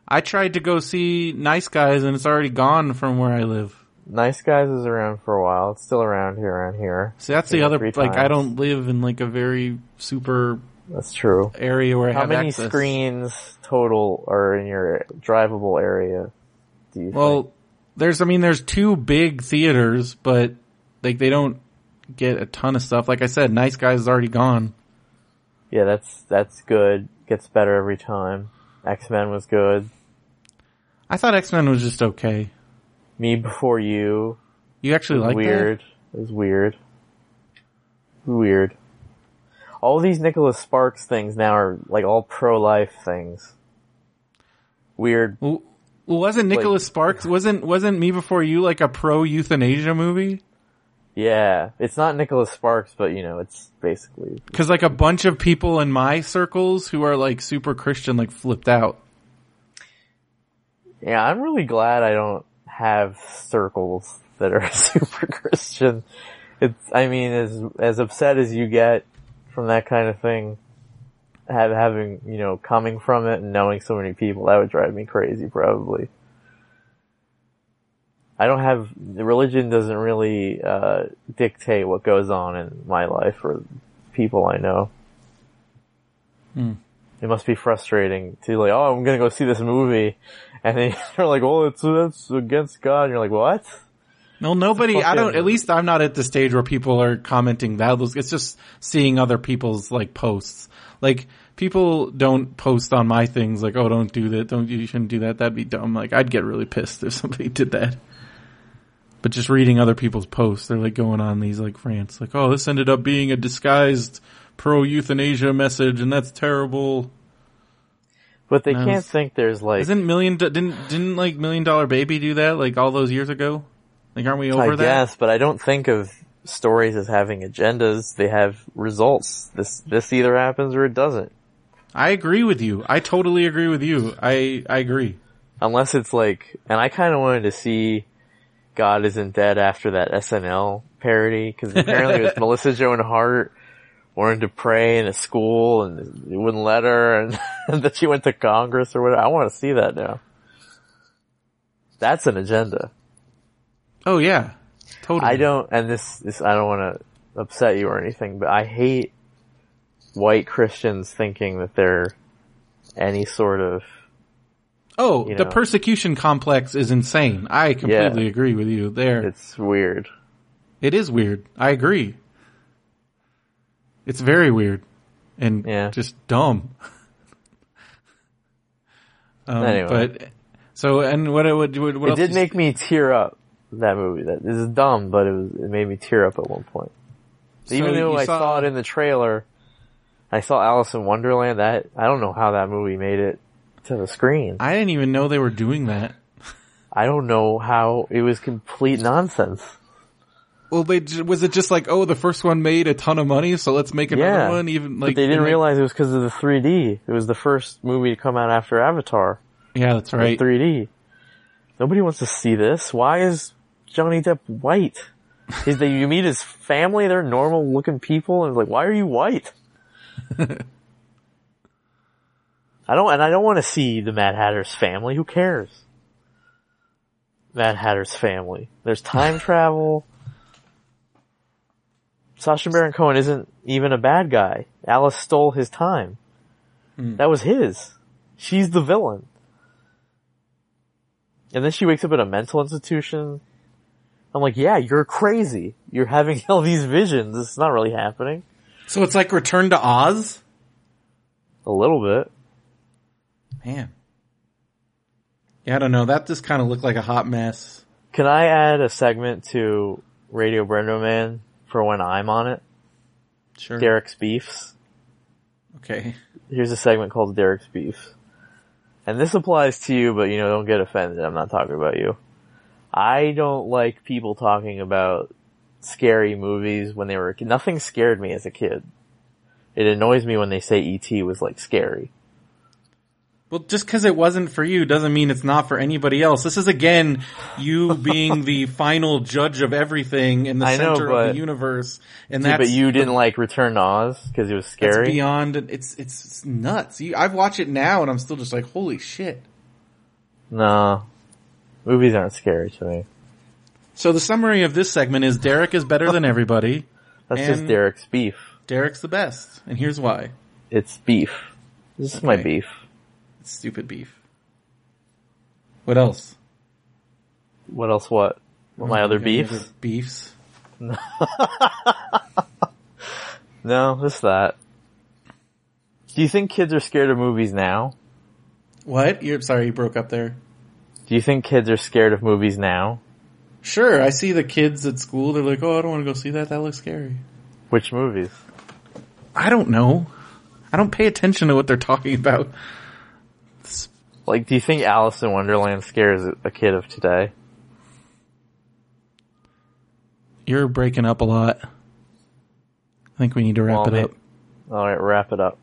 Speaker 2: I tried to go see Nice Guys, and it's already gone from where I live.
Speaker 3: Nice Guys is around for a while. It's still around here, around here.
Speaker 2: See, that's the
Speaker 3: Yeah,
Speaker 2: other
Speaker 3: three
Speaker 2: like I
Speaker 3: times.
Speaker 2: don't live in like a very super
Speaker 3: That's true.
Speaker 2: area where I
Speaker 3: How
Speaker 2: have
Speaker 3: many
Speaker 2: access.
Speaker 3: screens total are in your drivable area? Do you think?
Speaker 2: Well, there's I mean there's two big theaters, but like they don't get a ton of stuff. Like I said, Nice Guys is already gone.
Speaker 3: Yeah, that's, that's good. Gets better every time. X-Men was good.
Speaker 2: I thought X Men was just okay.
Speaker 3: Me Before You.
Speaker 2: You actually like
Speaker 3: weird. It was weird. Weird. All these Nicholas Sparks things now are like all pro-life things. Weird.
Speaker 2: that? W- Wasn't Nicholas Sparks wasn't wasn't Me Before You like a pro euthanasia movie?
Speaker 3: Yeah. It's not Nicholas Sparks, but you know, it's basically,
Speaker 2: Because like a bunch of people in my circles who are like super Christian like flipped out.
Speaker 3: yeah, I'm really glad I don't have circles that are super Christian. It's, I mean, as, as upset as you get from that kind of thing, have, having, you know, coming from it and knowing so many people, that would drive me crazy probably. I don't have religion doesn't really uh, dictate what goes on in my life or people I know. It must be frustrating to like, oh, I'm gonna go see this movie, and then you're like, well, it's that's against God. And you're like, what?
Speaker 2: No, nobody. I don't.
Speaker 3: fucking-
Speaker 2: At least I'm not at the stage where people are commenting that. It's just seeing other people's like posts. Like people don't post on my things like, "Oh, don't do that. Don't you shouldn't do that. That'd be dumb." Like I'd get really pissed if somebody did that. But just reading other people's posts, they're like going on these like rants, like, "Oh, this ended up being a disguised pro euthanasia message, and that's terrible."
Speaker 3: But they
Speaker 2: No,
Speaker 3: can't
Speaker 2: it's-
Speaker 3: think there's like
Speaker 2: Isn't million Do- didn't didn't like million dollar baby do that like all those years ago? Like, aren't we over
Speaker 3: I
Speaker 2: that?
Speaker 3: guess, but I don't think of stories as having agendas. They have results. This this either happens or it doesn't.
Speaker 2: I agree with you. I totally agree with you. I I agree.
Speaker 3: Unless it's like, and I kind of wanted to see God Isn't Dead after that SNL parody because apparently it was Melissa Joan Hart wanted to pray in a school and they wouldn't let her, and, and then she went to Congress or whatever. I want to see that now. That's an agenda.
Speaker 2: Oh yeah, totally.
Speaker 3: I don't, and this, this I don't want to upset you or anything, but I hate white Christians thinking that they're any sort of
Speaker 2: Oh,
Speaker 3: you
Speaker 2: the
Speaker 3: know.
Speaker 2: persecution complex is insane. I completely agree with you there.
Speaker 3: it's weird.
Speaker 2: It is weird. I agree. It's very weird and
Speaker 3: Yeah.
Speaker 2: just dumb. um,
Speaker 3: Anyway.
Speaker 2: but so and what what what, what
Speaker 3: It
Speaker 2: else
Speaker 3: did
Speaker 2: you-
Speaker 3: make me tear up that movie. That this is dumb, but it was it made me tear up at one point.
Speaker 2: so
Speaker 3: Even though
Speaker 2: you
Speaker 3: I saw, it in the trailer, I saw Alice in Wonderland. That I don't know how that movie made it to the screen.
Speaker 2: I didn't even know they were doing that.
Speaker 3: I don't know how it was complete nonsense.
Speaker 2: Well, they ju- was it just like oh the first one made a ton of money, so let's make another
Speaker 3: Yeah.
Speaker 2: one. Even like
Speaker 3: but they didn't
Speaker 2: and, like,
Speaker 3: realize it was because of the 3D. It was the first movie to come out after Avatar.
Speaker 2: Yeah, that's right.
Speaker 3: 3D. Nobody wants to see this. Why is Johnny Depp white? Is that you meet his family? They're normal looking people, and like, why are you white? I don't, and I don't want to see the Mad Hatter's family. Who cares? Mad Hatter's family. There's time travel. Sasha Baron Cohen isn't even a bad guy. Alice stole his time. That was his. She's the villain. And then she wakes up in a mental institution. I'm like, yeah, you're crazy. You're having all these visions. This is not really happening.
Speaker 2: So it's like Return to Oz?
Speaker 3: A little bit.
Speaker 2: Man. Yeah, I don't know. That just kind of looked like a hot mess.
Speaker 3: Can I add a segment to Radio Brendo Man for when I'm on it?
Speaker 2: Sure.
Speaker 3: Derek's Beefs.
Speaker 2: Okay.
Speaker 3: Here's a segment called Derek's Beefs. and this applies to you, but you know, don't get offended. I'm not talking about you. I don't like people talking about scary movies when they were, nothing scared me as a kid. It annoys me when they say E.T. was like scary.
Speaker 2: Well, just because it wasn't for you doesn't mean it's not for anybody else. This is again you being the final judge of everything in the
Speaker 3: I know,
Speaker 2: center of
Speaker 3: but-
Speaker 2: the universe, and
Speaker 3: Yeah,
Speaker 2: that's
Speaker 3: but you didn't like Return to Oz because it was
Speaker 2: that's
Speaker 3: scary.
Speaker 2: beyond. It's it's, it's nuts. You, I've watched it now, and I'm still just like, holy shit.
Speaker 3: no, movies aren't scary to me.
Speaker 2: So the summary of this segment is Derek is better than everybody.
Speaker 3: That's just
Speaker 2: And-
Speaker 3: Derek's beef.
Speaker 2: Derek's the best, and here's why.
Speaker 3: It's beef. This is my
Speaker 2: Okay.
Speaker 3: beef.
Speaker 2: It's stupid beef. What else?
Speaker 3: What else? What? my other
Speaker 2: Any
Speaker 3: beefs?
Speaker 2: other beefs.
Speaker 3: No, just that. Do you think kids are scared of movies now?
Speaker 2: What? You're sorry, you broke up there.
Speaker 3: Do you think kids are scared of movies now?
Speaker 2: Sure, I see the kids at school. They're like, "Oh, I don't want to go see that. That looks scary."
Speaker 3: Which movies?
Speaker 2: I don't know. I don't pay attention to what they're talking about.
Speaker 3: Like, do you think Alice in Wonderland scares a kid of today?
Speaker 2: You're breaking up a lot. I think we need to wrap
Speaker 3: Well, may-
Speaker 2: it up.
Speaker 3: All right, wrap it up.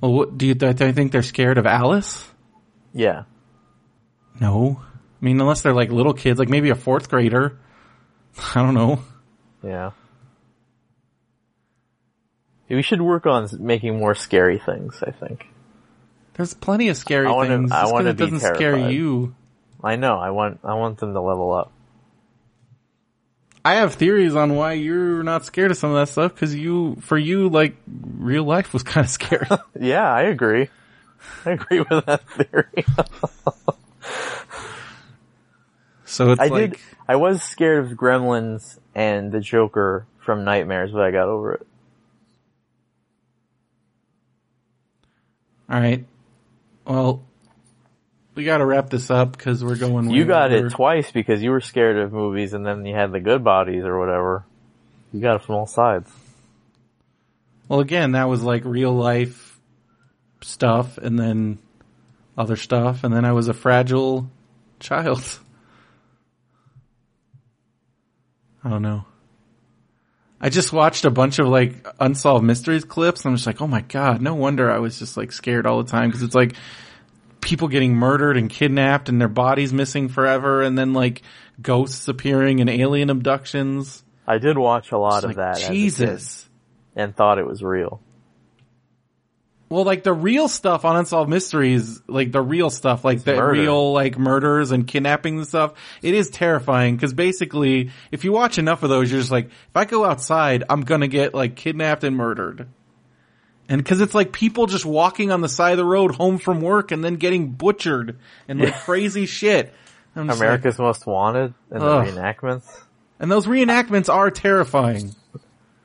Speaker 2: Well, what, do you th- do you think they're scared of Alice?
Speaker 3: Yeah,
Speaker 2: No. I mean, unless they're like little kids, like maybe a fourth grader. I don't know.
Speaker 3: yeah. We should work on s- making more scary things. I think.
Speaker 2: There's plenty of scary
Speaker 3: I wanna-
Speaker 2: things.
Speaker 3: I
Speaker 2: Just 'cause
Speaker 3: wanna
Speaker 2: it
Speaker 3: be
Speaker 2: doesn't scare
Speaker 3: terrified.
Speaker 2: you.
Speaker 3: I know. I want. I want them to level up.
Speaker 2: I have theories on why you're not scared of some of that stuff because you, for you, like real life was kind of scary.
Speaker 3: Yeah, I agree. I agree with that theory.
Speaker 2: so it's
Speaker 3: I
Speaker 2: like
Speaker 3: did. I was scared of Gremlins and the Joker from Nightmares, but I got over it.
Speaker 2: All right. Well, we got to wrap this up because we're going.
Speaker 3: You
Speaker 2: way
Speaker 3: got
Speaker 2: over.
Speaker 3: it twice because you were scared of movies, and then you had the good bodies or whatever. You got it from all sides.
Speaker 2: Well, again, that was like real life stuff, and then other stuff, and then I was a fragile child. I don't know. I just watched a bunch of like unsolved mysteries clips. And I'm just like, oh my god, no wonder I was just like scared all the time because it's like people getting murdered and kidnapped and their bodies missing forever, and then like ghosts appearing and alien abductions.
Speaker 3: I did watch a
Speaker 2: It's
Speaker 3: lot of
Speaker 2: like,
Speaker 3: that. as a kid
Speaker 2: Jesus.
Speaker 3: and thought it was real.
Speaker 2: Well, like the real stuff on Unsolved Mysteries, like the real stuff, like the
Speaker 3: murder.
Speaker 2: real like murders and kidnappings and stuff, it is terrifying because basically, if you watch enough of those, you're just like, if I go outside, I'm gonna get like kidnapped and murdered. And cause it's like people just walking on the side of the road home from work and then getting butchered and like crazy shit. I'm just like-
Speaker 3: America's Most Wanted and
Speaker 2: Ugh.
Speaker 3: the reenactments.
Speaker 2: and those reenactments are terrifying.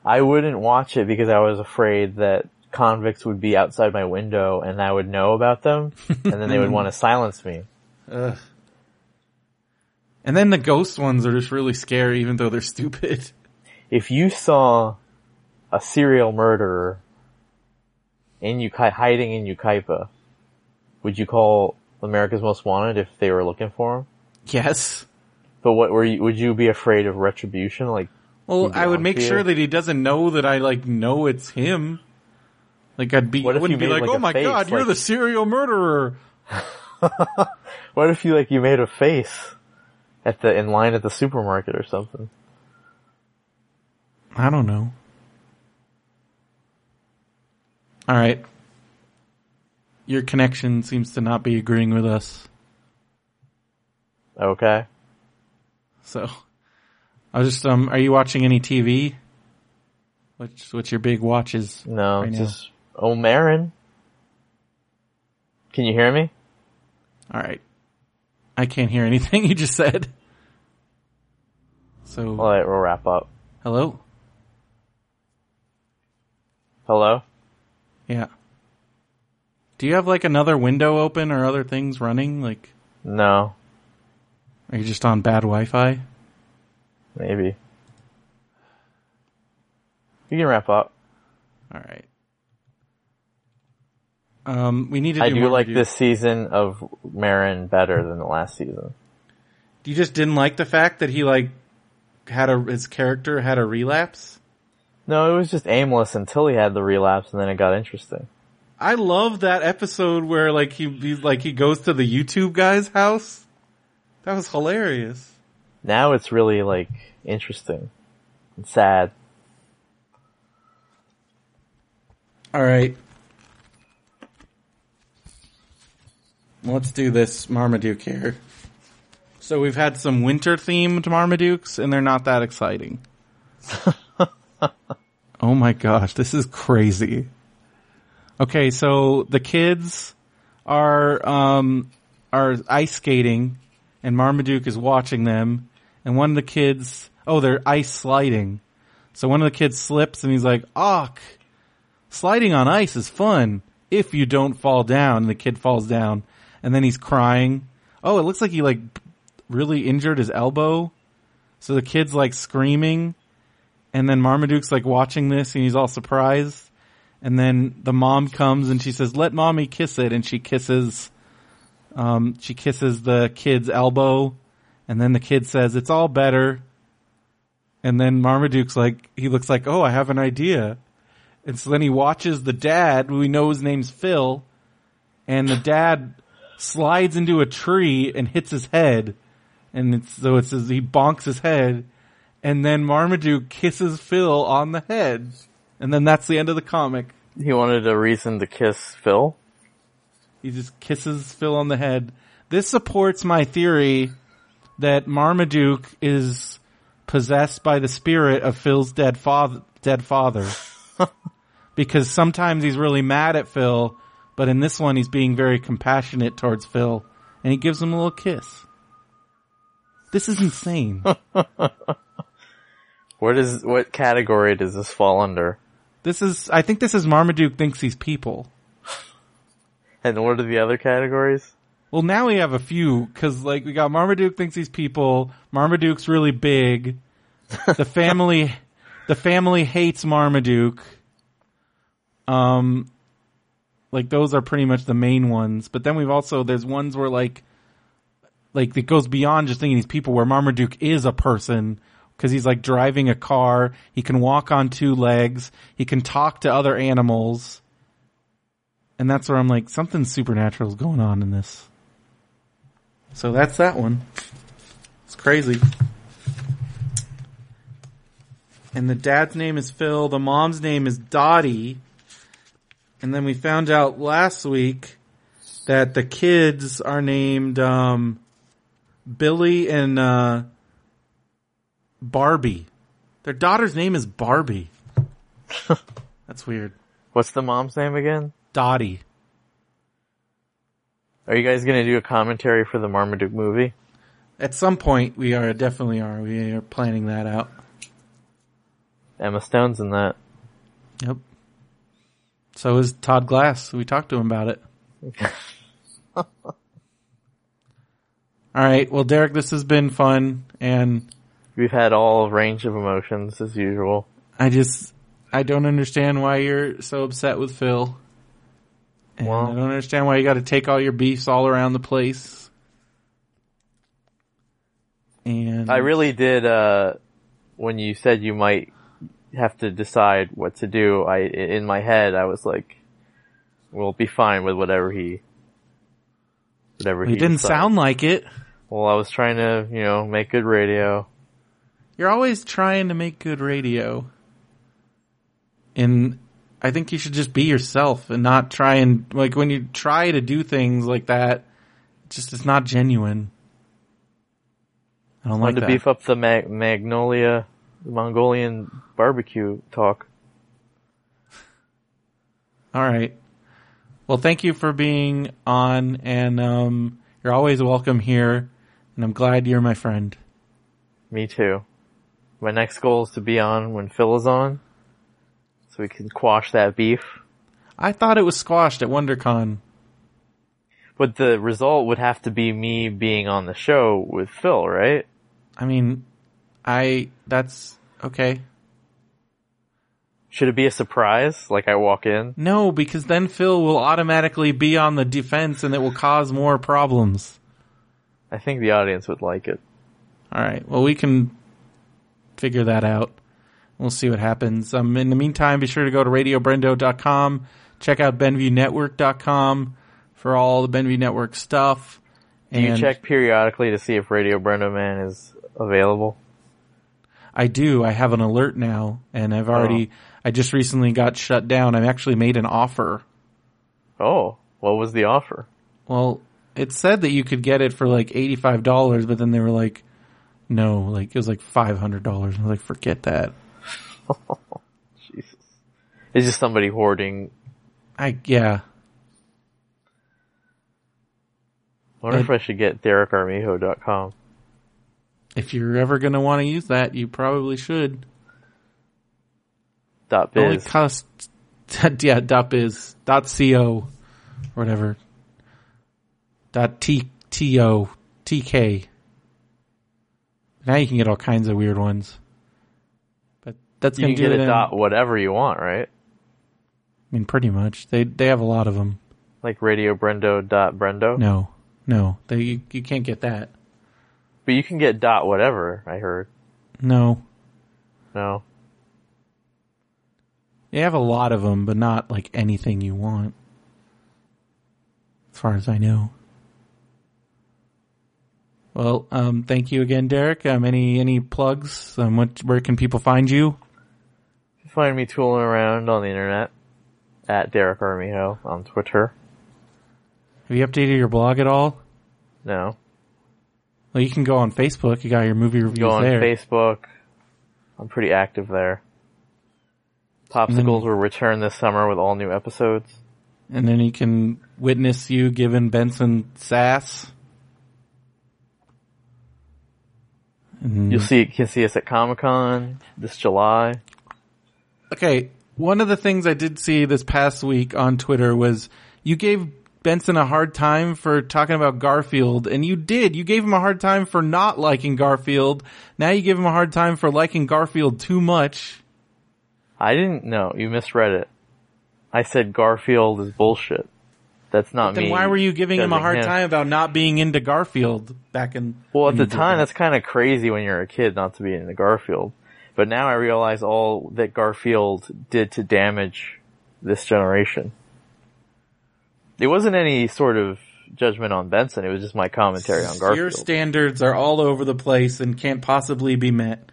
Speaker 3: I wouldn't watch it because I was afraid that convicts would be outside my window and I would know about them and then they would want to silence me.
Speaker 2: And then the ghost ones are just really scary even though they're stupid.
Speaker 3: If you saw a serial murderer in Uki- hiding in Ukaipa, would you call America's Most Wanted if they were looking for him?
Speaker 2: Yes.
Speaker 3: But what were you, would you be afraid of retribution? Like,
Speaker 2: Well,
Speaker 3: He
Speaker 2: I would make
Speaker 3: belongs to
Speaker 2: sure
Speaker 3: you.
Speaker 2: that he doesn't know that I like know it's him. Like I'd be
Speaker 3: What if
Speaker 2: wouldn't
Speaker 3: you
Speaker 2: be
Speaker 3: made,
Speaker 2: like,
Speaker 3: like,
Speaker 2: "Oh
Speaker 3: a
Speaker 2: my
Speaker 3: face,
Speaker 2: god, you're
Speaker 3: like-
Speaker 2: the serial murderer."
Speaker 3: what if you like, you made a face at the, in line at the supermarket or something?
Speaker 2: I don't know. All right. Your connection seems to not be agreeing with us.
Speaker 3: Okay.
Speaker 2: So I was just um are you watching any TV? What's what's your big watches?
Speaker 3: No,
Speaker 2: right now?
Speaker 3: just O'Marin. Can you hear me?
Speaker 2: All right. I can't hear anything you just said. So
Speaker 3: All right, we'll wrap up.
Speaker 2: hello?
Speaker 3: Hello?
Speaker 2: Yeah. Do you have like another window open or other things running? Like,
Speaker 3: No,
Speaker 2: are you just on bad Wi-Fi?
Speaker 3: maybe. You can wrap up.
Speaker 2: All right. Um, we need to. Do
Speaker 3: I do
Speaker 2: more
Speaker 3: like
Speaker 2: reviews.
Speaker 3: this season of Marin better than the last season.
Speaker 2: You just didn't like the fact that he like had a his character had a relapse.
Speaker 3: No, it was just aimless until he had the relapse, and then it got interesting.
Speaker 2: I love that episode where like he, he like he goes to the YouTube guy's house. That was hilarious.
Speaker 3: Now it's really like interesting and sad.
Speaker 2: All right. Let's do this Marmaduke here. So we've had some winter themed Marmadukes and they're not that exciting. oh my gosh, this is crazy. Okay, so the kids are um are ice skating and Marmaduke is watching them and one of the kids oh they're ice sliding. So one of the kids slips and he's like, "Ach, sliding on ice is fun if you don't fall down. The kid falls down and then he's crying. Oh, it looks like he like really injured his elbow. So the kid's like screaming and then Marmaduke's like watching this and he's all surprised. And then the mom comes and she says, let mommy kiss it. And she kisses, um, she kisses the kid's elbow. And then the kid says, it's all better. And then Marmaduke's like, he looks like, oh, I have an idea. And so then he watches the dad, who we know his name's Phil, and the dad slides into a tree and hits his head. And it's, so it says he bonks his head, and then Marmaduke kisses Phil on the head. And then that's the end of the comic.
Speaker 3: He wanted a reason to kiss Phil.
Speaker 2: He just kisses Phil on the head. This supports my theory that Marmaduke is possessed by the spirit of Phil's dead father, dead father. because sometimes he's really mad at Phil, but in this one he's being very compassionate towards Phil and he gives him a little kiss. This is insane.
Speaker 3: Where does what category does this fall under?
Speaker 2: this is, I think this is Marmaduke thinks he's people.
Speaker 3: And what are the other categories?
Speaker 2: Well, now we have a few because like we got Marmaduke thinks he's people. Marmaduke's really big. The family, the family hates Marmaduke. Um, like those are pretty much the main ones. But then we've also there's ones where like, like it goes beyond just thinking he's people. Where Marmaduke is a person because he's like driving a car. He can walk on two legs. He can talk to other animals. And that's where I'm like, something supernatural is going on in this. So that's that one. It's crazy. And the dad's name is Phil, the mom's name is Dottie. And then we found out last week that the kids are named um, Billy and uh, Barbie. Their daughter's name is Barbie. that's weird.
Speaker 3: What's the mom's name again?
Speaker 2: Dottie.
Speaker 3: Are you guys gonna do a commentary for the Marmaduke movie?
Speaker 2: At some point, we are definitely are. We are planning that out.
Speaker 3: Emma Stone's in that.
Speaker 2: Yep. So is Todd Glass. We talked to him about it. All right. Well, Derek, this has been fun, and
Speaker 3: We've had all range of emotions as usual.
Speaker 2: I just I don't understand why you're so upset with Phil. And
Speaker 3: Well-
Speaker 2: I don't understand why you got to take all your beefs all around the place. And
Speaker 3: I
Speaker 2: Mm-hmm.
Speaker 3: really did, uh, when you said you might have to decide what to do, I, in my head, I was like, we'll be fine with whatever he, whatever he
Speaker 2: you didn't
Speaker 3: decides.
Speaker 2: sound like it.
Speaker 3: Well, I was trying to, you know, make good radio.
Speaker 2: You're always trying to make good radio. And I think you should just be yourself and not try and, like, when you try to do things like that, just it's not genuine. I don't like
Speaker 3: Wanted
Speaker 2: that.
Speaker 3: to beef up the mag- Magnolia Mongolian barbecue talk.
Speaker 2: All right. Well, thank you for being on, and um, you're always welcome here. And I'm glad you're my friend.
Speaker 3: Me too. My next goal is to be on when Phil is on, so we can quash that beef.
Speaker 2: I thought it was squashed at WonderCon.
Speaker 3: But the result would have to be me being on the show with Phil, right?
Speaker 2: I mean, I that's okay.
Speaker 3: Should it be a surprise? Like I walk in?
Speaker 2: No, because then Phil will automatically be on the defense and it will cause more problems.
Speaker 3: I think the audience would like it.
Speaker 2: All right. Well, we can figure that out. We'll see what happens. Um, in the meantime, be sure to go to radiobrendo.com. Check out BenviewNetwork.com for all the Benview Network stuff.
Speaker 3: Do you check periodically to see if Radio Brendo Man is available?
Speaker 2: I do. I have an alert now, and I've already. I just recently got shut down. I've actually made an offer.
Speaker 3: Oh, what was the offer?
Speaker 2: Well, it said that you could get it for like eighty five dollars, but then they were like, no, like it was like five hundred dollars. I was like, forget that.
Speaker 3: Jesus. It's just somebody hoarding.
Speaker 2: I yeah.
Speaker 3: I wonder if
Speaker 2: I-
Speaker 3: I should get DerekArmijo.com.
Speaker 2: If you're ever gonna want to use that, you probably should.
Speaker 3: Dot
Speaker 2: It Only
Speaker 3: biz.
Speaker 2: cost yeah dot biz dot co or whatever dot t t o t k. Now you can get all kinds of weird ones, but that's
Speaker 3: you
Speaker 2: gonna
Speaker 3: can get
Speaker 2: do it.
Speaker 3: a
Speaker 2: in-
Speaker 3: dot whatever you want, right?
Speaker 2: I mean, pretty much they they have a lot of them.
Speaker 3: Like Radio Brendo dot Brendo.
Speaker 2: No, no, Oh. they you, you can't get that.
Speaker 3: But you can get dot whatever, I heard.
Speaker 2: No,
Speaker 3: No.
Speaker 2: They have a lot of them, but not like anything you want. As far as I know. Well, um, thank you again, Derek. Um, any any plugs? Um, what, where can people find you?
Speaker 3: You can find me tooling around on the internet at Derek Armijo on Twitter.
Speaker 2: Have you updated your blog at all?
Speaker 3: No.
Speaker 2: Well, you can go on Facebook. You got your movie reviews
Speaker 3: Go on
Speaker 2: there.
Speaker 3: Facebook. I'm pretty active there.
Speaker 2: then-
Speaker 3: Popsicles will return this summer with all new episodes.
Speaker 2: and then you can witness you giving Benson sass. Mm-hmm.
Speaker 3: You'll see, can see us at Comic Con this July.
Speaker 2: Okay, one of the things I did see this past week on Twitter was you gave Benson a hard time for talking about Garfield, and you did. You gave him a hard time for not liking Garfield. Now you give him a hard time for liking Garfield too much.
Speaker 3: I didn't know. You misread it. I said Garfield is bullshit. That's not me.
Speaker 2: Then why were you giving him a
Speaker 3: judging
Speaker 2: hard time about not being into Garfield back in?
Speaker 3: Well, at
Speaker 2: when
Speaker 3: the
Speaker 2: you did
Speaker 3: time,
Speaker 2: that?
Speaker 3: that's kind of crazy when you're a kid not to be into Garfield. But now I realize all that Garfield did to damage this generation. It wasn't any sort of judgment on Benson. It was just my commentary on Garfield.
Speaker 2: your standards are all over the place and can't possibly be met.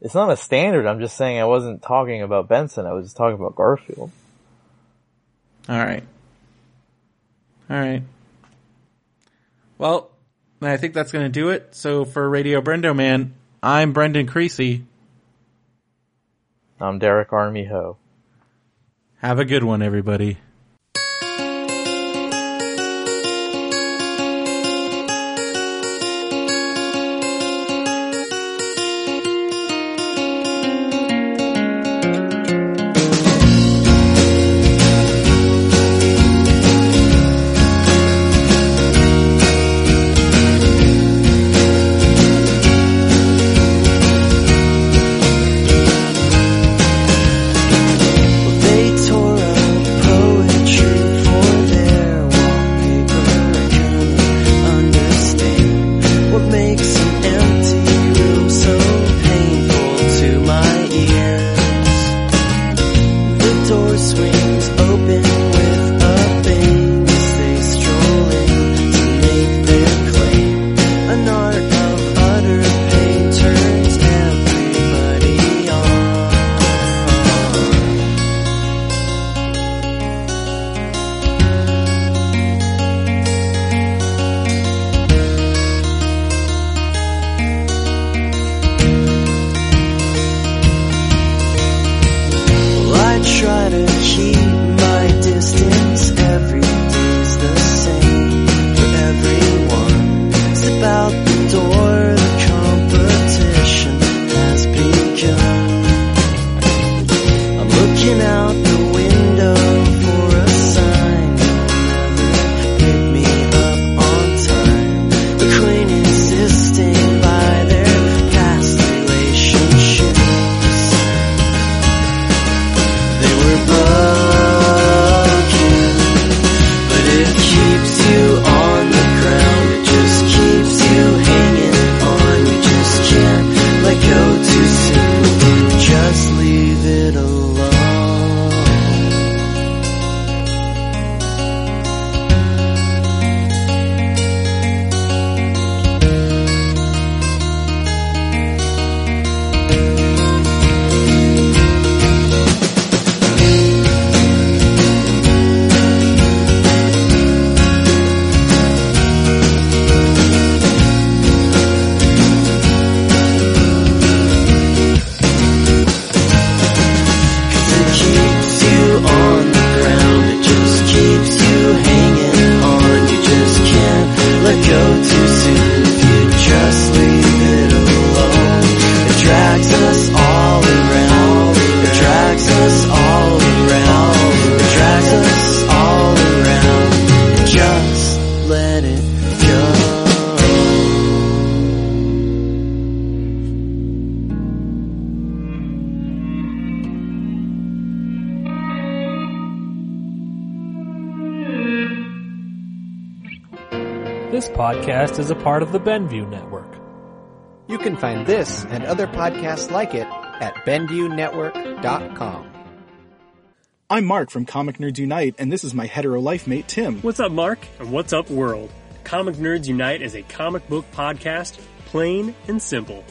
Speaker 3: it's not a standard. I'm just saying I wasn't talking about Benson. I was just talking about Garfield.
Speaker 2: All right, all right. Well, I think that's going to do it. So for Radio Brendo Man, I'm Brendan Creasy.
Speaker 3: I'm Derek Armijo.
Speaker 2: Have a good one, everybody.
Speaker 4: They tore up poetry. This podcast is a part of the Benview Network.
Speaker 5: You can find this and other podcasts like it at BenviewNetwork.com.
Speaker 6: I'm Mark from Comic Nerds Unite, and this is my hetero life mate, Tim.
Speaker 7: What's up, Mark? And what's up, world? Comic Nerds Unite is a comic book podcast, plain and simple.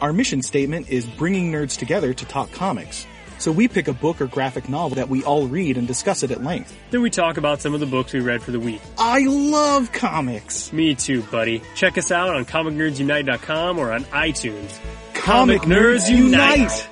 Speaker 6: Our mission statement is bringing nerds together to talk comics. So we pick a book or graphic novel that we all read and discuss it at length.
Speaker 7: Then we talk about some of the books we read for the week.
Speaker 6: I love comics!
Speaker 7: Me too, buddy. Check us out on comicnerdsunite.com or on iTunes.
Speaker 6: Comic, Nerds, Unite.